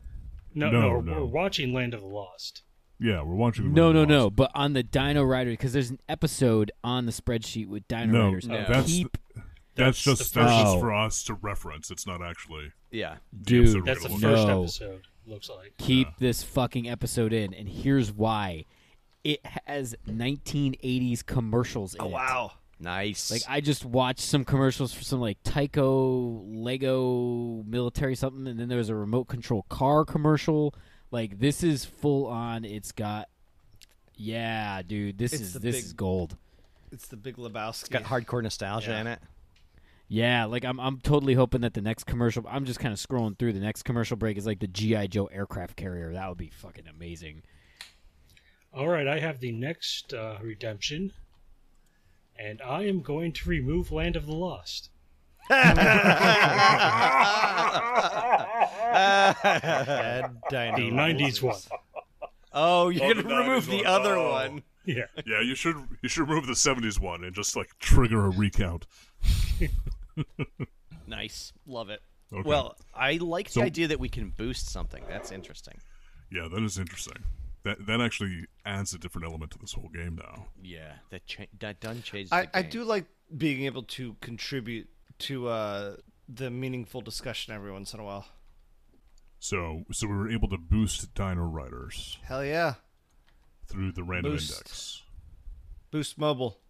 Speaker 1: No,
Speaker 4: No, no, we're-
Speaker 1: no.
Speaker 4: we're watching Land of the Lost.
Speaker 1: Yeah, we're watching.
Speaker 3: No,
Speaker 1: Land
Speaker 3: no,
Speaker 1: of
Speaker 3: no.
Speaker 1: Lost.
Speaker 3: But on the Dino Rider, because there's an episode on the spreadsheet with Dino
Speaker 1: No,
Speaker 3: Riders.
Speaker 1: no. that's
Speaker 3: Keep,
Speaker 1: That's,
Speaker 4: That's
Speaker 1: just
Speaker 4: the
Speaker 1: that's
Speaker 3: first-
Speaker 1: just
Speaker 3: Oh.
Speaker 1: for us to reference. It's not actually.
Speaker 2: Yeah.
Speaker 1: episode
Speaker 3: dude,
Speaker 1: we're
Speaker 4: That's the
Speaker 1: gonna
Speaker 4: first
Speaker 1: look
Speaker 3: No.
Speaker 4: episode, looks like.
Speaker 3: keep this fucking episode in, and here's why: it has 1980s commercials in
Speaker 5: Oh
Speaker 3: it.
Speaker 5: wow.
Speaker 2: Nice.
Speaker 3: Like I just watched some commercials for some like Tyco Lego military something, and then there was a remote control car commercial. Like this is full on. It's got, yeah, dude. This
Speaker 5: It's
Speaker 3: is
Speaker 5: the
Speaker 3: this
Speaker 5: big-
Speaker 3: is gold.
Speaker 5: It's the big Lebowski.
Speaker 2: it's got hardcore nostalgia
Speaker 5: Yeah.
Speaker 2: in it.
Speaker 3: Yeah, like I'm I'm totally hoping that the next commercial. I'm just kind of scrolling through the next commercial break is like the GI Joe aircraft carrier. That would be fucking amazing.
Speaker 4: All right, I have the next uh, redemption, and I am going to remove Land of the Lost.
Speaker 5: bad dino.
Speaker 4: The 90s one.
Speaker 2: Oh, you're
Speaker 1: Oh, the
Speaker 2: gonna remove
Speaker 1: 90s
Speaker 2: the
Speaker 1: one.
Speaker 2: other
Speaker 1: Oh.
Speaker 2: one.
Speaker 4: Yeah,
Speaker 1: Yeah, you should you should remove the '70s one and just like trigger a recount.
Speaker 2: Nice. Love it.
Speaker 1: Okay.
Speaker 2: Well, I like
Speaker 1: So-
Speaker 2: the idea that we can boost something. That's interesting.
Speaker 1: Yeah, that is interesting. That that actually adds a different element to this whole game now.
Speaker 2: Yeah, that cha- that done changed.
Speaker 5: I,
Speaker 2: the
Speaker 5: I
Speaker 2: game.
Speaker 5: do like being able to contribute to uh, the meaningful discussion every once in a while.
Speaker 1: So so we were able to boost Dino Riders
Speaker 5: Hell yeah.
Speaker 1: through the random
Speaker 5: Boost.
Speaker 1: index.
Speaker 5: Boost Mobile.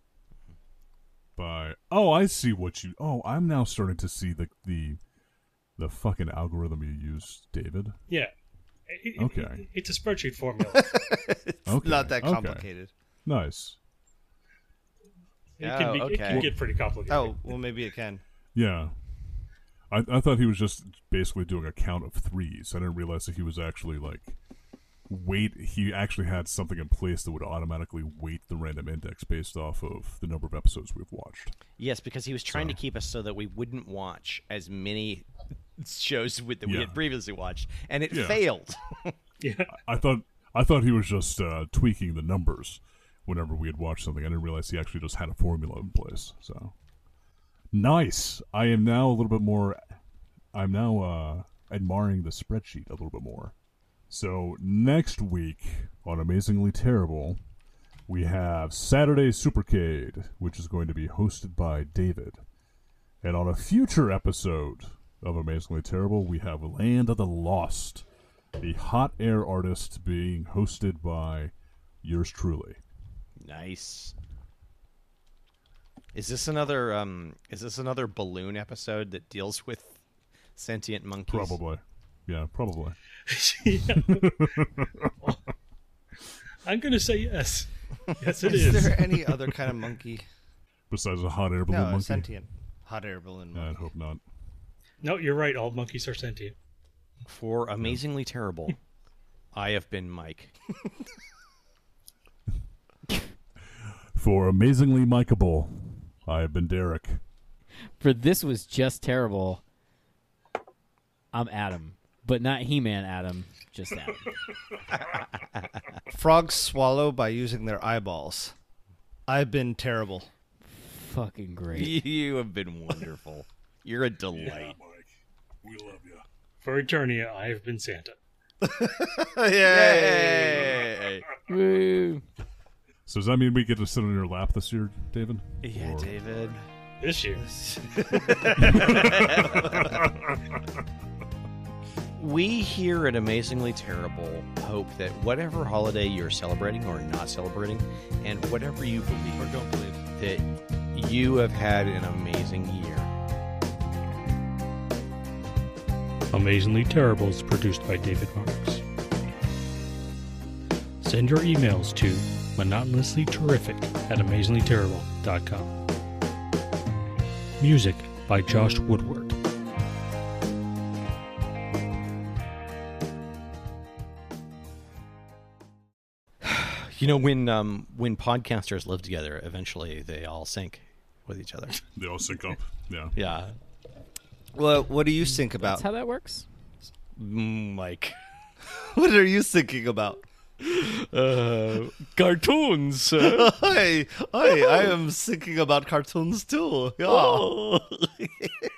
Speaker 1: by oh I see what you oh I'm now starting to see the the the fucking algorithm you use, David.
Speaker 4: Yeah. It- it-
Speaker 1: Okay.
Speaker 4: it- it's a spreadsheet formula.
Speaker 5: it's
Speaker 1: Okay,
Speaker 5: not that
Speaker 1: okay.
Speaker 5: complicated.
Speaker 1: Nice.
Speaker 4: It
Speaker 5: Oh,
Speaker 4: can be, it can
Speaker 5: okay.
Speaker 4: get pretty complicated.
Speaker 5: Oh, well, maybe it can.
Speaker 1: Yeah. I, I thought he was just basically doing a count of threes. I didn't realize that he was actually like weight. He actually had something in place that would automatically weight the random index based off of the number of episodes we've watched.
Speaker 2: Yes, because he was trying to keep us so that we wouldn't watch as many shows with, that we
Speaker 1: Yeah.
Speaker 2: had previously watched, and it
Speaker 1: Yeah.
Speaker 2: failed.
Speaker 4: Yeah.
Speaker 1: I thought I thought he was just uh, tweaking the numbers whenever we had watched something. I didn't realize he actually just had a formula in place. So nice. I am now a little bit more. I'm now uh, admiring the spreadsheet a little bit more. So next week on Amazingly Terrible, we have Saturday Supercade, which is going to be hosted by David. And on a future episode of Amazingly Terrible, we have Land of the Lost the hot air artist being hosted by yours truly.
Speaker 2: nice. Is this another? Um, is this another balloon episode that deals with sentient monkeys?
Speaker 1: Probably. Yeah, probably.
Speaker 4: [LAUGHS] I'm going to say yes. Yes, it
Speaker 5: Is
Speaker 4: is.
Speaker 5: there any other kind of monkey?
Speaker 1: Besides a hot air balloon
Speaker 5: No,
Speaker 1: monkey.
Speaker 5: sentient. Hot air balloon
Speaker 1: I'd
Speaker 5: monkey.
Speaker 1: hope not.
Speaker 4: No, you're right. All monkeys are sentient.
Speaker 2: For
Speaker 1: [LAUGHS]
Speaker 2: amazingly terrible, I have been Mike.
Speaker 1: For amazingly micable, I have been Derek.
Speaker 3: For this was just terrible. I'm Adam, but not He-Man Adam, just
Speaker 5: [LAUGHS]
Speaker 3: Adam.
Speaker 5: Frogs swallow by using their eyeballs. I've been terrible.
Speaker 3: Fucking great.
Speaker 2: [LAUGHS] you have been wonderful. You're a delight.
Speaker 1: Mike, we love you.
Speaker 4: For Eternia, I have been Santa.
Speaker 2: Yay!
Speaker 3: Woo.
Speaker 1: So does that mean we get to sit on your lap this year, David?
Speaker 2: Yeah,
Speaker 1: Or-
Speaker 2: David.
Speaker 4: This year.
Speaker 2: We here at Amazingly Terrible hope that whatever holiday you're celebrating or not celebrating, and whatever you believe or don't believe, that you have had an amazing year.
Speaker 4: Amazingly Terrible is produced by David Marks. Send your emails to monotonously terrific at amazinglyterrible.com. Music by Josh Woodward.
Speaker 2: You know when um, when podcasters live together, eventually they all sync with each other.
Speaker 1: They all sync
Speaker 5: [LAUGHS]
Speaker 1: up. Yeah.
Speaker 2: Yeah,
Speaker 5: Well, what do you think about?
Speaker 3: That's how that works.
Speaker 2: Mm, like
Speaker 5: [LAUGHS] what are you thinking about?
Speaker 2: uh, cartoons. uh,
Speaker 5: [LAUGHS]
Speaker 2: Oh.
Speaker 5: Hey, hey, I am thinking about cartoons too. Yeah.